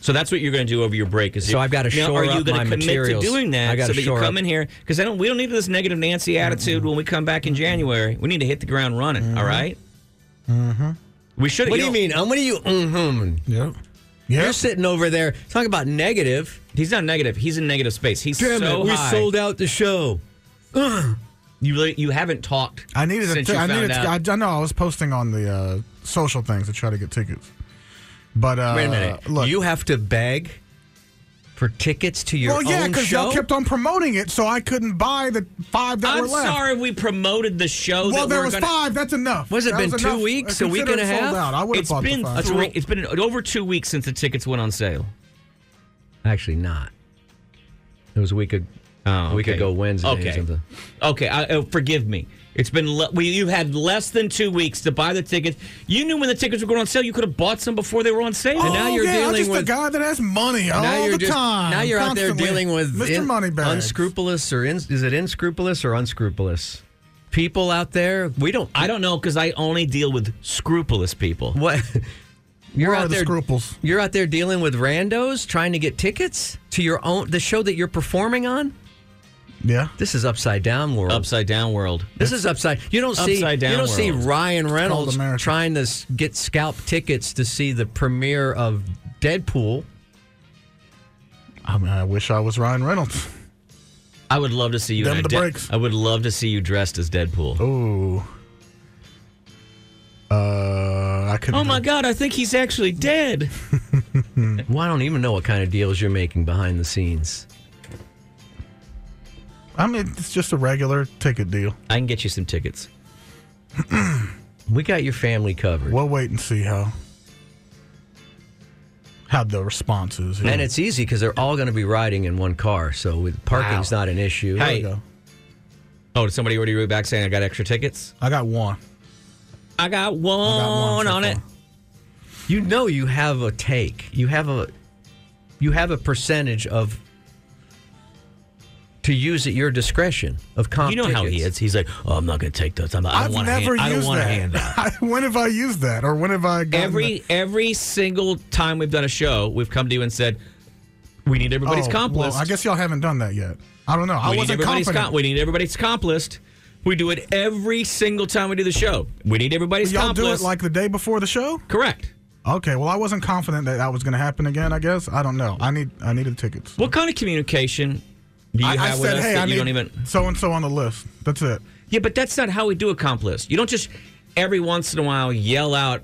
S3: So that's what you're going to do over your break. Is
S7: So
S3: you-
S7: I've gotta
S3: now,
S7: shore
S3: are you
S7: up
S3: gonna
S7: my
S3: commit
S7: materials.
S3: to doing
S7: I
S3: that
S7: gotta
S3: so that you
S7: shore
S3: come
S7: up-
S3: in here because I don't we don't need this negative Nancy attitude when we come back in January. We need to hit the ground running. all right. Mm-hmm. We should.
S7: What do you mean? Um, what do you mhm?
S2: Yep.
S7: You're
S2: Yeah.
S7: sitting over there talking about negative.
S3: He's not negative. He's in negative space. He's
S7: Damn
S3: so
S7: it, we
S3: high.
S7: sold out the show.
S3: You really, you haven't talked.
S2: I needed. A
S3: since
S2: t-
S3: you
S2: I
S3: found
S2: needed.
S3: out.
S2: I, I know. I was posting on the uh, social things to try to get tickets. But uh,
S7: Wait a minute.
S2: Look,
S7: you have to beg for tickets to your
S2: well, yeah,
S7: own
S2: because
S7: show.
S2: y'all kept on promoting it, so I couldn't buy the five that
S3: I'm
S2: were left.
S3: sorry we promoted the show.
S2: Well,
S3: that
S2: there
S3: we're
S2: was
S3: gonna,
S2: five. That's enough.
S7: What has it
S2: That
S7: been,
S2: was
S7: two
S2: enough.
S7: weeks? A week
S2: Consider
S7: and a
S2: it sold
S7: half?
S2: Out. I would have
S3: It's
S2: bought
S3: been
S2: the five.
S3: three, it's been over two weeks since the tickets went on sale.
S7: Actually, not. It was a week ago.
S3: Oh,
S7: We could go Wednesday or
S3: Okay,
S7: something.
S3: okay. I, oh, forgive me. It's been le- we, you had less than two weeks to buy the tickets. You knew when the tickets were going on sale. You could have bought some before they were on sale.
S2: Oh,
S7: now you're
S2: yeah, I'm
S7: dealing
S2: just
S7: with-
S2: a guy that has money all
S7: now you're
S2: the
S7: just,
S2: time.
S7: Now you're out
S2: constantly.
S7: there dealing with
S2: Mr.
S7: in-
S2: Moneybags.
S7: unscrupulous or in, is it inscrupulous or unscrupulous? People out there, we don't.
S3: I don't know because I only deal with scrupulous people.
S7: What you're
S2: Where are
S7: out
S2: the
S7: there?
S2: scruples?
S7: You're out there dealing with randos trying to get tickets to your own the show that you're performing on.
S2: Yeah.
S7: This is upside down world.
S3: Upside down world.
S7: This is upside. You don't see.
S3: Upside down
S7: you don't see
S3: world.
S7: Ryan
S2: called
S7: Reynolds
S2: America.
S7: trying to s- get scalp tickets to see the premiere of Deadpool.
S2: I mean, I wish I was Ryan Reynolds.
S3: I would love to see you.
S2: Them
S3: in a
S2: the breaks.
S3: I would love to see you dressed as Deadpool. Oh,
S2: Ooh. Uh, I couldn't.
S3: Oh my God! I think he's actually dead.
S7: Well, I don't even know what kind of deals you're making behind the scenes.
S2: I mean, it's just a regular ticket deal.
S3: I can get you some tickets.
S7: We got your family covered,
S2: We'll wait and see how how the response is.
S7: and it's easy because they're all going to be riding in one car, so with parking's not an issue.
S3: Hey,
S2: There we go.
S3: Oh, did somebody already wrote back saying I got extra tickets?
S2: I got one.
S3: I got one,
S2: I got one so
S3: on it.
S2: far.
S7: You know you have a take. You have a
S4: you have a percentage of to use at your discretion of comp.
S7: You know how he
S4: tickets.
S7: is. He's like, oh, I'm not going to take those. I'm, I
S2: I've
S7: don't want to
S2: never
S7: hand. I don't
S2: used
S7: want to
S2: that.
S7: hand out.
S2: when have I used that, or when have I gotten
S3: Every every single time we've done a show, we've come to you and said, "We need
S2: that?
S3: everybody's
S2: Oh,
S3: comp
S2: well,
S3: list.
S2: I guess y'all haven't done that yet. I don't know. I
S3: we need
S2: wasn't
S3: everybody's
S2: confident.
S3: comp. We need everybody's comp list. We do it every single time we do the show. We need everybody's
S2: y'all
S3: comp
S2: do
S3: list.
S2: it like the day before the show.
S3: correct.
S2: Okay. Well, I wasn't confident that that was going to happen again. I guess I don't know. I need I needed tickets.
S3: What kind of communication do you
S2: I, I
S3: have with
S2: said,
S3: us
S2: hey,
S3: that
S2: I
S3: you
S2: need
S3: don't even?
S2: so and so on the list. That's it.
S3: Yeah, but that's not how we do a comp list. You don't just every once in a while yell out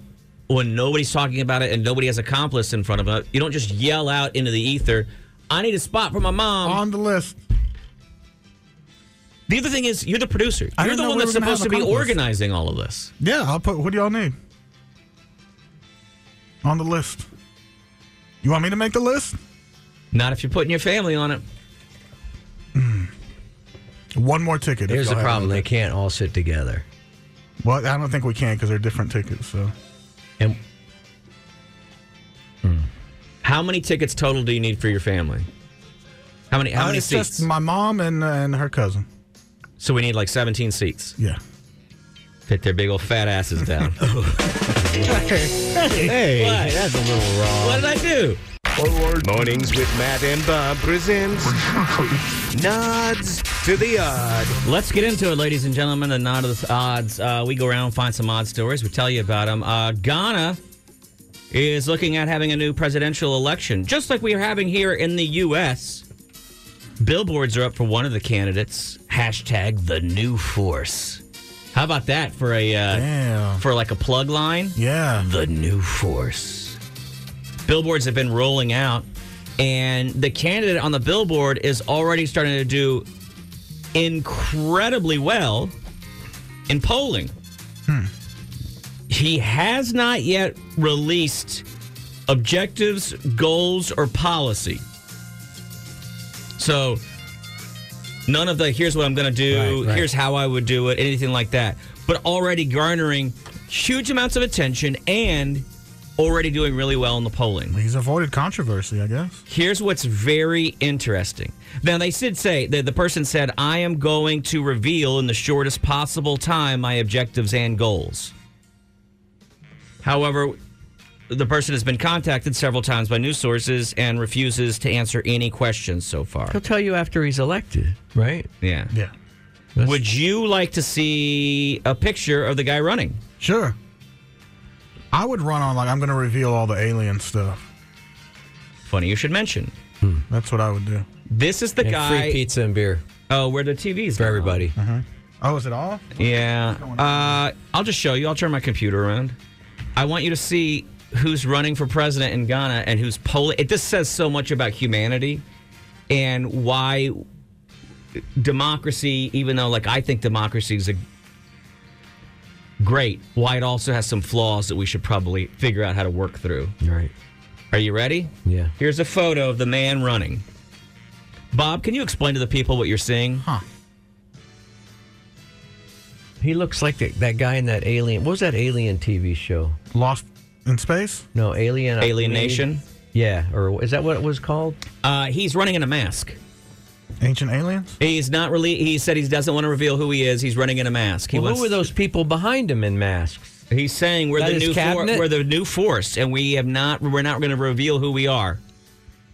S3: when nobody's talking about it and nobody has a comp list in front of it. You don't just yell out into the ether. I need a spot for my mom.
S2: On the list.
S3: The other thing is, you're the producer.
S2: I
S3: You're
S2: didn't
S3: the
S2: know
S3: one
S2: we
S3: that's
S2: were gonna have
S3: supposed
S2: a
S3: to be
S2: conference.
S3: organizing all of this.
S2: Yeah, I'll put. What do y'all need? On the list. You want me to make the list?
S3: Not if you're putting your family on it.
S2: One more ticket. if
S4: Here's the
S2: y'all have
S4: problem:
S2: it.
S4: they can't all sit together.
S2: Well, I don't think we can because they're different tickets. So
S4: And
S3: How many tickets total do you need for your family? How many? How
S2: Uh,
S3: many
S2: it's
S3: seats?
S2: Just my mom and and her cousin.
S3: so we need like 17 seats.
S2: Yeah.
S3: Fit their big old fat asses down.
S4: hey,
S3: What?
S4: that's a little wrong.
S3: what did I do?
S6: Mornings with Matt and Bob presents Nods to the Odd.
S3: Let's get into it, ladies and gentlemen. The nod of the odds. Uh, we go around, find some odd stories. We tell you about them. Uh, Ghana is looking at having a new presidential election, just like we are having here in the U.S. Billboards are up for one of the candidates. Hashtag the new force. How about that for a uh,
S2: Damn.
S3: for like a plug line?
S2: Yeah.
S3: the new force. Billboards have been rolling out, and the candidate on the billboard is already starting to do incredibly well in polling. He has not yet released objectives, goals, or policy. So, none of the here's what I'm going to do,
S4: Right, right.
S3: here's how I would do it, anything like that. But already garnering huge amounts of attention and already doing really well in the polling.
S2: He's avoided controversy, I guess.
S3: Here's what's very interesting. Now, they did say that the person said, I am going to reveal in the shortest possible time my objectives and goals. However, the person has been contacted several times by news sources and refuses to answer any questions so far.
S4: He'll tell you after he's elected, right?
S3: Yeah.
S2: Yeah.
S3: Would you like to see a picture of the guy running?
S2: Sure. I would run on like I'm going to reveal all the alien stuff.
S3: Funny you should mention.
S2: That's what I would do.
S3: This is the
S4: And free
S3: guy.
S4: pizza and beer
S3: Oh, where the TVs
S4: for everybody.
S2: Oh, is it all?
S3: Yeah. Uh, I'll just show you. I'll turn my computer around. I want you to see who's running for president in Ghana and who's polling. It just says so much about humanity and why democracy, even though, like, I think democracy is a great, why it also has some flaws that we should probably figure out how to work through.
S4: Right.
S3: Are you ready?
S4: Yeah.
S3: Here's a photo of the man running. Bob, can you explain to the people what you're seeing?
S2: Huh.
S4: He looks like that that guy in that alien. What was that alien TV show?
S2: Lost in space?
S4: No, Alien. uh,
S3: Alien Nation.
S4: Yeah, or is that what it was called?
S3: Uh, he's running in a mask.
S2: Ancient aliens?
S3: He's not really. He said he doesn't want to reveal who he is. He's running in a mask. He
S4: Well,
S3: wants-
S4: who were those people behind him in masks?
S3: He's saying we're
S4: That
S3: the
S4: his
S3: new for,
S4: cabinet?
S3: we're the new force, and we have not. We're not going to reveal who we are.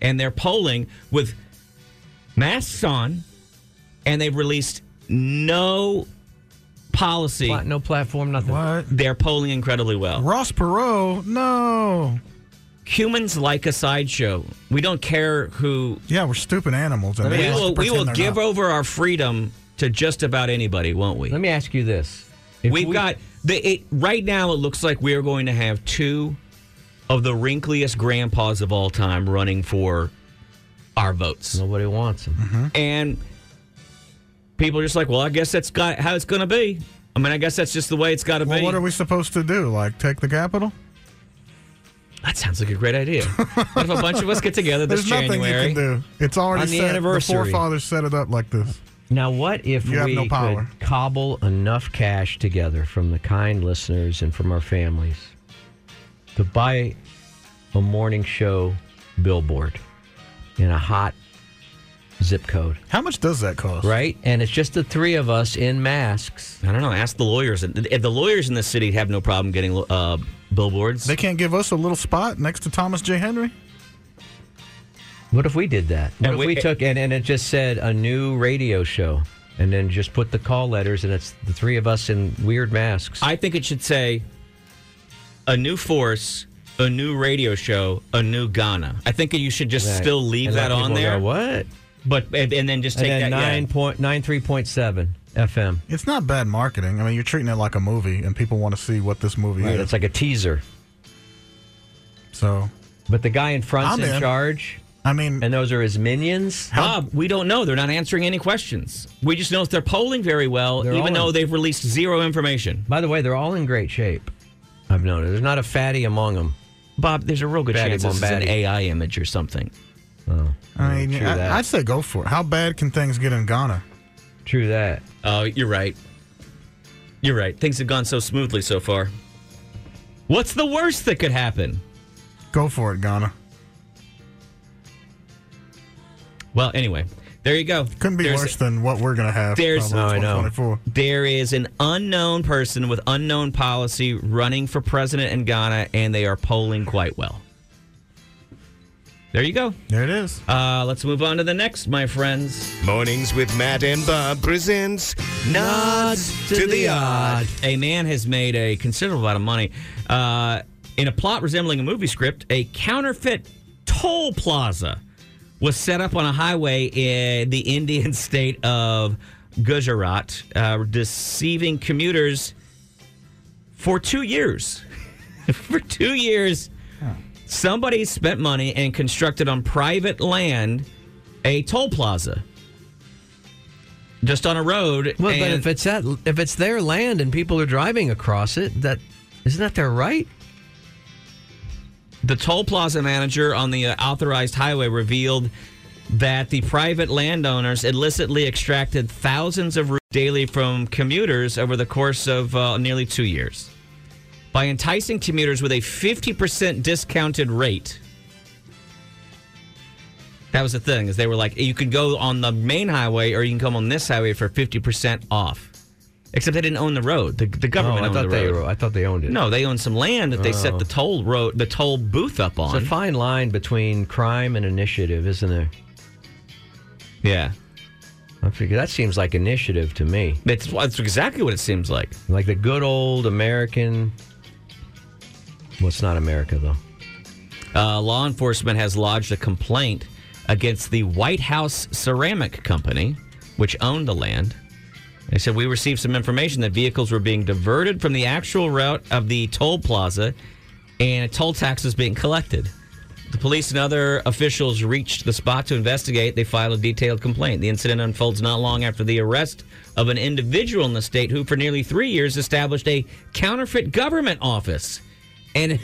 S3: And they're polling with masks on, and they've released no policy.
S4: Plat- No platform, nothing.
S2: What?
S3: They're polling incredibly well.
S2: Ross Perot? No.
S3: humans like a sideshow. We don't care who.
S2: Yeah, we're stupid animals. And
S4: Let me
S2: they
S3: We
S4: ask-
S3: will, we
S2: like to pretend
S3: will
S2: they're
S3: give
S2: not.
S3: over our freedom to just about anybody, won't we?
S4: Let me ask you this: If
S3: We've
S4: we-
S3: got the it right now. It looks like we're going to have two of the wrinkliest grandpas of all time running for our votes,
S4: nobody wants him.
S3: and people are just like, "Well, I guess that's got how it's going to be." I mean, I guess that's just the way it's got to
S2: Well,
S3: be.
S2: what are we supposed to do? Like take the capital?
S3: that sounds like a great idea. what if a bunch of us get together this
S2: There's nothing
S3: January?
S2: you can do. It's already
S3: On the
S2: set.
S3: anniversary.
S2: The forefathers set it up like this.
S4: Now, what if
S2: You have
S4: we
S2: no power.
S4: could cobble enough cash together from the kind listeners and from our families to buy a morning show billboard? in a hot zip code,
S2: How much does that cost?
S4: right? And it's just the three of us in masks.
S3: I don't know. Ask the lawyers. And The the lawyers in this city have no problem getting uh, billboards.
S2: They can't give us a little spot next to Thomas J. Henry?
S4: What if we did that? What
S3: And
S4: if
S3: we-
S4: we took and, and it just said a new radio show and then just put the call letters and it's the three of us in weird masks.
S3: I think it should say a new force, a new radio show, a new Ghana. I think you should just
S4: Right.
S3: still leave
S4: And
S3: that on
S4: let people go,
S3: there.
S4: what?
S3: But and, and then just take
S4: and then
S3: that.
S4: nine
S3: yeah.
S4: point nine three point seven FM.
S2: It's not bad marketing. I mean, you're treating it like a movie, and people want to see what this movie
S4: Right,
S2: is.
S4: It's like a teaser.
S2: so,
S4: But the guy in front's
S2: I'm
S4: in,
S2: in.
S4: charge,
S2: I mean,
S4: and those are his minions.
S3: Bob, we don't know. They're not answering any questions. We just know if they're polling very well,
S4: They're all
S3: even though
S4: in-
S3: they've released zero information.
S4: By the way, they're all in great shape. I've noticed. There's not a fatty among them.
S3: Bob, there's a real good
S4: Batty
S3: chance
S4: bum
S3: this is an
S4: batty.
S3: AI image or something.
S2: I mean,
S4: true that.
S2: I, I'd say go for it. How bad can things get in Ghana?
S4: True that.
S3: Oh, you're right. You're right. Things have gone so smoothly so far. What's the worst that could happen?
S2: Go for it, Ghana.
S3: Well, anyway, there you go.
S2: Couldn't be
S3: There's-
S2: worse than what we're gonna have.
S3: there's-
S2: probably in
S4: No, I know.
S2: 2024.
S3: There is an unknown person with unknown policy running for president in Ghana, and they are polling quite well. There you go.
S2: There it is.
S3: Uh, let's move on to the next, my friends.
S6: Mornings with Matt and Bob presents Nods to the Odd.
S3: A man has made a considerable amount of money uh, in a plot resembling a movie script. A counterfeit toll plaza was set up on a highway in the Indian state of Gujarat, uh, deceiving commuters for two years. for two years, somebody spent money and constructed on private land a toll plaza. Just on a road.
S4: Well, but
S3: and-
S4: if it's that, if it's their land and people are driving across it, that isn't that their right?
S3: The toll plaza manager on the uh, authorized highway revealed that the private landowners illicitly extracted thousands of routes daily from commuters over the course of uh, nearly two years. By enticing commuters with a 50% discounted rate, that was the thing, is they were like, you can go on the main highway or you can come on this highway for 50% off. Except they didn't own the road. The, the government
S4: I
S3: owned
S4: thought
S3: the road.
S4: they were, I thought they owned it.
S3: No, they own some land that they set the toll road, the toll booth up
S4: it's
S3: on.
S4: a fine line between crime and initiative, isn't there?
S3: yeah,
S4: I figure that seems like initiative to me,
S3: that's that's exactly what it seems like.
S4: like the good old American. Well, it's not America though.
S3: Uh, law enforcement has lodged a complaint against the White House Ceramic Company, which owned the land. They said we received some information that vehicles were being diverted from the actual route of the toll plaza, and a toll tax was being collected. The police and other officials reached the spot to investigate. They filed a detailed complaint. The incident unfolds not long after the arrest of an individual in the state who, for nearly three years, established a counterfeit government office and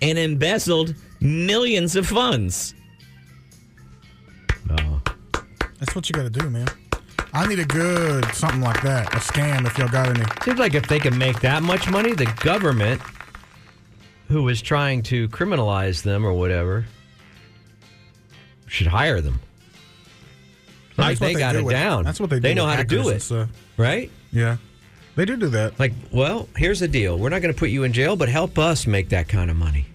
S3: and embezzled millions of funds.
S2: That's what you gotta do, man. I need a good something like that. A scam, if y'all got any.
S4: Seems like if they can make that much money, the government, who is trying to criminalize them or whatever, should hire them. Like
S2: That's what
S4: they got
S2: do
S4: it
S2: with-
S4: down.
S2: That's what they do.
S4: They know
S2: with
S4: how to
S2: hackers
S4: do
S2: and
S4: it,
S2: stuff.
S4: right?
S2: Yeah, they do do that.
S4: Like, well, here's the deal: we're not going to put you in jail, but help us make that kind of money.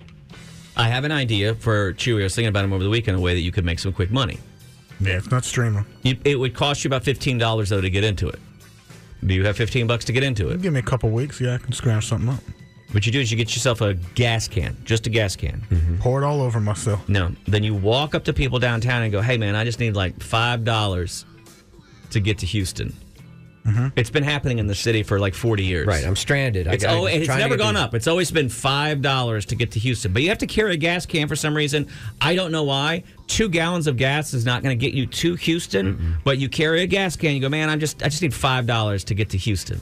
S3: I have an idea for Chewy. I was thinking about him over the weekend, a way that you could make some quick money.
S2: Yeah, it's not streaming.
S3: You, it would cost you about fifteen dollars though to get into it. Do you have fifteen bucks to get into it?
S2: Give me a couple weeks. Yeah, I can scrounge something up.
S3: What you do is you get yourself a gas can, just a gas can.
S4: Mm-hmm.
S2: Pour it all over myself.
S3: No, then you walk up to people downtown and go, "Hey, man, I just need like five dollars to get to Houston." It's been happening in the city for like forty years.
S4: Mm-hmm. Right? I'm stranded. I
S3: It's,
S4: gotta-
S3: al- it's
S4: trying to
S3: never
S4: get
S3: gone
S4: these-
S3: up. It's always been five dollars to get to Houston, but you have to carry a gas can for some reason. I don't know why. Two gallons of gas is not going to get you to Houston, but you carry a gas can. You go, man. I'm just I just need five dollars to get to Houston,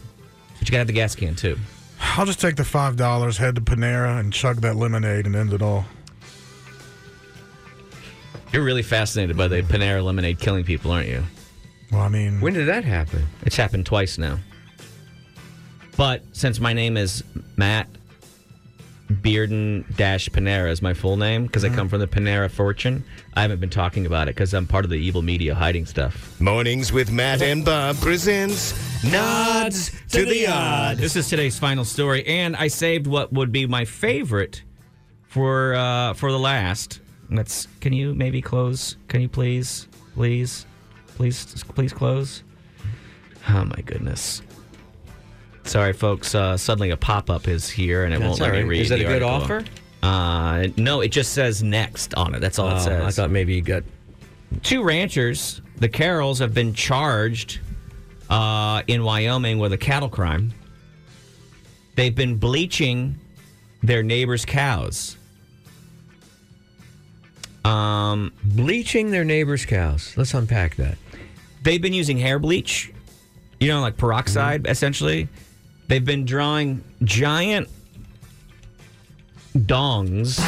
S3: but you got to have the gas can too.
S2: I'll just take the five dollars, head to Panera, and chug that lemonade, and end it all.
S3: You're really fascinated by the Panera lemonade killing people, aren't you?
S2: Well, I mean,
S4: When did that happen?
S3: It's happened twice now. But since my name is Matt Bearden Dash Panera is my full name because I come from the Panera fortune. I haven't been talking about it because I'm part of the evil media hiding stuff.
S9: Mornings with Matt and Bob presents Nods to the Odd.
S3: This is today's final story, and I saved what would be my favorite for uh, for the last. That's. Can you maybe close? Can you please, please, please, please close? Oh my goodness. Sorry, folks. Uh, suddenly a pop up is here, and it won't
S7: all
S3: let me
S7: right.
S3: read.
S7: Is that
S3: the
S7: a good
S3: article.
S7: offer?
S3: Uh, no, it just says next on it. That's all it
S7: Oh,
S3: says.
S7: I thought maybe you got.
S3: Two ranchers, the Carrolls, have been charged uh, in Wyoming with a cattle crime. They've been bleaching their neighbors' cows. Um,
S7: Bleaching their neighbor's cows. Let's unpack that.
S3: They've been using hair bleach, you know, like peroxide,
S7: Mm-hmm.
S3: essentially. They've been drawing giant dongs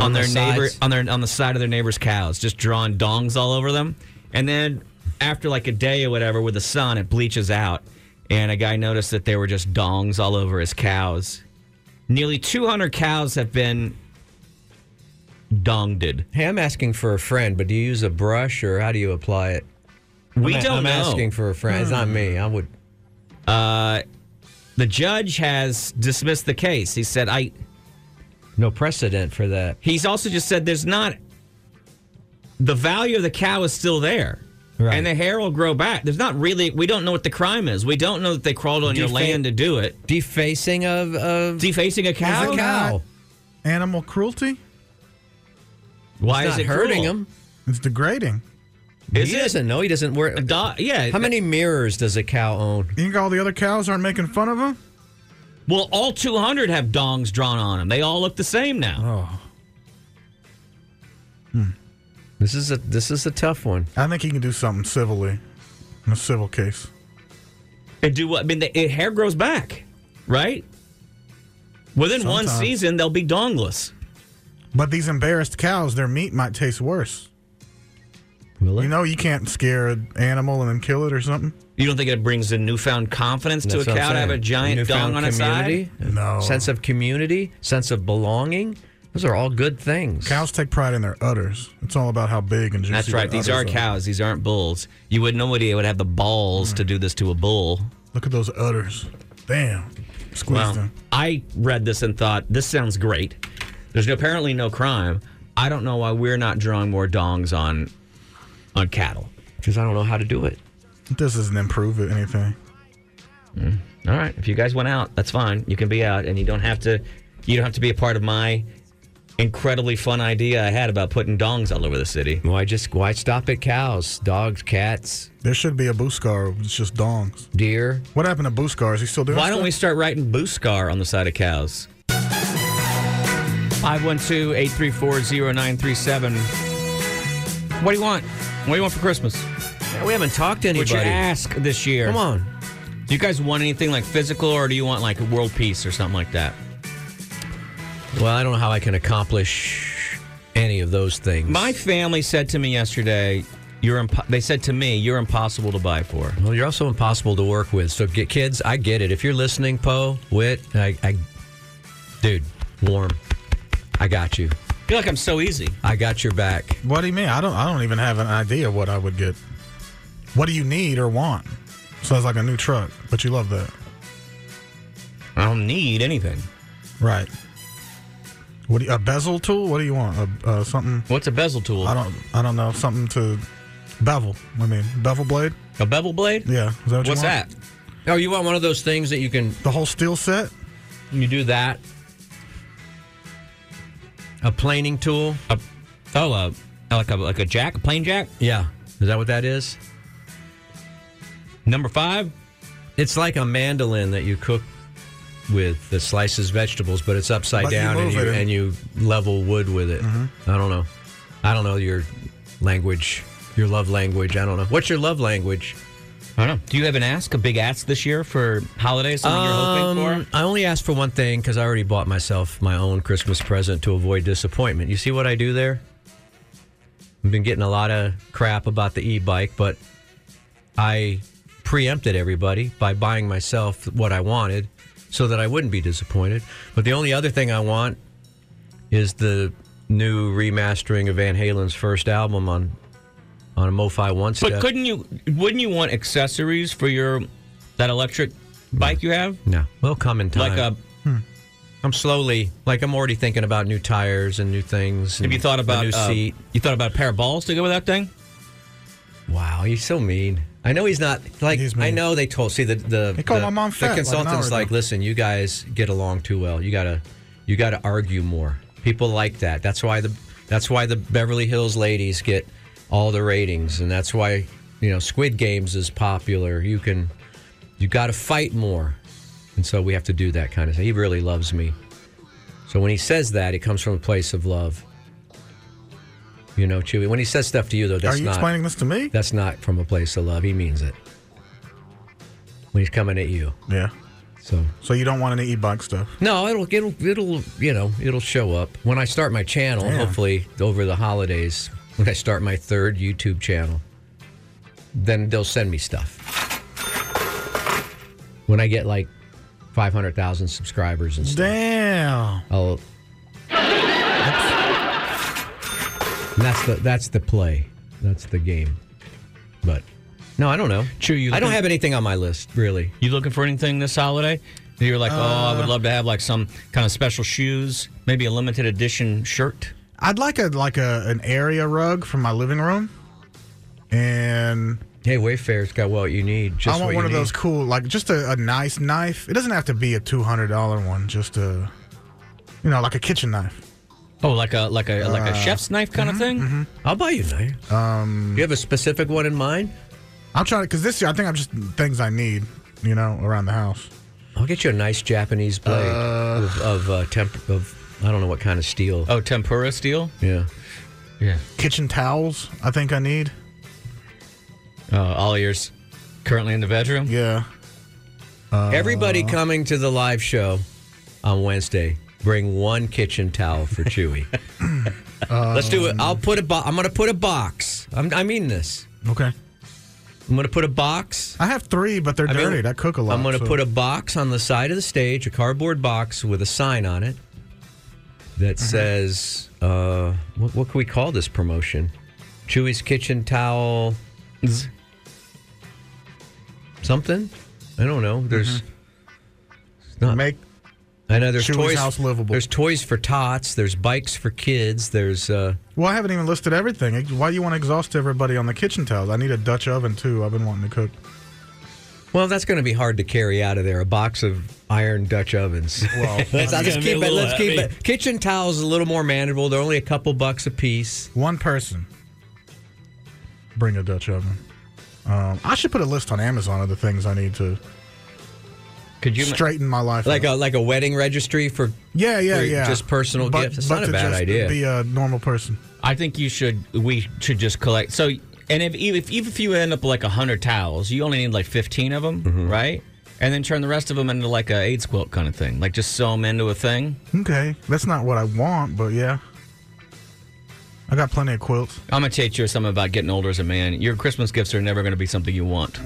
S3: on, their
S7: Oh. the
S3: neighbor
S7: sides?
S3: on their on the side of their neighbor's cows, just drawing dongs all over them. And then after like a day or whatever with the sun, it bleaches out. And a guy noticed that there were just dongs all over his cows. Nearly 200 cows have been donged.
S7: Hey, I'm asking for a friend, but do you use a brush or how do you apply it?
S3: We
S7: I'm,
S3: don't
S7: I'm
S3: know.
S7: asking for a friend. It's not me. I would.
S3: the judge has dismissed the case. He said, "I."
S7: No precedent for that.
S3: He's also just said, "There's not." The value of the cow is still there,
S7: Right.
S3: and the hair will grow back. There's not really. We don't know what the crime is. We don't know that they crawled on your
S7: Defa-
S3: land to do it.
S7: Defacing of of
S3: Defacing a cow.
S7: a cow.
S2: Animal cruelty?
S3: Why
S7: It's
S3: is
S7: not
S3: it
S7: hurting
S3: cruel?
S7: him.
S2: It's degrading.
S3: Is
S7: he
S3: it?
S7: doesn't know. He doesn't wear.
S3: A do- yeah.
S7: How many mirrors does a cow own?
S2: You think all the other cows aren't making fun of him?
S3: Well, all 200 have dongs drawn on them. They all look the same now.
S7: This is a this is a tough one.
S2: I think he can do something civilly in a civil case.
S7: Oh.
S3: And do what? I mean, the, it, hair grows back, right? Within one
S2: Sometimes.
S3: season, they'll be dongless.
S2: But these embarrassed cows, their meat might taste worse.
S7: Will it?
S2: You know, you can't scare an animal and then kill it or something.
S3: You don't think it brings a newfound confidence
S7: That's
S3: to a
S7: what I'm
S3: cow to have a
S7: saying.
S3: giant
S7: Newfound
S3: dong on its side?
S7: community,
S2: No.
S7: Sense of community, sense of belonging. Those are all good things.
S2: Cows take pride in their udders. It's all about how big and juicy.
S3: That's right.
S2: their
S3: These are
S2: udders
S3: cows. These aren't bulls. You would nobody would have the balls to do this to a bull.
S2: Look at those udders. Damn. Squeeze
S3: Well,
S2: them.
S3: I read this and thought this sounds great. There's apparently no crime. I don't know why we're not drawing more dongs on on cattle.
S7: Because I don't know how to do it.
S2: This doesn't improve it anything.
S3: All right. If you guys went out, that's fine. You can be out, and you don't have to. You don't have to be a part of my incredibly fun idea I had about putting dongs all over the city.
S7: Why just why stop at cows, dogs, cats,
S2: There should be a Booskar. It's just dongs.
S7: deer?
S2: What happened to Booskar? Is he still doing
S3: Why don't we
S2: stuff?
S3: start writing Booskar on the side of cows? 512-834-0937. What do you want? What do you want for Christmas?
S7: we haven't talked to
S3: What'd
S7: anybody.
S3: you ask this year?
S7: Come on.
S3: Do you guys want anything like physical or do you want like world peace or something like that?
S7: Well, I don't know how I can accomplish any of those things.
S3: My family said to me yesterday, you're imp- they said to me, you're impossible to buy for.
S7: well, you're also impossible to work with. So, get kids. I get it. If you're listening, Poe, Wit, I, I, dude, warm. I got you.
S3: I feel like I'm so easy.
S7: I got your back.
S2: What do you mean? I don't. I don't even have an idea what I would get. What do you need or want? Sounds like a new truck, but you love that,
S3: I don't need anything.
S2: right? What do you, a bezel tool? What do you want? A, uh, something?
S3: What's a bezel tool?
S2: I don't. I don't know. Something to bevel. I mean, bevel blade.
S3: A bevel blade?
S2: Yeah. Is that what you
S3: What's
S2: want?
S3: that?
S7: Oh, you want one of those things that you can
S2: The whole steel set.
S7: you do that? A planing tool?
S3: A, oh, uh, like a like a jack, a plain jack.
S7: Yeah. Is that what that is?
S3: Number five.
S7: It's like a mandolin that you cook with the slices vegetables, but it's upside
S2: But you
S7: down and
S2: move
S7: you,
S2: it. Mm-hmm.
S7: and you level wood with it. I don't know. I don't know your language, your love language. I don't know. What's your love language?
S3: I don't know. Do you have an ask, a big ask this year for holidays? Something you're hoping
S7: Um, I only asked for one thing because I already bought myself my own Christmas present to avoid disappointment. You see what I do there? I've been getting a lot of crap about the e-bike, but I preempted everybody by buying myself what I wanted, so that I wouldn't be disappointed. But the only other thing I want is the new remastering of Van Halen's first album on on a MoFi one
S3: But
S7: step.
S3: couldn't you? Wouldn't you want accessories for your that electric bike you have?
S7: no, will come in time.
S3: Like a
S7: I'm slowly like I'm already thinking about new tires and new things. And
S3: Have you thought
S7: a
S3: about
S7: new
S3: uh,
S7: seat?
S3: You thought about a pair of balls to go with that thing?
S7: Wow, he's so mean. I know he's not like
S2: He's mean.
S7: I know they told see the the
S2: They called
S7: the-
S2: my mom fat
S7: the
S2: like an hour
S7: consultants
S2: ago.
S7: like, listen, you guys get along too well. You gotta you gotta argue more. People like that. That's why the that's why the Beverly Hills ladies get all the ratings, and that's why you know Squid Games is popular. You can you gotta fight more, and so we have to do that kind of thing. He really loves me, so when he says that, it comes from a place of love. You know, Chewy. When he says stuff to you, though, that's
S2: Are you
S7: not.
S2: explaining this to me?
S7: That's not from a place of love. He means it. When he's coming at you.
S2: Yeah.
S7: So
S2: So you don't want any e-bike stuff?
S7: no, it'll it'll it'll you know, it'll show up. When I start my channel,
S2: Yeah.
S7: hopefully over the holidays, when I start my third YouTube channel, then they'll send me stuff. When I get like five hundred thousand subscribers and stuff.
S2: Damn.
S7: I'll And that's the that's the play. That's the game. But no, I don't know.
S3: True, you
S7: I don't
S3: looking-
S7: have anything on my list really.
S3: You looking for anything this holiday? That You're like, oh, I
S4: Uh,
S3: would love to have like some kind of special shoes, maybe a limited edition shirt.
S2: I'd like a like a an area rug from my living room, and
S7: Hey, Wayfair's got what you need. Just
S2: I
S7: what
S2: want
S7: you
S2: one of
S7: need.
S2: those cool, like just a, a nice knife. It doesn't have to be a two hundred dollar one. Just a, you know, like a kitchen knife.
S3: Oh, like a like a like a chef's knife kind of thing.
S7: I'll buy you that. Um, you have a specific one in mind?
S2: I'm trying to because this year I think I'm just things I need, you know, around the house.
S7: I'll get you a nice Japanese blade of, of uh, temp of I don't know what kind of steel.
S3: Oh, tempura steel.
S7: yeah.
S3: Yeah.
S2: Kitchen towels. I think I need.
S3: Uh, all ears. Currently in the bedroom.
S2: Yeah.
S7: Everybody coming to the live show on Wednesday, bring one kitchen towel for Chewy. Let's do it. I'll put a bo- I'm going to put a box. I'm, I mean this.
S2: Okay.
S7: I'm going to put a box.
S2: I have three, but they're
S7: I mean,
S2: dirty. I cook a lot.
S7: I'm going to
S2: so-
S7: put a box on the side of the stage, a cardboard box with a sign on it that
S2: Mm-hmm.
S7: says, uh, what, what can we call this promotion? Chewy's Kitchen Towel.
S2: Mm-hmm.
S7: Something? I don't know.
S2: Mm-hmm.
S7: There's. it's Not,
S2: make.
S7: I know there's
S2: Chewy's
S7: toys.
S2: house livable.
S7: There's toys for tots. There's bikes for kids. There's uh,
S2: Well, I haven't even listed everything. Why do you want to exhaust everybody on the kitchen towels? I need a Dutch oven too. I've been wanting to cook.
S7: well, that's going to be hard to carry out of there. A box of iron Dutch ovens.
S2: Well,
S7: let's I'll just
S10: gonna be a
S7: keep it.
S10: little
S7: Let's keep
S10: heavy.
S7: it. Kitchen towels a little more manageable. They're only a couple bucks a piece.
S2: One person. Bring a Dutch oven. Um, I should put a list on Amazon of the things I need to
S3: Could you?
S2: straighten my life.
S7: like
S2: up.
S7: a like a wedding registry for
S2: yeah, yeah,
S7: for
S2: yeah.
S7: just personal
S2: but,
S7: gifts. It's
S2: but
S7: not a
S2: to
S7: bad
S2: just
S7: idea.
S2: Be a normal person.
S3: I think you should. We should just collect. So, and if if even if you end up like hundred towels, you only need like fifteen of them,
S7: Mm-hmm.
S3: right? And then turn the rest of them into like a AIDS quilt kind of thing. Like just sew them into a thing.
S2: Okay, that's not what I want, but yeah. I got plenty of quilts.
S3: I'm gonna teach you something about getting older as a man. Your Christmas gifts are never gonna be something you want.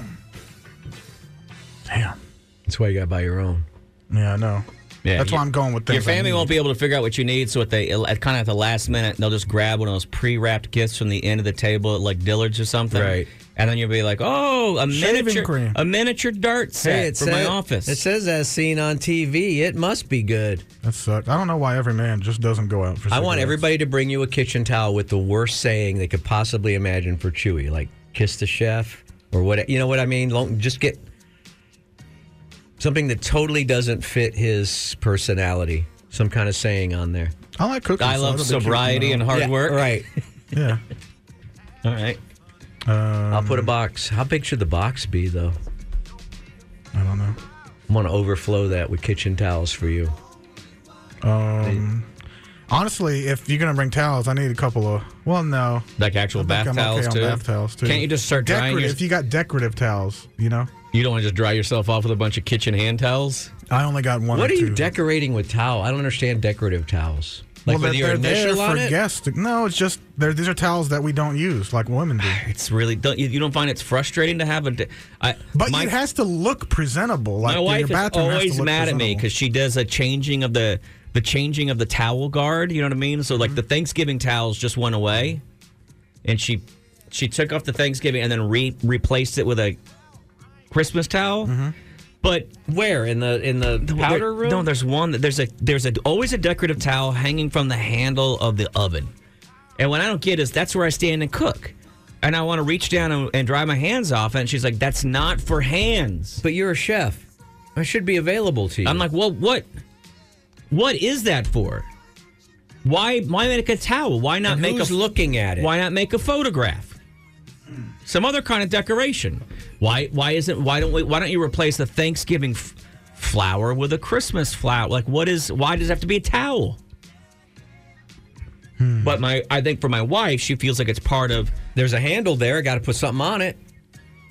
S2: Damn.
S7: That's why you got to buy your own.
S2: Yeah, I know.
S3: Yeah,
S2: that's
S3: you-
S2: why I'm going with things.
S3: Your
S2: I
S3: family
S2: need.
S3: won't be able to figure out what you need, so at they at kind of at the last minute, they'll just grab one of those pre-wrapped gifts from the end of the table at like Dillard's or something,
S7: Right.
S3: And then you'll be like, "Oh, a
S2: Shaving
S3: miniature,
S2: cream.
S3: a miniature dart set for my office."
S7: It says as seen on TV. It must be good.
S2: That sucks. I don't know why every man just doesn't go out for.
S7: I want
S2: cigarettes.
S7: everybody to bring you a kitchen towel with the worst saying they could possibly imagine for Chewy, like "kiss the chef" or what. You know what I mean? Long, just get something that totally doesn't fit his personality. Some kind of saying on there.
S2: I like cooking.
S3: I
S2: so
S3: love
S2: it'll be cute,
S3: sobriety
S2: you
S3: and
S2: know.
S3: hard
S7: Yeah,
S3: work.
S7: Right.
S2: Yeah.
S3: All right.
S7: I'll put a box. How big should the box be, though?
S2: I don't know.
S7: I'm gonna overflow that with kitchen towels for you.
S2: Honestly, if you're gonna bring towels, I need a couple of. Well, no.
S3: Like actual
S2: I think
S3: bath
S2: I'm
S3: towels,
S2: okay on
S3: too.
S2: bath towels, too.
S3: Can't you just start drying
S2: Decorative.
S3: your,
S2: If you got decorative towels, you know.
S3: You don't want to just dry yourself off with a bunch of kitchen hand towels?
S2: I only got one.
S7: What
S2: or
S7: are you
S2: two.
S7: decorating with towel? I don't understand decorative towels.
S4: Like
S2: well,
S4: with your
S2: they're, they're there
S4: initial on
S2: for
S4: it?
S2: guests. To, no, it's just they're, these are towels that we don't use, like women do.
S3: It's really don't you, you don't find it's frustrating to have a. da- I,
S2: But
S3: my,
S2: it has to look presentable. Like
S3: my
S2: your
S3: wife is
S2: bathroom has to
S3: always
S2: look
S3: mad at me
S2: presentable.
S3: because she does a changing of the the changing of the towel guard. You know what I mean? So like the Thanksgiving towels just went away, and she she took off the Thanksgiving and then re- replaced it with a Christmas towel. But
S4: Where in the in the
S3: Well,
S4: powder
S3: there-
S4: room?
S3: Mm-hmm. No, there's one. that- There's a there's a always a decorative towel hanging from the handle of the oven. And what I don't get is that's where I stand and cook, and I want to reach down and, and dry my hands off. And she's like, "That's not for hands."
S7: But you're a chef. I should be available to you.
S3: I'm like, "Well, what? What is that for? Why? Why make a towel? Why not
S7: And
S3: make
S7: who's
S3: a
S7: looking at it?
S3: Why not make a photograph? Some other kind of decoration. Why? Why isn't? Why don't we? Why don't you replace the Thanksgiving f- flower with a Christmas flower? Like, what is? Why does it have to be a towel?
S7: Hmm.
S3: But my, I think for my wife, she feels like it's part of.
S7: There's a handle there. Got to put something on it.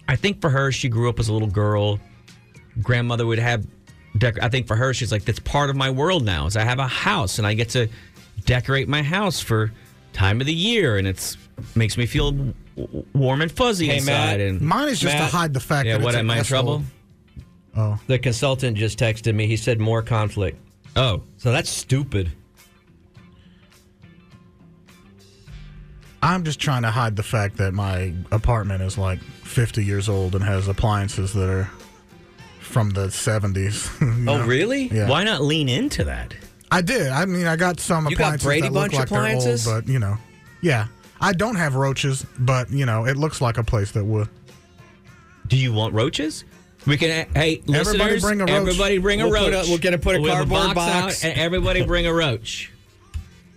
S3: I think for her, she grew up as a little girl. Grandmother would have. Dec- I think for her, she's like, that's part of my world now. Is I have a house and I get to decorate my house for time of the year, and it's makes me feel w- w- warm and fuzzy
S7: Hey,
S3: inside.
S7: Matt.
S3: And
S2: Mine is just
S7: Matt,
S2: to hide the fact
S3: yeah,
S2: that
S3: what
S2: it's
S3: am I in trouble?
S7: The consultant just texted me. He said more conflict.
S3: Oh,
S7: So that's stupid.
S2: I'm just trying to hide the fact that my apartment is like 50 years old and has appliances that are from the 70s. you
S7: Oh,
S2: know?
S7: really?
S2: Yeah.
S3: why not lean into that?
S2: I did. I mean, I got some
S7: You got
S2: appliances
S7: Brady
S2: that look
S7: Bunch
S2: like
S7: appliances?
S2: they're old, but you know, yeah. I don't have roaches, but you know, it looks like a place that would.
S3: Do you want roaches? We can. Hey,
S2: Everybody
S3: listeners,
S2: bring a roach.
S3: everybody bring a
S7: We'll put
S3: roach.
S7: a- we're gonna put a
S3: have box,
S7: cardboard box.
S3: out and everybody bring a roach.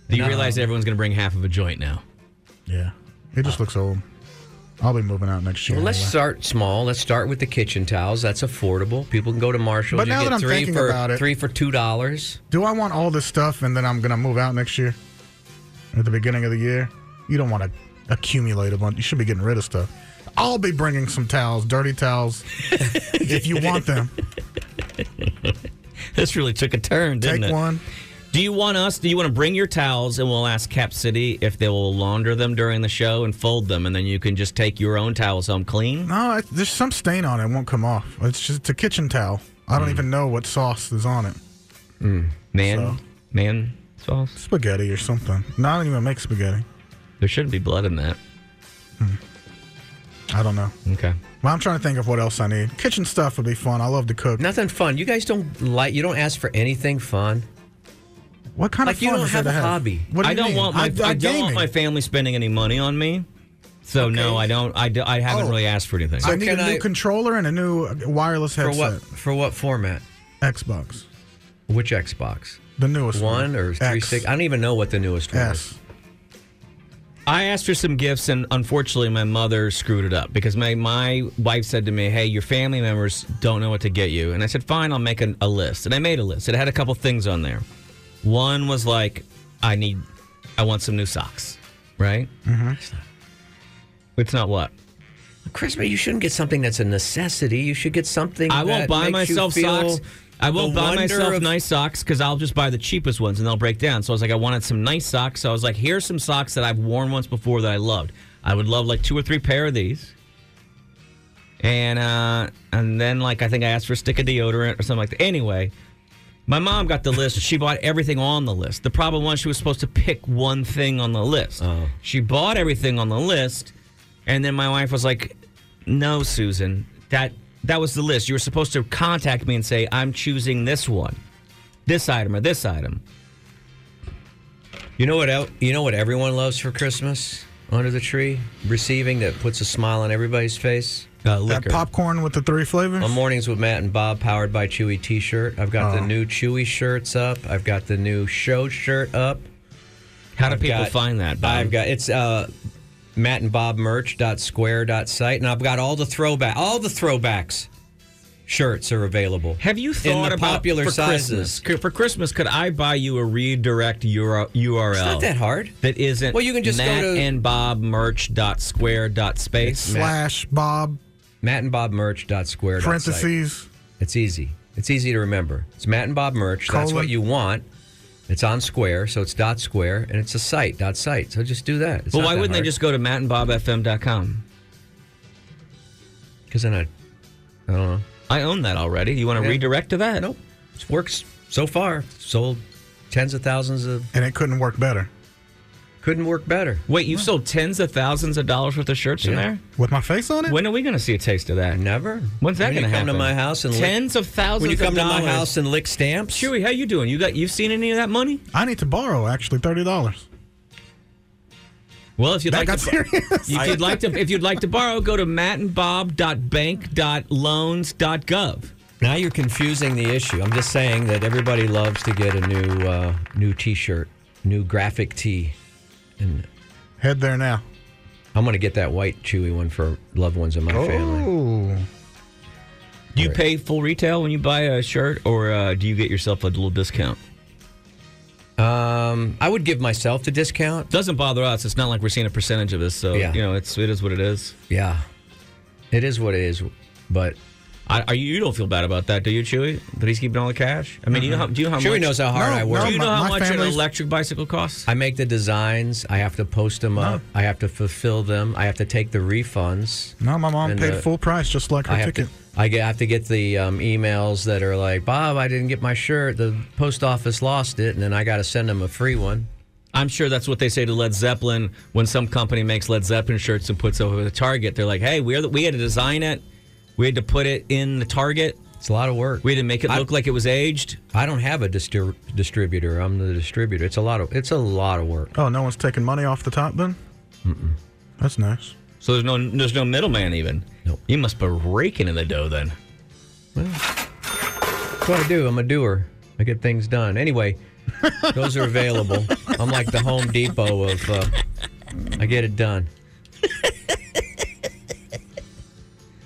S3: Do you
S7: No.
S3: realize that everyone's going to bring half of a joint now?
S2: Yeah, it just looks old. I'll be moving out next year.
S7: Well, let's
S2: anyway.
S7: start small. Let's start with the kitchen towels. That's affordable. People can go to Marshalls.
S2: But
S7: You
S2: now
S7: get
S2: that I'm
S7: three
S2: thinking
S7: for,
S2: about it-
S7: three for two dollars.
S2: Do I want all this stuff and then I'm gonna move out next year at the beginning of the year? You don't want to accumulate a bunch. You should be getting rid of stuff. I'll be bringing some towels, dirty towels, if you want them.
S3: This really took a turn, didn't
S2: Take
S3: it?
S2: one.
S3: Do you want us? Do you want to bring your towels and we'll ask Cap City if they will launder them during the show and fold them, and then you can just take your own towels home clean?
S2: No, it, there's some stain on it. It won't come off. It's just it's a kitchen towel. I don't even know what sauce is on it.
S3: Man, man sauce.
S2: Spaghetti or something. No, I don't even make spaghetti.
S3: There shouldn't be blood in that.
S2: I don't know.
S3: Okay.
S2: Well, I'm trying to think of what else I need. Kitchen stuff would be fun. I love to cook.
S7: Nothing fun. You guys don't like. You don't ask for anything fun.
S2: What kind
S7: Like,
S2: of
S7: you
S2: fun
S7: don't
S2: is there
S7: have
S2: to
S7: a hobby.
S2: What do
S3: I
S2: you
S3: don't
S2: mean?
S3: want my I, don't want
S2: gaming.
S3: my family spending any money on me. So no, I don't. I, do, I haven't
S2: Oh.
S3: really asked for anything.
S2: I need a
S7: Can
S2: new
S7: I-
S2: controller and a new uh, wireless
S7: For
S2: headset.
S7: what? For what format?
S2: Xbox.
S7: Which Xbox?
S2: The newest
S7: One or three
S2: X.
S7: six? I don't even know what the newest one is.
S2: S.
S3: I asked for some gifts, and unfortunately, my mother screwed it up because my, my wife said to me, Hey, your family members don't know what to get you. And I said, Fine, I'll make an, a list. And I made a list. It had a couple things on there. One was like, I need, I want some new socks, right? Mm-hmm. It's not what?
S7: Christmas, you shouldn't get something that's a necessity. You should get something.
S3: I won't
S7: that
S3: buy
S7: makes you
S3: myself
S7: feel
S3: socks. I won't
S7: the
S3: buy
S7: wonder
S3: myself
S7: of-
S3: nice socks because I'll just buy the cheapest ones and they'll break down. So I was like, I wanted some nice socks. So I was like, here's some socks that I've worn once before that I loved. I would love like two or three pair of these. And uh and then like I think I asked for a stick of deodorant or something like that. Anyway, my mom got the list. She bought everything on the list. The problem was she was supposed to pick one thing on the list. She bought everything on the list, and then my wife was like, "No, Susan, that that was the list. You were supposed to contact me and say I'm choosing this one, this item or this item."
S7: You know what? el- You know what everyone loves for Christmas under the tree, receiving that puts a smile on everybody's face.
S3: Uh,
S2: That
S3: liquor.
S2: popcorn with the three flavors.
S7: On mornings with Matt and Bob, powered by Chewy T-shirt. I've
S3: Oh.
S7: got the new Chewy shirts up. I've got the new show shirt up.
S3: How do
S7: I've
S3: people
S7: got-
S3: find that? Bob?
S7: I've got it's uh, Matt and Bob merch.square.site, and I've got all the throwback, all the throwbacks shirts are available.
S3: Have you
S7: in
S3: thought
S7: the
S3: about
S7: popular
S3: for
S7: sizes?
S3: Christmas, could- for Christmas? Could I buy you a redirect URL?
S7: It's not that hard.
S3: That isn't
S7: Well, you can just go
S3: Matt
S7: to-
S3: and Bob merch dot square dot space.
S2: slash Bob
S7: Matt and Bob merch.square.
S2: parentheses
S7: It's easy. It's easy to remember. It's Matt and Bob merch. That's
S2: Colon.
S7: what you want.
S4: It's on Square, so it's dot Square, and it's a site dot site. So just do that. It's
S3: Well,
S4: not
S3: why
S4: that
S3: wouldn't
S4: hard.
S3: they just go to mattandbobfm.com?
S4: Because then I, I don't know.
S3: I own that already. You want to
S4: Yeah.
S3: redirect to that?
S4: Nope. It works so far. Sold tens of thousands of.
S2: and it couldn't work better
S4: Couldn't work better.
S3: Wait, you've sold tens of thousands of dollars worth of shirts in
S4: Yeah.
S3: there?
S2: with my face on it.
S3: When are we going to see a taste of that?
S4: Never.
S3: When's that
S4: When
S3: going to
S4: you
S3: happen?
S4: Come to my house and lick,
S3: tens of thousands.
S4: when you come
S3: of
S4: to
S3: dollars.
S4: my house and lick stamps.
S3: Chewy, how you doing? You got you've seen any of that money?
S2: I need to borrow actually thirty dollars.
S3: Well, if you'd
S2: That
S3: like
S2: got
S3: to,
S2: serious.
S3: if you'd like to, if you'd like to borrow, go to mattandbob.bank.loans.gov.
S4: Now you're confusing the issue. I'm just saying that everybody loves to get a new uh, new T-shirt, new graphic tee.
S2: Head there now.
S4: I'm gonna get that white chewy one for loved ones in my
S2: Oh.
S4: family.
S2: Ooh.
S3: Do you pay full retail when you buy a shirt, or uh, do you get yourself a little discount?
S4: Um, I would give myself the discount.
S3: Doesn't bother us. It's not like we're seeing a percentage of this, so
S4: Yeah.
S3: you know it's it is what it is.
S4: Yeah, it is what it is. But
S3: I, are you, you don't feel bad about that, do you, Chewy? That he's keeping all the cash. I mean, you know how, do you know how
S4: Chewy
S3: much?
S4: knows how hard
S2: No,
S4: I
S2: no,
S4: work.
S3: Do you
S2: My-
S3: know how
S2: my
S3: much an
S2: family's-
S3: electric bicycle costs?
S4: I make the designs. I have to post them up. I have to fulfill them. I have to take the refunds.
S2: No, my mom
S4: And,
S2: paid
S4: uh,
S2: full price just like her
S4: I have
S2: ticket.
S4: to. I get, have to get the um, emails that are like, Bob, I didn't get my shirt. The post office lost it, and then I got to send them a free one.
S3: I'm sure that's what they say to Led Zeppelin when some company makes Led Zeppelin shirts and puts over the Target. They're like, "Hey, we're the, we had to design it, we had to put it in the Target,
S4: It's a lot of work.
S3: we had to make it
S4: I-
S3: look like it was aged."
S4: I don't have a distri- distributor. I'm the distributor. It's a lot of. It's a lot of work.
S2: Oh, no one's taking money off the top then. Mm-mm. That's nice.
S3: So there's no there's no middleman even.
S4: Nope.
S3: You must be raking in the dough then.
S4: That's what I do. I'm a doer. I get things done. Anyway, those are available. I'm like the Home Depot of. Uh, I get it done.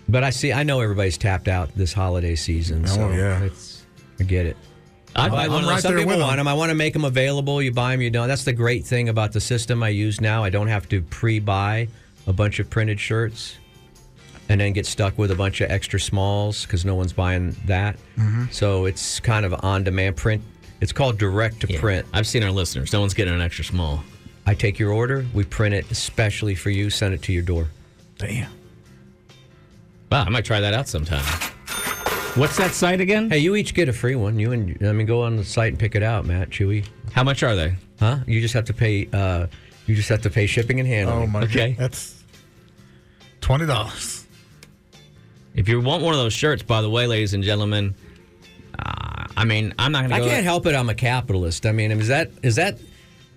S4: But I see. I know everybody's tapped out this holiday season.
S2: Oh,
S4: so
S2: yeah.
S4: it's. I get it.
S3: I'd buy one
S2: I'm
S3: of
S2: right
S3: those.
S4: Some
S2: there
S4: people
S2: with 'em.
S4: want them. I want to make them available. You buy them, you don't. That's the great thing about the system I use now. I don't have to pre-buy a bunch of printed shirts and then get stuck with a bunch of extra smalls because no one's buying that.
S2: Mm-hmm.
S4: So it's kind of on-demand print. It's called direct to
S3: Yeah.
S4: print.
S3: I've seen our listeners. No one's getting an extra small.
S4: I take your order, we print it especially for you, send it to your door.
S2: Damn.
S3: Wow, I might try that out sometime. What's that site again?
S4: Hey, you each get a free one. You and I mean, go on the site and pick it out, Matt Chewy.
S3: How much are they?
S4: Huh? You just have to pay. Uh, you just have to pay shipping and handling.
S2: Oh my.
S3: Okay.
S2: God. That's twenty dollars.
S3: If you want one of those shirts, by the way, ladies and gentlemen, uh, I mean, I'm not going to
S4: I
S3: go.
S4: can't help it. I'm a capitalist. I mean, is that is that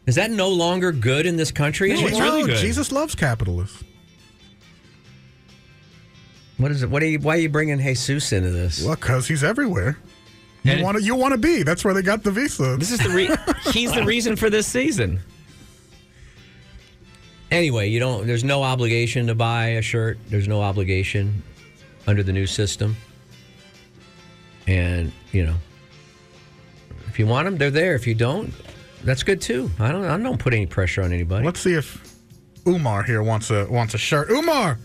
S4: is that no longer good in this country? anymore?
S3: really good.
S2: Jesus loves capitalists.
S4: What is it? What are you? Why are you bringing Jesus into this?
S2: Well, cause he's everywhere. You
S3: And-
S2: want to. You want to be. That's where they got the visa.
S3: This is the re- he's the reason for this season.
S4: Anyway, you don't. There's no obligation to buy a shirt. There's no obligation under the new system. And you know, if you want them, they're there. If you don't, that's good too. I don't. I don't put any pressure on anybody.
S2: Let's see if Umar here wants a wants a shirt. Umar,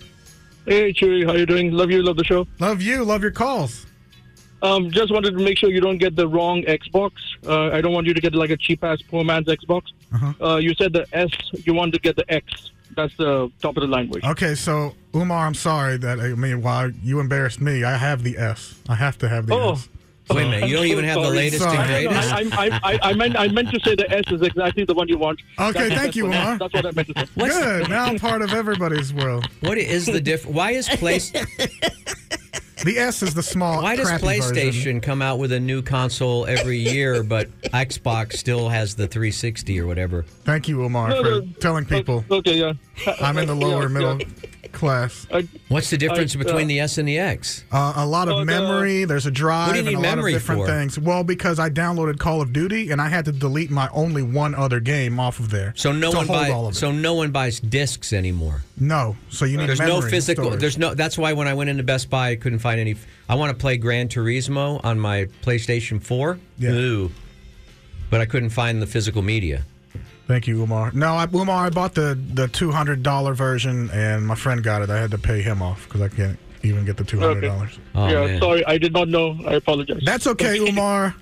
S11: Hey Chewy, how you doing? Love you, love the show.
S2: love you. Love your calls.
S11: Um, just wanted to make sure you don't get the wrong Xbox. Uh, I don't want you to get like a cheap ass poor man's Xbox.
S4: Uh-huh.
S11: uh you said the S, you want to get the X. That's the top of the language.
S4: Oh.
S2: Okay, so Umar, I'm sorry that I mean, why you embarrassed me? I have the S. I have to have the
S11: Oh.
S2: S.
S4: Wait a minute. You don't even have the
S11: Sorry.
S4: latest
S2: Sorry.
S4: and
S11: I,
S4: greatest.
S11: I, I, I, I meant I meant to say the S is exactly the one you want.
S2: Okay,
S11: That's-
S2: thank
S11: that's
S2: you,
S11: what-
S2: Omar.
S11: That's what I meant to say.
S2: Good. Now I'm part of everybody's world.
S4: What is the diff? Why is place?
S2: The S is the small.
S4: Why does
S2: crappy
S4: PlayStation
S2: version.
S4: come out with a new console every year, but Xbox still has the 360 or whatever?
S2: Thank you, Omar,
S11: No,
S2: for
S11: no.
S2: telling people
S11: Okay, yeah.
S2: I'm in the lower middle class.
S11: Uh,
S4: What's the difference
S11: uh,
S4: between the S and the X?
S2: Uh, a lot of
S11: Oh, no.
S2: memory. There's a drive
S4: What do you
S2: and
S4: need
S2: a lot of
S4: memory
S2: different
S4: for?
S2: things. Well, because I downloaded Call of Duty and I had to delete my only one other game off of there.
S4: So no
S2: to
S4: one
S2: hold all of
S4: buys.
S2: it.
S4: So no one buys discs anymore.
S2: no. So you need
S4: There's
S2: memory
S4: no physical.
S2: storage.
S4: There's no. That's why when I went into Best Buy, I couldn't find any. I want to play Gran Turismo on my PlayStation 4.
S2: Yeah.
S4: Ooh. But I couldn't find the physical media.
S2: Thank you, Umar. No, I, Umar, I bought the the two hundred dollar version, and my friend got it. I had to pay him off because I can't even get the two hundred dollars.
S4: Oh,
S11: yeah,
S4: man.
S11: sorry, I did not know. I apologize.
S2: That's okay, Umar.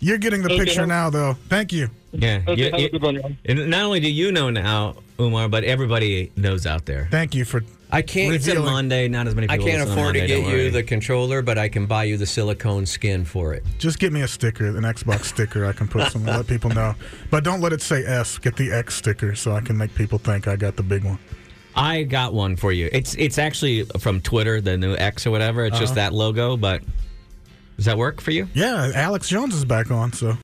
S2: You're getting the
S11: Okay,
S2: picture
S11: have-
S2: now, though. Thank you.
S3: Yeah.
S11: Okay,
S3: you-
S11: have
S3: you-
S11: a good one, y'all.
S3: and not only do you know now, Umar, but everybody knows out there.
S2: Thank you for.
S4: I can't.
S3: It's a Monday. Not as many
S4: I
S3: people.
S4: can't
S3: listen on
S4: afford to
S3: Monday,
S4: get
S3: don't
S4: you
S3: worry.
S4: the controller, but I can buy you the silicone skin for it.
S2: Just get me a sticker, an Xbox sticker. I can put some, let people know. But don't let it say S. Get the X sticker so I can make people think I got the big one.
S3: I got one for you. It's it's actually from Twitter, the new X or
S4: Uh-huh.
S3: whatever. It's just that logo, but does that work for you?
S2: Yeah, Alex Jones is back on, so.